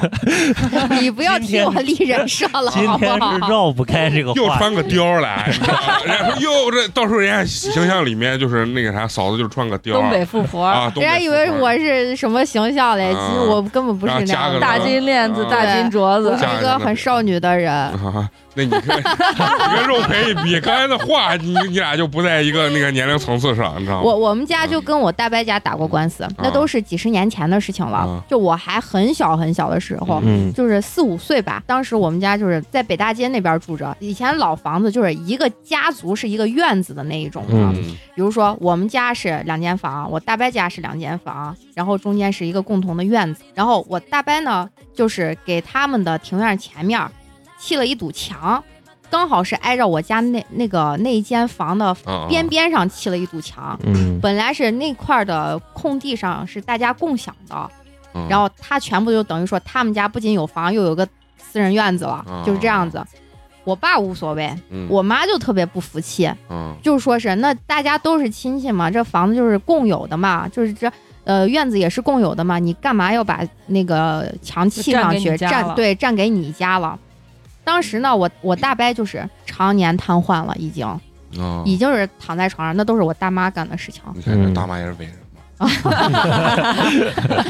S3: [laughs] 你不要
S4: 今
S3: 替
S4: 天
S3: 我立人设了，
S4: 今
S3: 好不
S4: 天是
S3: 好？
S4: 绕不开这个
S1: 又
S4: 话题。
S1: 穿个貂儿
S3: [laughs]
S1: 来，你知道吗然后又这到时候人家形象里面就是那个啥，嫂子就穿个貂
S6: 东
S1: 儿
S6: 北富婆，
S1: 啊，东
S3: 人家
S1: 北
S3: 以
S1: 妇
S3: 为
S1: 儿
S3: 我是什么形象嘞，其实
S1: 啊
S3: 我根本不是
S1: 然后
S3: 那
S1: 加
S3: 样
S1: 个
S3: 的，
S1: 大金
S6: 链
S1: 子
S3: 大金
S6: 镯
S3: 我是
S1: 加个
S3: 一个
S1: 那
S3: 很
S1: 个
S3: 少女的人。
S1: 啊，那你 [laughs] 跟你跟肉陪一比，刚才的话，你你俩就不在一个那个年龄层次上，你知道吗？
S3: 我我们家就跟我大伯家打过官司，那都是几十年前的事情
S1: 啊
S3: 了，就我还很小很小的时候。
S4: 嗯，
S3: 就是四五岁吧，当时我们家就是在北大街那边住着。以前老房子就是一个家族是一个院子的那一种啊，
S4: 嗯
S3: 比如说我们家是两间房，我大伯家是两间房，然后中间是一个共同的院子。然后我大伯呢，就是给他们的庭院前面儿砌了一堵墙，刚好是挨着我家那那个那一间房的
S1: 啊，
S3: 边边上砌了一堵墙。
S4: 嗯，
S3: 本来是那块儿的空地上是大家共享的，
S1: 嗯，
S3: 然后他全部就等于说他们家不仅有房，又有个私人院子
S1: 啊
S3: 了，就是这样子。我爸无所谓，
S1: 嗯
S3: 我妈就特别不服气，
S1: 嗯
S3: 就说是那大家都是亲戚嘛，这房子就是共有的嘛，就是这呃院子也是共有的嘛，你干嘛要把那个墙砌
S6: 占
S3: 上
S6: 给你
S3: 去？
S6: 家
S3: 占
S6: 了
S3: 对占给你家了。当时呢，我我大伯就是常年瘫痪了，已经
S1: 啊，
S3: 已经是躺在床上，那都是我大妈干的事情。
S1: 你看这大妈也是为人嘛，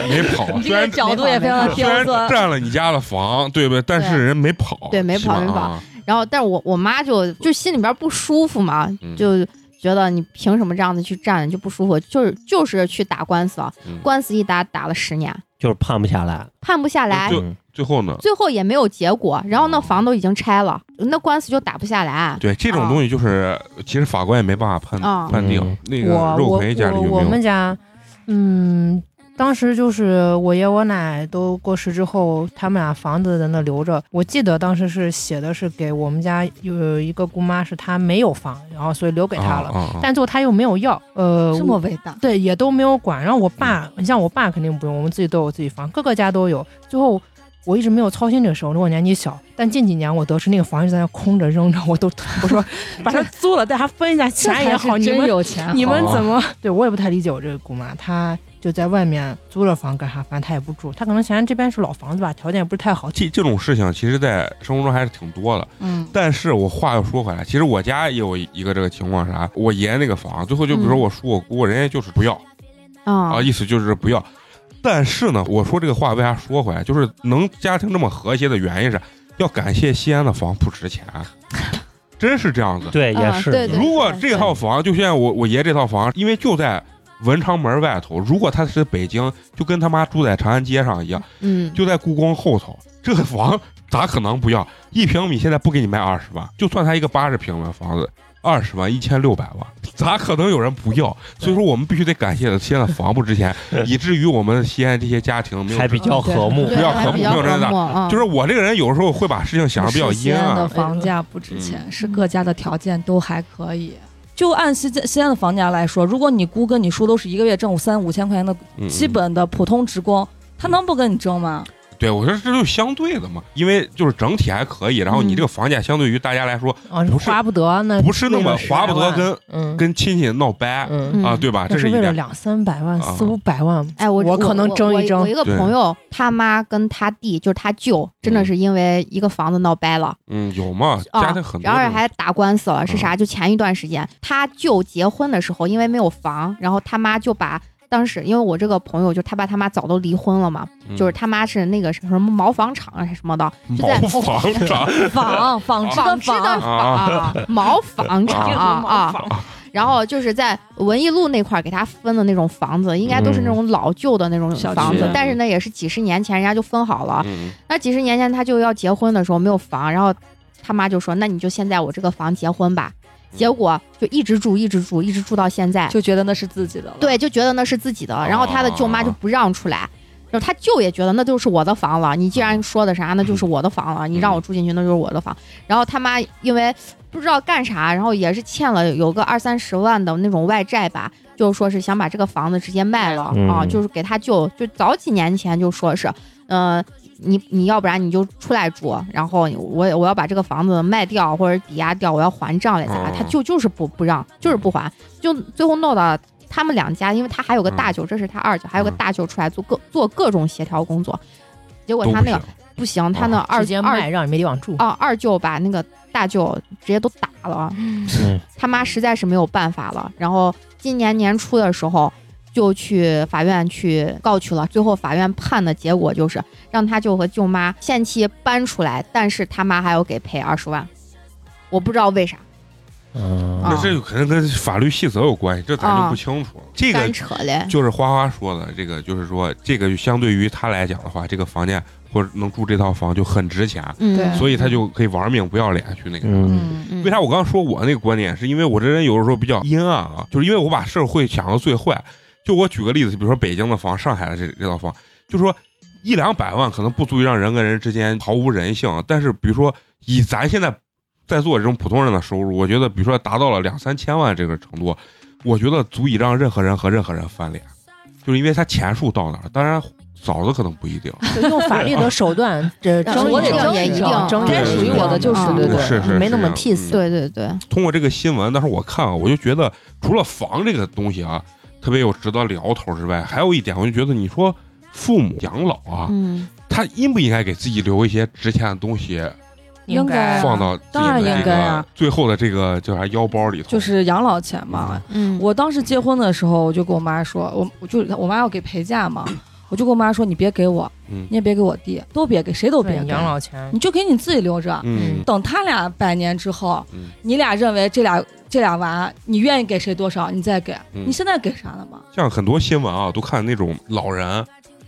S1: 没跑，虽
S6: 这个
S1: 然
S6: 角度也非常的
S1: 虽
S6: 刁
S1: 然
S6: 钻。
S1: 占了你家的房，对不对？但是人没跑，
S3: 对没跑
S1: 是吧
S3: 没跑
S1: 啊
S3: 然后，但是我我妈就就心里边不舒服嘛，
S1: 嗯
S3: 就觉得你凭什么这样子去站就不舒服，就是就是去打官司啊，
S1: 嗯
S3: 官司一打打了十年，
S4: 就是判不下来。
S3: 判不下来，
S1: 就
S4: 嗯
S1: 最后呢，
S3: 最后也没有结果，然后那
S1: 哦
S3: 房都已经拆了，那官司就打不下来。
S1: 对这种
S3: 啊
S1: 东西就是，其实法官也没办法判
S3: 啊
S1: 判定
S4: 嗯。
S1: 那
S2: 我
S1: 个肉
S2: 我
S1: 陪家里有
S2: 我
S1: 没有？
S2: 我们家，嗯，当时就是我爷我奶都过世之后，他们俩房子在那留着。我记得当时是写的是给我们家有一个姑妈，是她没有房，然后所以留给她了，
S1: 啊啊啊
S2: 但最后她又没有要，呃，
S6: 这么伟
S3: 嗯
S6: 大，
S2: 对，也都没有管。然后我爸，你像我爸肯定不用，我们自己都有自己房，各个家都有。最后我一直没有操心这个事儿，我说我年纪小。但近几年我得知那个房一直在那空着扔着，我都我 [laughs] 说把它租了，大家分一下钱也好，你
S6: 真
S2: 们
S6: 有钱，
S2: 你们
S1: 好
S2: 怎么？对我也不太理解我这个姑妈，她就在外面租了房干啥？反正她也不住，她可能嫌这边是老房子吧，条件也不是太好。
S1: 这这种事情，其实，在生活中还是挺多的。
S6: 嗯，
S1: 但是我话又说回来，其实我家也有一个这个情况是啥，我爷那个房，最后就比如说
S3: 嗯
S1: 我叔我姑，人家就是不要
S3: 啊
S1: 啊，意思就是不要。但是呢，我说这个话为啥说回来，就是能家庭这么和谐的原因是，要感谢西安的房不值钱，啊
S3: [laughs]
S1: 真是这样子。
S4: 对，也
S3: 啊
S4: 是。
S3: 对对
S1: 如果这套房就像我我爷这套房，因为就在文昌门外头，如果他是北京，就跟他妈住在长安街上一样，
S3: 嗯，
S1: 就在故宫后头，这个房咋可能不要？一平米现在不给你卖二十万，就算它一个八十平的房子，二十万一千六百万，咋可能有人不要？所以说我们必须得感谢西安的房不值钱，以至于我们西安这些家庭没有
S4: 还比较和睦
S1: 不
S3: 对
S1: 要
S3: 还
S1: 和
S3: 比
S1: 睦
S3: 较
S1: 不要
S3: 和
S1: 这样
S3: 睦啊，
S1: 就是我这个人有时候会把事情想的比较
S6: 西
S1: 阴啊哎
S6: 安的
S1: 暗，嗯
S6: 房价不值钱，是各家的条件都还可以。
S5: 就按西西安的房价来说，如果你姑跟你叔都是一个月挣五三五千块钱的
S1: 嗯 [laughs]
S5: 基本的普通职工，他能不跟你争吗？
S1: 对我说这就相对的嘛，因为就是整体还可以，然后你这个房价相对于大家来说
S2: 啊，
S1: 不是
S2: 划不得那
S1: 不是那么
S2: 为了
S1: 划不得
S2: 10万
S1: 跟
S2: 嗯
S1: 跟亲戚闹掰
S2: 嗯，
S3: 嗯
S1: 啊，对吧？
S2: 那
S1: 这
S2: 是
S1: 一
S2: 为了
S1: 点。
S2: 两三百万、
S1: 啊
S2: 四五百万，
S3: 哎，我
S2: 我可能争一争
S3: 我我一个
S1: 对
S3: 朋友，他妈跟他弟，就是他舅，真的是因为一个房子闹掰了，
S1: 嗯，有嘛？
S3: 啊
S1: 家庭很多
S3: 然
S1: 这种，嗯
S3: 后还打官司了。是啥？就前一段时间，他舅结婚的时候，因为没有房，然后他妈就把当时，因为我这个朋友就他爸他妈早都离婚了嘛，
S1: 嗯
S3: 就是他妈是那个什么毛纺厂啊什么的，
S1: 毛
S3: 就在
S1: 房 [laughs] 长，
S5: 纺纺织
S3: 纺
S5: 的
S3: 织的
S5: 纺，
S1: 啊
S3: 纺，毛纺厂啊啊。
S6: 啊，
S3: 然后就是在文艺路那块儿给他分的那种房子，应该都是
S1: 嗯
S3: 那种老旧的那种
S5: 小
S3: 房子，
S1: 区
S3: 但是呢也是几十年前人家就分好了。
S1: 嗯
S3: 那几十年前他就要结婚的时候没有房，然后他妈就说：“那你就先在我这个房结婚吧。”结果就一直住，一直住，一直住到现在，
S5: 就觉得那是自己的了。
S3: 对，就觉得那是自己的。然后他的舅妈就不让出来。然后他舅也觉得那就是我的房了，你既然说的啥，那就是我的房了，你让我住进去，那就是我的房。然后他妈因为不知道干啥，然后也是欠了有个二三十万的那种外债吧，就说是想把这个房子直接卖了、
S4: 嗯
S3: 啊，就是给他舅，就早几年前就说是，嗯、你你要不然你就出来住，然后我我要把这个房子卖掉或者抵押掉，我要还账哎来咋？
S1: 哦
S3: 他舅就是不不让，就是不还，就最后闹到他们两家，因为他还有个大舅，这是他二舅，还有个
S1: 嗯
S3: 大舅出来做各做各种协调工作，结果
S1: 都
S3: 他
S1: 不
S3: 那个
S1: 行哦
S3: 不行，他那二
S2: 直接
S3: 二
S2: 卖让你没地方住。
S3: 啊二舅把那个大舅直接都打了，
S4: 嗯
S3: 他妈实在是没有办法了，然后今年年初的时候就去法院去告去了，最后法院判的结果就是让他舅和舅妈限期搬出来，但是他妈还要给赔二十万，我不知道为啥，
S4: 嗯，
S1: 那
S3: 啊
S1: 这就肯定跟法律细则有关系，这咱就
S3: 啊
S1: 不清楚了。这个
S3: 干扯嘞，
S1: 嗯就是花花说的，这个就是说，这个就相对于他来讲的话，这个房价或者能住这套房就很值钱，
S3: 嗯，
S6: 对
S1: 所以他就可以玩命不要脸去那个。
S4: 嗯
S3: 嗯嗯，
S1: 为啥我刚刚说我那个观点，是因为我这人有的时候比较阴暗啊，就是因为我把社会想到最坏。就我举个例子，比如说北京的房、上海的这这套房，就说一两百万可能不足以让人跟人之间毫无人性，但是比如说以咱现在在座这种普通人的收入，我觉得比如说达到了两三千万这个程度，我觉得足以让任何人和任何人翻脸，就是因为他钱数到哪儿，当然嫂子可能不一定，
S2: 就用法律的手 [laughs] 段，这
S3: 啊
S2: 争
S5: 我得
S2: 争
S5: 争一
S3: 争
S2: 争一
S1: 该属于
S2: 争
S1: 我的
S5: 就是
S2: 嗯
S5: 对对
S1: 是是
S2: 没那么
S1: 是这
S2: p
S1: 样嗯哦
S3: 对
S2: e
S3: 对对，
S1: 通过这个新闻，当时我看啊，我就觉得除了房这个东西啊，特别有值得聊头之外，还有一点，我就觉得你说父母养老啊，
S3: 嗯，
S1: 他应不应该给自己留一些值钱的东西
S5: 应该啊
S1: 放到自己
S5: 当
S1: 的
S5: 然
S1: 这
S5: 应
S1: 个
S5: 该啊
S1: 最后的这个叫啥腰包里头？
S5: 就是养老钱嘛。
S3: 嗯，
S5: 我当时结婚的时候，我就跟我妈说，我我就我妈要给陪嫁嘛，我就跟我妈说，你别给我，
S1: 嗯
S5: 你也别给我弟，都别给，谁都别
S2: 对嗯
S5: 给，
S2: 养老钱
S5: 你就给你自己留着。
S1: 嗯
S5: 等他俩百年之后，
S1: 嗯
S5: 你俩认为这俩这俩娃，你愿意给谁多少，你再给。
S1: 嗯
S5: 你现在给啥了嘛？
S1: 像很多新闻啊，都看那种老人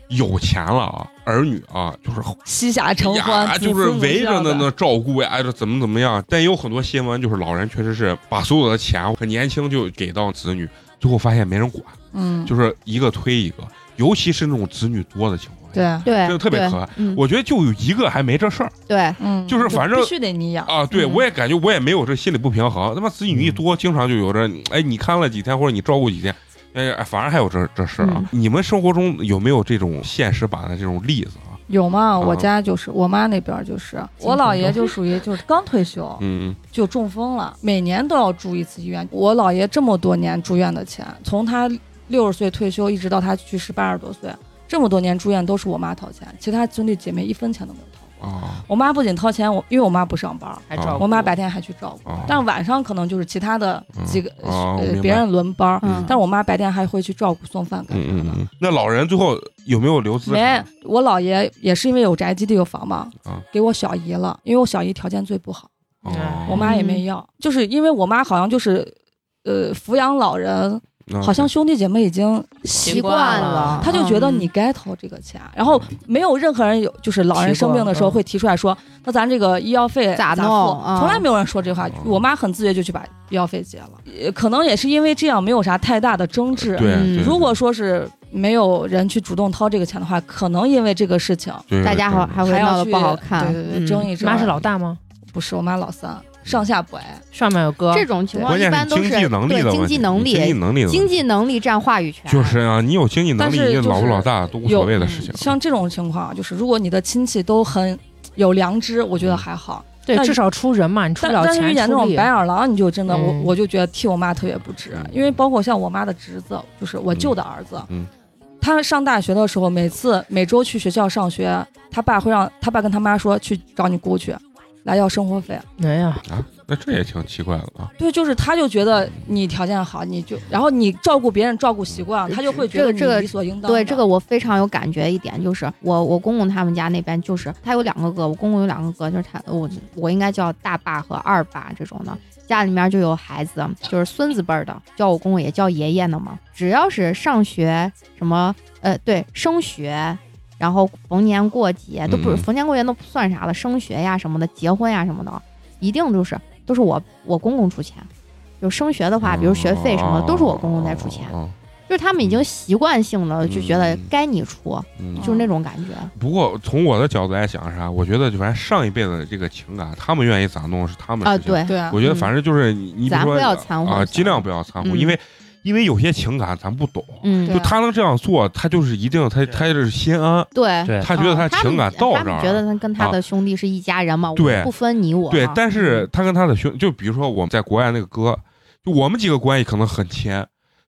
S1: 有钱了啊，儿女啊，就是哎
S5: 膝下承
S1: 呀，
S5: 欢，
S1: 就是围着
S5: 呢
S1: 呢那照顾呀，这怎么怎么样？但也有很多新闻，就是老人确实是把所有的钱很年轻就给到子女，最后发现没人管，
S5: 嗯，
S1: 就是一个推一个，尤其是那种子女多的情况下。
S5: 对，
S3: 对，
S1: 这个特别
S3: 对
S1: 可爱，
S3: 嗯，
S1: 我觉得就有一个还没这事儿
S3: 对，
S5: 嗯，
S1: 就是反正
S5: 必须得你养。
S1: 啊，对
S5: 嗯
S1: 我也感觉我也没有这心理不平衡。他妈子女一多，
S3: 嗯
S1: 经常就有这，哎，你看了几天或者你照顾几天，哎，哎反而还有这这事儿啊
S3: 嗯。
S1: 你们生活中有没有这种现实版的这种例子啊？
S5: 有吗？
S1: 啊
S5: 我家就是，我妈那边儿就是，我姥爷就
S1: [laughs]
S5: 属于就是刚退休
S1: 嗯
S5: 就中风了，每年都要住一次医院。我姥爷这么多年住院的钱，从他六十岁退休一直到他去世八十多岁，这么多年住院都是我妈掏钱，其他兄弟姐妹一分钱都没有掏。
S1: 嗯啊
S5: 我妈不仅掏钱，我因为我妈不上班儿，
S2: 还照顾
S5: 我妈白天还去照顾，
S1: 啊，
S5: 但晚上可能就是其他的几个、
S1: 嗯啊我明白
S5: 呃别人轮班儿，
S1: 嗯
S3: 嗯，
S5: 但我妈白天还会去照顾送饭干啥的。
S1: 嗯嗯嗯，那老人最后有没有留资
S5: 没
S1: 产？，
S5: 我姥爷也是因为有宅基地有房嘛，
S1: 啊
S5: 给我小姨了，因为我小姨条件最不好，
S1: 哦
S5: 我妈也没要，就是因为我妈好像就是，呃，抚养老人，
S1: 那
S5: 好像兄弟姐妹已经，
S1: 啊
S3: 习
S2: 习
S3: 惯
S2: 惯
S3: 了嗯
S2: 了，
S5: 她就觉得你该掏这个钱，啊然后没有任何人有就是老人
S2: 提过
S5: 生病的时
S2: 嗯
S5: 候会提出来说，那咱这个医药费
S3: 咋
S5: 付
S3: 弄啊
S5: 从来没有人说这话
S1: 哦，
S5: 我妈很自觉就去把医药费结了，也可能也是因为这样没有啥太大的争执，
S1: 对，
S3: 嗯
S1: 对
S5: 如果说是没有人去主动掏这个钱的话，可能因为这个事情
S1: 对
S3: 大家好
S1: 对
S3: 还会
S5: 还
S3: 闹
S5: 要
S3: 得
S5: 去
S3: 不好看，
S5: 对对对，
S3: 嗯
S5: 争一争。
S2: 妈是老大吗？
S5: 不是我妈老三，上下不挨。
S2: 上面有歌，
S3: 这种情况
S1: 关
S3: 一
S1: 键
S3: 般都
S1: 经
S3: 是
S1: 济能力
S3: 对
S1: 的问
S3: 经
S1: 题，
S3: 济
S1: 经
S3: 能
S1: 济
S3: 力，
S1: 能力的
S3: 经
S1: 问题
S3: 济能力占话语权。
S1: 就是啊，你有经济能
S5: 但
S1: 力，
S5: 是
S1: 你
S5: 就是
S1: 老不老大都无
S5: 有
S1: 所谓的
S3: 嗯
S1: 事情。
S5: 像这种情况，啊就是如果你的亲戚都很有良知，我觉
S1: 嗯
S5: 得还好。
S2: 对，
S5: 但
S2: 至少出人嘛，你出不
S5: 但
S2: 了
S5: 但是遇
S2: 钱
S5: 见那
S2: 出
S5: 种
S2: 力
S5: 白。眼狼，你就真的、
S2: 嗯
S5: 我我就觉得替我妈特别不值，因为包括像我妈的侄子，就是我舅的儿子，
S1: 嗯
S5: 他上大学的时候，每次每周去学校上学，他爸会让他爸跟他妈说去找你姑去，来要生活费。
S2: 哎呀，
S1: 啊，那这也挺奇怪的啊。
S5: 对，就是他就觉
S1: 嗯
S5: 得你条件好，你就然后你照顾别人照顾习
S1: 嗯
S5: 惯了，他就会觉得
S3: 这个这个
S5: 你理所应当的。
S3: 对这个我非常有感觉一点，就是我我公公他们家那边就是他有两个哥，我公公有两个哥，就是他我我应该叫大爸和二爸这种的，家里面就有孩子，就是孙子辈儿的，叫我公公也叫爷爷呢嘛。只要是上学什么呃对升学，然后逢年过节都不是
S1: 嗯嗯
S3: 逢年过节都不算啥了，升学呀什么的，结婚呀什么的，一定就是都是我我公公出钱。就升学的话，比如学费什么的，都是我公公在出钱。
S1: 哦
S3: 就是他们已经习惯性的就觉得
S1: 嗯
S3: 该你出，
S1: 嗯，
S3: 就是那种感觉。
S1: 不过从我的角度来讲啥，我觉得就反正上一辈子的这个情感，他们愿意咋弄是他们的
S3: 啊，
S1: 事情。
S5: 哎
S3: 对，
S6: 对啊，
S1: 我觉得反正就是你，你比如
S3: 咱
S1: 说
S3: 不要掺和
S1: 啊，
S3: 咱
S1: 尽量不要掺和，
S3: 嗯
S1: 因为因为有些情感咱不懂，
S3: 嗯，
S6: 对
S1: 就
S6: 啊
S1: 他能这样做，他就是一定他他就是心安，
S3: 对，
S4: 对
S1: 他觉得
S3: 嗯
S1: 他情感
S3: 们
S1: 到
S3: 他
S1: 这
S3: 们觉得
S1: 儿。啊
S3: 他跟他的兄弟是一家人嘛，
S1: 对
S3: 我不分你我。
S1: 对，但是
S3: 嗯
S1: 他跟他的兄，就比如说我们在国外那个哥，就我们几个关系可能很亲，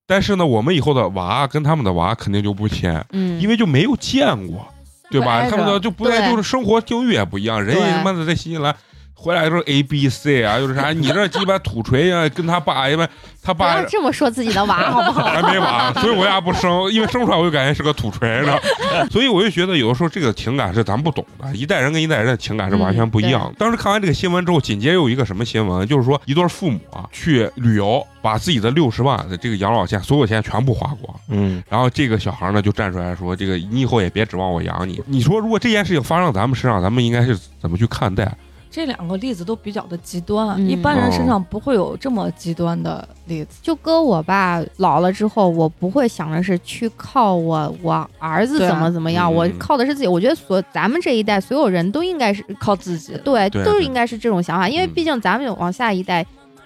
S1: 但是呢，我们以后的娃跟他们的娃肯定就不亲，
S3: 嗯，
S1: 因为就没有见过，对吧？
S6: 挨着
S1: 他们的就不太
S3: 对
S1: 就是生活境遇也不一样，人
S3: 对
S1: 家他妈的在新西兰回来就是 A B C 啊，又是啥？你这鸡巴土锤啊，跟他爸一般，他
S3: 不
S1: 爸
S3: 要这么说自己
S1: [laughs]
S3: 的娃，好不好？
S1: 还没娃，所以我俩不生，因为生出来我就感觉是个土锤呢，所以我就觉得有的时候这个情感是咱不懂的，一代人跟一代人的情感是完全不一样的。当时看完这个新闻之后，紧接着又一个什么新闻，就是说一对父母啊去旅游，把自己的六十万的这个养老钱所有钱全部花光，
S4: 嗯，
S1: 然后这个小孩呢就站出来说：“这个你以后也别指望我养你。”你说如果这件事情发生到咱们身上，咱们应该是怎么去看待？
S5: 这两个例子都比较的极端，啊，
S3: 嗯
S5: 一般人身上不会有这么极端的例子。
S3: 就搁我吧，老了之后，我不会想着是去靠我我儿子
S5: 对啊
S3: 怎么怎么样，
S1: 嗯
S3: 我靠的是自己。我觉得所咱们这一代所有人都应该是
S5: 靠自己，
S3: 对，
S1: 对
S3: 都
S1: 对
S3: 应该是这种想法，因为
S1: 嗯
S3: 毕竟咱们往下一代，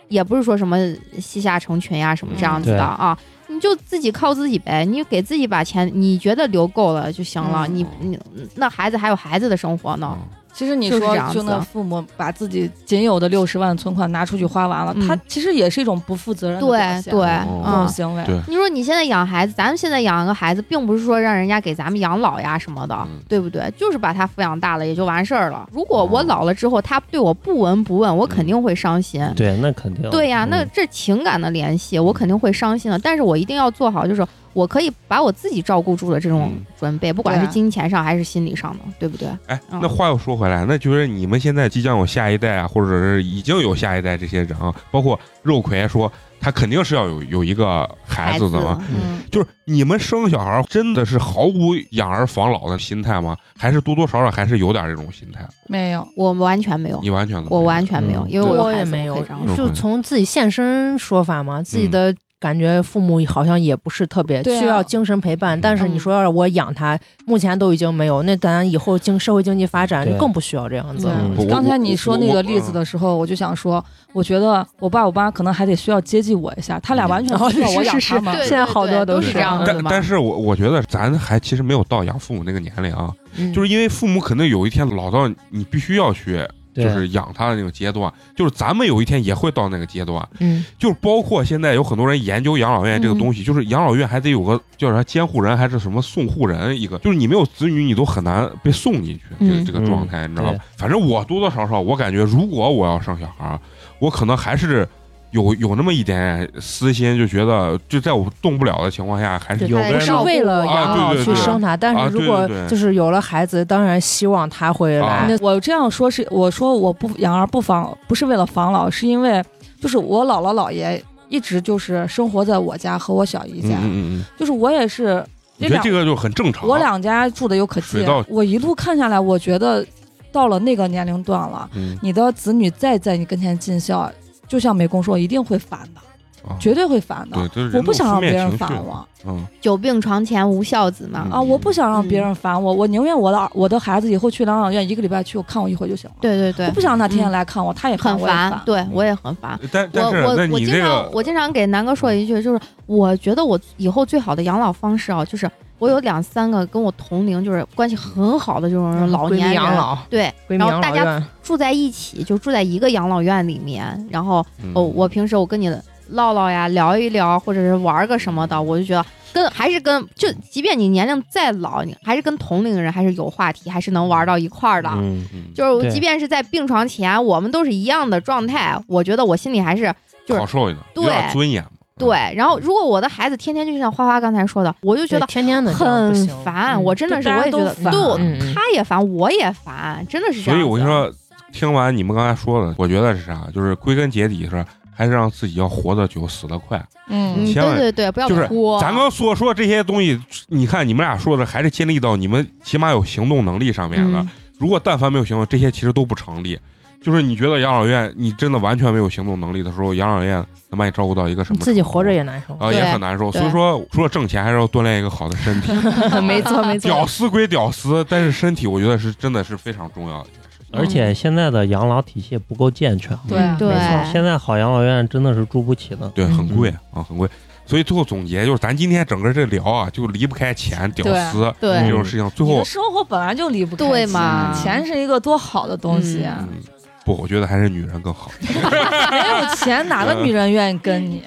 S3: 也不是说什么膝下成群呀、什么这样子
S4: 嗯
S3: 的
S4: 对
S3: 啊。你就自己靠自己呗，你给自己把钱，你觉得留够了就行了。
S5: 嗯
S3: 你你那孩子还有孩子的生活
S1: 嗯
S3: 呢，
S5: 其实你
S3: 就是
S5: 说
S3: 这样，子啊
S5: 就那父母把自己仅有的六十万存款拿出去花完了，
S3: 嗯
S5: 他其实也是一种不负责任的表
S3: 对
S5: 现
S3: 对，
S1: 嗯哦
S5: 这种
S3: 嗯。
S5: 行为。
S1: 对
S3: 你说你现在养孩子，咱们现在养一个孩子，并不是说让人家给咱们养老呀什么的，
S1: 嗯
S3: 对不对？就是把他抚养大了也就完事儿了。如果我
S1: 嗯
S3: 老了之后，他对我不闻不问，我肯
S1: 嗯
S3: 定会伤心。
S4: 对，那肯定。
S3: 对呀、那
S4: 嗯
S3: 这情感的联系，我肯定会伤心的。但是我一定要做好，就是我可以把我自己照顾住的这种
S1: 嗯
S3: 准备，不管是
S5: 对啊
S3: 金钱上还是心理上的，对不对？
S1: 哎，
S3: 嗯
S1: 那话又说回来，那就是你们现在即将有下一代啊，或者是已经有下一代这些人啊，包括肉葵说他肯定是要有有一个孩子的嘛。
S5: 嗯，
S1: 就是你们生小孩真的是毫无养儿防老的心态吗？还是多多少少还是有点这种心态？
S5: 没有，
S3: 我完全没有，
S1: 你完全都没有
S3: 我完全没有，
S4: 嗯
S3: 因为有
S2: 我
S3: 孩
S2: 也
S3: 子
S2: 没有
S3: 我可以照顾
S1: 嗯
S2: 就从自己现身说法嘛，自己
S4: 嗯
S2: 的感觉父母好像也不是特别
S5: 对啊
S2: 需要精神陪伴，但是你
S3: 嗯
S2: 说要是我养他，目前都已经没有，那咱以后经社会经济发展
S4: 对
S2: 就更不需要这样子了。
S4: 嗯
S1: 我
S5: 刚才你说那个例子的时候，我就想说，我觉得我爸我妈可能还得需要接济我一下，他俩完全不
S3: 哦
S5: 需要我养他们。
S3: 对
S2: 现在好多
S3: 都
S2: 都
S3: 是
S2: 是
S3: 这样子
S1: 但
S3: 嘛。
S1: 但是我我觉得咱还其实没有到养父母那个年龄啊，
S2: 嗯
S1: 就是因为父母可能有一天老到你必须要去
S4: 对
S1: 就是养他的那个阶段，就是咱们有一天也会到那个阶段，
S2: 嗯，
S1: 就是包括现在有很多人研究养老院这个东西，就是养老院还得有个叫啥监护人还是什么送护人一个，就是你没有子女你都很难被送进去，这个
S2: 嗯
S1: 这个状态你知道
S4: 对
S1: 吧？反正我多多少少我感觉，如果我要生小孩儿，我可能还是。有有那么一点私心，就觉得就在我动不了的情况下，还是
S3: 对
S1: 有
S4: 有
S3: 他
S4: 个
S3: 也
S2: 不
S4: 人
S2: 是
S3: 照顾
S2: 为了
S3: 我
S2: 养
S1: 啊
S2: 老
S1: 对对
S2: 去
S1: 对
S2: 生他，但
S1: 啊
S2: 是
S1: 对
S2: 如果
S1: 对对
S2: 就是有了孩子，当然希望他会
S1: 啊
S2: 来。
S5: 那我这样说是，我说我不养儿不防，不是为了防老，是因为就是我姥姥姥爷一直就是生活在我家和我小姨
S1: 嗯
S5: 家，
S1: 嗯嗯嗯，
S5: 就是我也是
S1: 我
S5: 这
S1: 觉得
S5: 两
S1: 这个就很正常。啊
S5: 我两家住的又可近
S1: 水到，
S5: 我一路看下来，我觉得到了那个年龄段了，
S1: 嗯，
S5: 你的子女再在你跟前尽孝，就像美工说，一定会烦的。
S1: 啊
S5: 绝对会烦的
S1: 对，。就是
S5: 我
S1: 人
S5: 不
S1: 都有
S5: 想
S1: 负
S5: 让别
S1: 面
S5: 人
S1: 情绪
S5: 烦我
S1: 嗯，
S3: 久病床前无孝子嘛。哦
S1: 嗯
S5: 啊，我不想让别人烦我，我宁愿我的我的孩子以后去疗养院一个礼拜去我看我一回就行了。
S3: 对对对
S5: 我，不想让他天天来看我，他也
S3: 很
S5: 我也
S3: 烦，对我也很烦。
S1: 但
S3: 我
S1: 嗯但是那
S3: 我我
S1: 你
S3: 经
S1: 这
S3: 常
S1: 个
S3: 我经常给南哥说一句，就是我觉得我以后最好的养老方式啊，就是我有两三个跟我同龄，就是关系很好的这种老
S2: 嗯闺
S3: 年人，
S2: 蜜养老，
S3: 对，
S2: 闺蜜
S3: 然后
S2: 养
S3: 大
S2: 老
S3: 家
S2: 院，
S3: 住在一起，就住在一个养老院里面。然后
S1: 嗯
S2: 嗯
S3: 哦，我平时我跟你唠唠呀，聊一聊，或者是玩个什么的，我就觉得跟还是跟就，即便你年龄再老，你还是跟同龄人还是有话题，还是能玩到一块儿的。
S1: 嗯嗯
S3: 就是
S4: 对
S3: 即便是在病床前，我们都是一样的状态，我觉得我心里还是就是
S1: 好受一点，有
S3: 对
S1: 点尊严嘛。
S3: 对。
S2: 嗯
S3: 然后，如果我的孩子天天就像花花刚才说的，我就觉
S2: 对
S3: 得
S2: 天天的这样不
S3: 很
S2: 行
S3: 烦，我真的是
S5: 对大
S3: 我
S5: 家
S3: 也觉
S5: 都
S3: 得，
S5: 烦
S3: 对我
S2: 嗯嗯
S3: 他也烦，我也烦，真的是这
S1: 所
S3: 样。
S1: 以我跟你，说，听完你们刚才说的，我觉得是啥？就是归根结底是还是让自己要活得久，死得快。
S3: 嗯，
S6: 嗯，
S1: 千
S3: 对
S1: 万
S3: 对对，不要
S1: 就是
S3: 哭。
S1: 咱刚所说这些东西，你看你们俩说的还是建立到你们起码有行动能力上面的。
S3: 嗯
S1: 如果但凡没有行动，这些其实都不成立。就是你觉得养老院你真的完全没有行动能力的时候，养老院能把你照顾到一个什
S2: 你
S1: 么？
S2: 自己活着也难受。
S1: 啊、
S3: 对
S1: 也很难受。
S3: 对
S1: 所以说，除了挣钱，还是要锻炼一个好的
S3: [laughs]
S1: 身体。
S2: [laughs] 没错没
S1: 屌丝归屌丝，但是身体我觉得是真的是非常重要的。
S4: 而且现在的养老体系不够健全，
S6: 对
S5: 啊
S2: 嗯
S3: 对
S4: 现在好养老院真的是住
S3: [laughs]
S4: 不起的。
S1: 对，
S2: 嗯
S1: 很贵啊，很贵。所以最后总结就是，咱今天整个这聊啊，就离不开钱、屌丝
S3: 对
S1: 这种事情。最
S5: 你
S1: 后
S5: 的，生活本来就离不开
S3: 对
S5: 钱
S3: 嘛
S5: 钱是一个多好的东西啊，
S1: 嗯，不，我觉得还是女人更好。
S5: 没有钱哪个女人愿意跟
S1: [laughs]
S5: 你？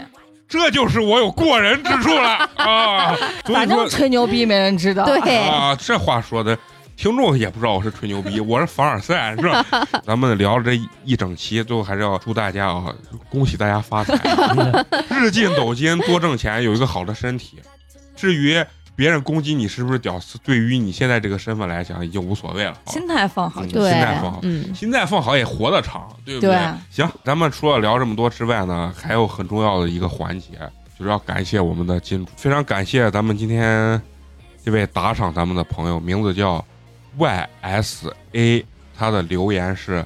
S1: 这就是我有过人之处了啊！所以
S5: 反
S1: 说
S5: 正吹牛逼没人知道。
S3: [laughs] 对，
S1: 啊，这话说的。听众也不知道我是吹牛逼，我是凡尔赛，是吧？咱们聊了这一整期，最后还是要祝大家啊，恭喜大家发
S5: [laughs]
S1: 财，日进斗金，多挣钱，有一个好的身体。至于别人攻击你是不是屌丝，对于你现在这个身份来讲，已经无所谓了。啊
S5: 心态放好
S1: 嗯
S5: 就
S3: 对
S5: 行。
S1: 心态放好，
S3: 嗯，
S1: 心态放好也活得长，对不
S5: 对，
S1: 行，咱们除了聊这么多之外呢，还有很重要的一个环节，就是要感谢我们的金主，非常感谢咱们今天这位打赏咱们的朋友，名字叫 Y S A，他的留言是：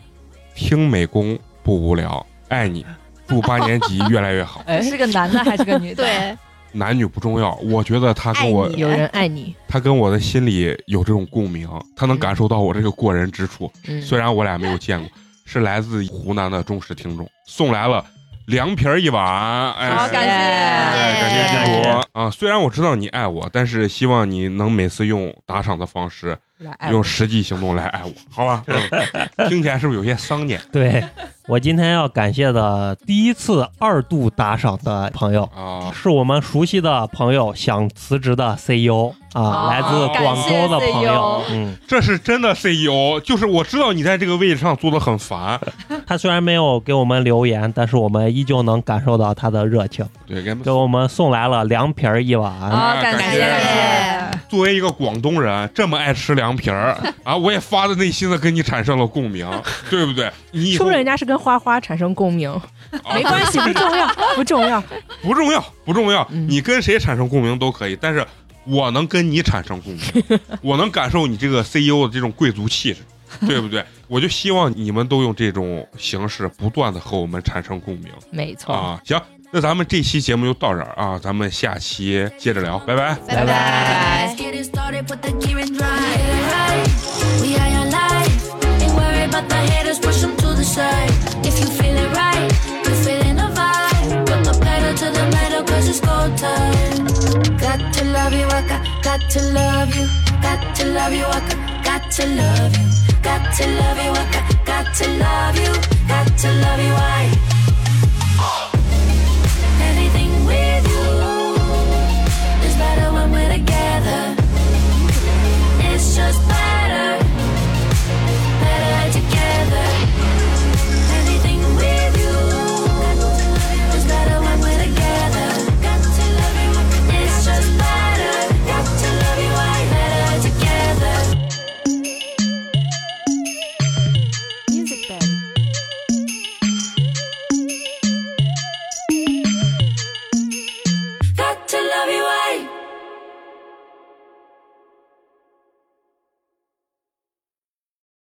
S1: 听美工不无聊，爱你，祝八年级越来越好
S5: 哎，是个男的还是个女的？，
S3: 对，
S1: 男女不重要，我觉得他跟我
S3: 爱你
S2: 有人爱你，
S1: 他跟我的心里有这种共鸣，他能感受到我这个过人之处，
S2: [laughs] 嗯，
S1: 虽然我俩没有见过，是来自湖南的忠实听众送来了凉皮儿一碗，哎，
S5: 好感
S1: 哎
S5: 谢
S1: 感谢
S4: 谢
S1: 金
S4: 谢
S1: 主啊！虽然我知道你爱我，但是希望你能每次用打赏的方式，
S2: 来爱
S1: 用
S2: 我
S1: 实际行动来爱我，好吧？嗯听起来是不是有些丧念
S4: [laughs] 对我今天要感谢的第一次二度打赏的朋友，
S1: 啊？
S4: 是我们熟悉的朋友，想辞职的 CEO 啊，
S5: 哦
S4: 来自广州的朋友。嗯，
S1: 这是真的 CEO，就是我知道你在这个位置上做的很烦，
S4: 他虽然没有给我们留言，但是我们依旧能感受到他的热情，
S1: 对，给他们
S4: 给我们送来了凉皮儿一碗。
S5: 好，感
S1: 感
S5: 谢
S1: 谢
S5: 感谢。
S1: 作为一个广东人，这么爱吃凉皮儿啊，我也发自内心的跟你产生了共鸣，对不对？你以
S2: 说
S1: 后
S2: 不定人家是跟花花产生共鸣，
S1: 啊
S2: 没关系，不重要，不重要。
S1: 不重要，不重要，
S2: 嗯
S1: 你跟谁产生共鸣都可以，但是我能跟你产生共鸣，我能感受你这个 CEO 的这种贵族气质，对不对？我就希望你们都用这种形式不断的和我们产生共鸣
S2: 没错，
S1: 啊！行，那咱们这期节目就到这儿啊，咱们下期接着聊，拜拜。
S3: 拜拜
S7: Let's get it started, put the gear in drive. Get it right. We are your life. Ain't worried about the haters, push them to the side. If you feel it right, you're feeling the vibe. Put the pedal to the metal, cause it's go time. Got to love you, I got, got to love you. Got to love you, I got, got to love you. Got to love you, I got, got to love you. Got to love you, I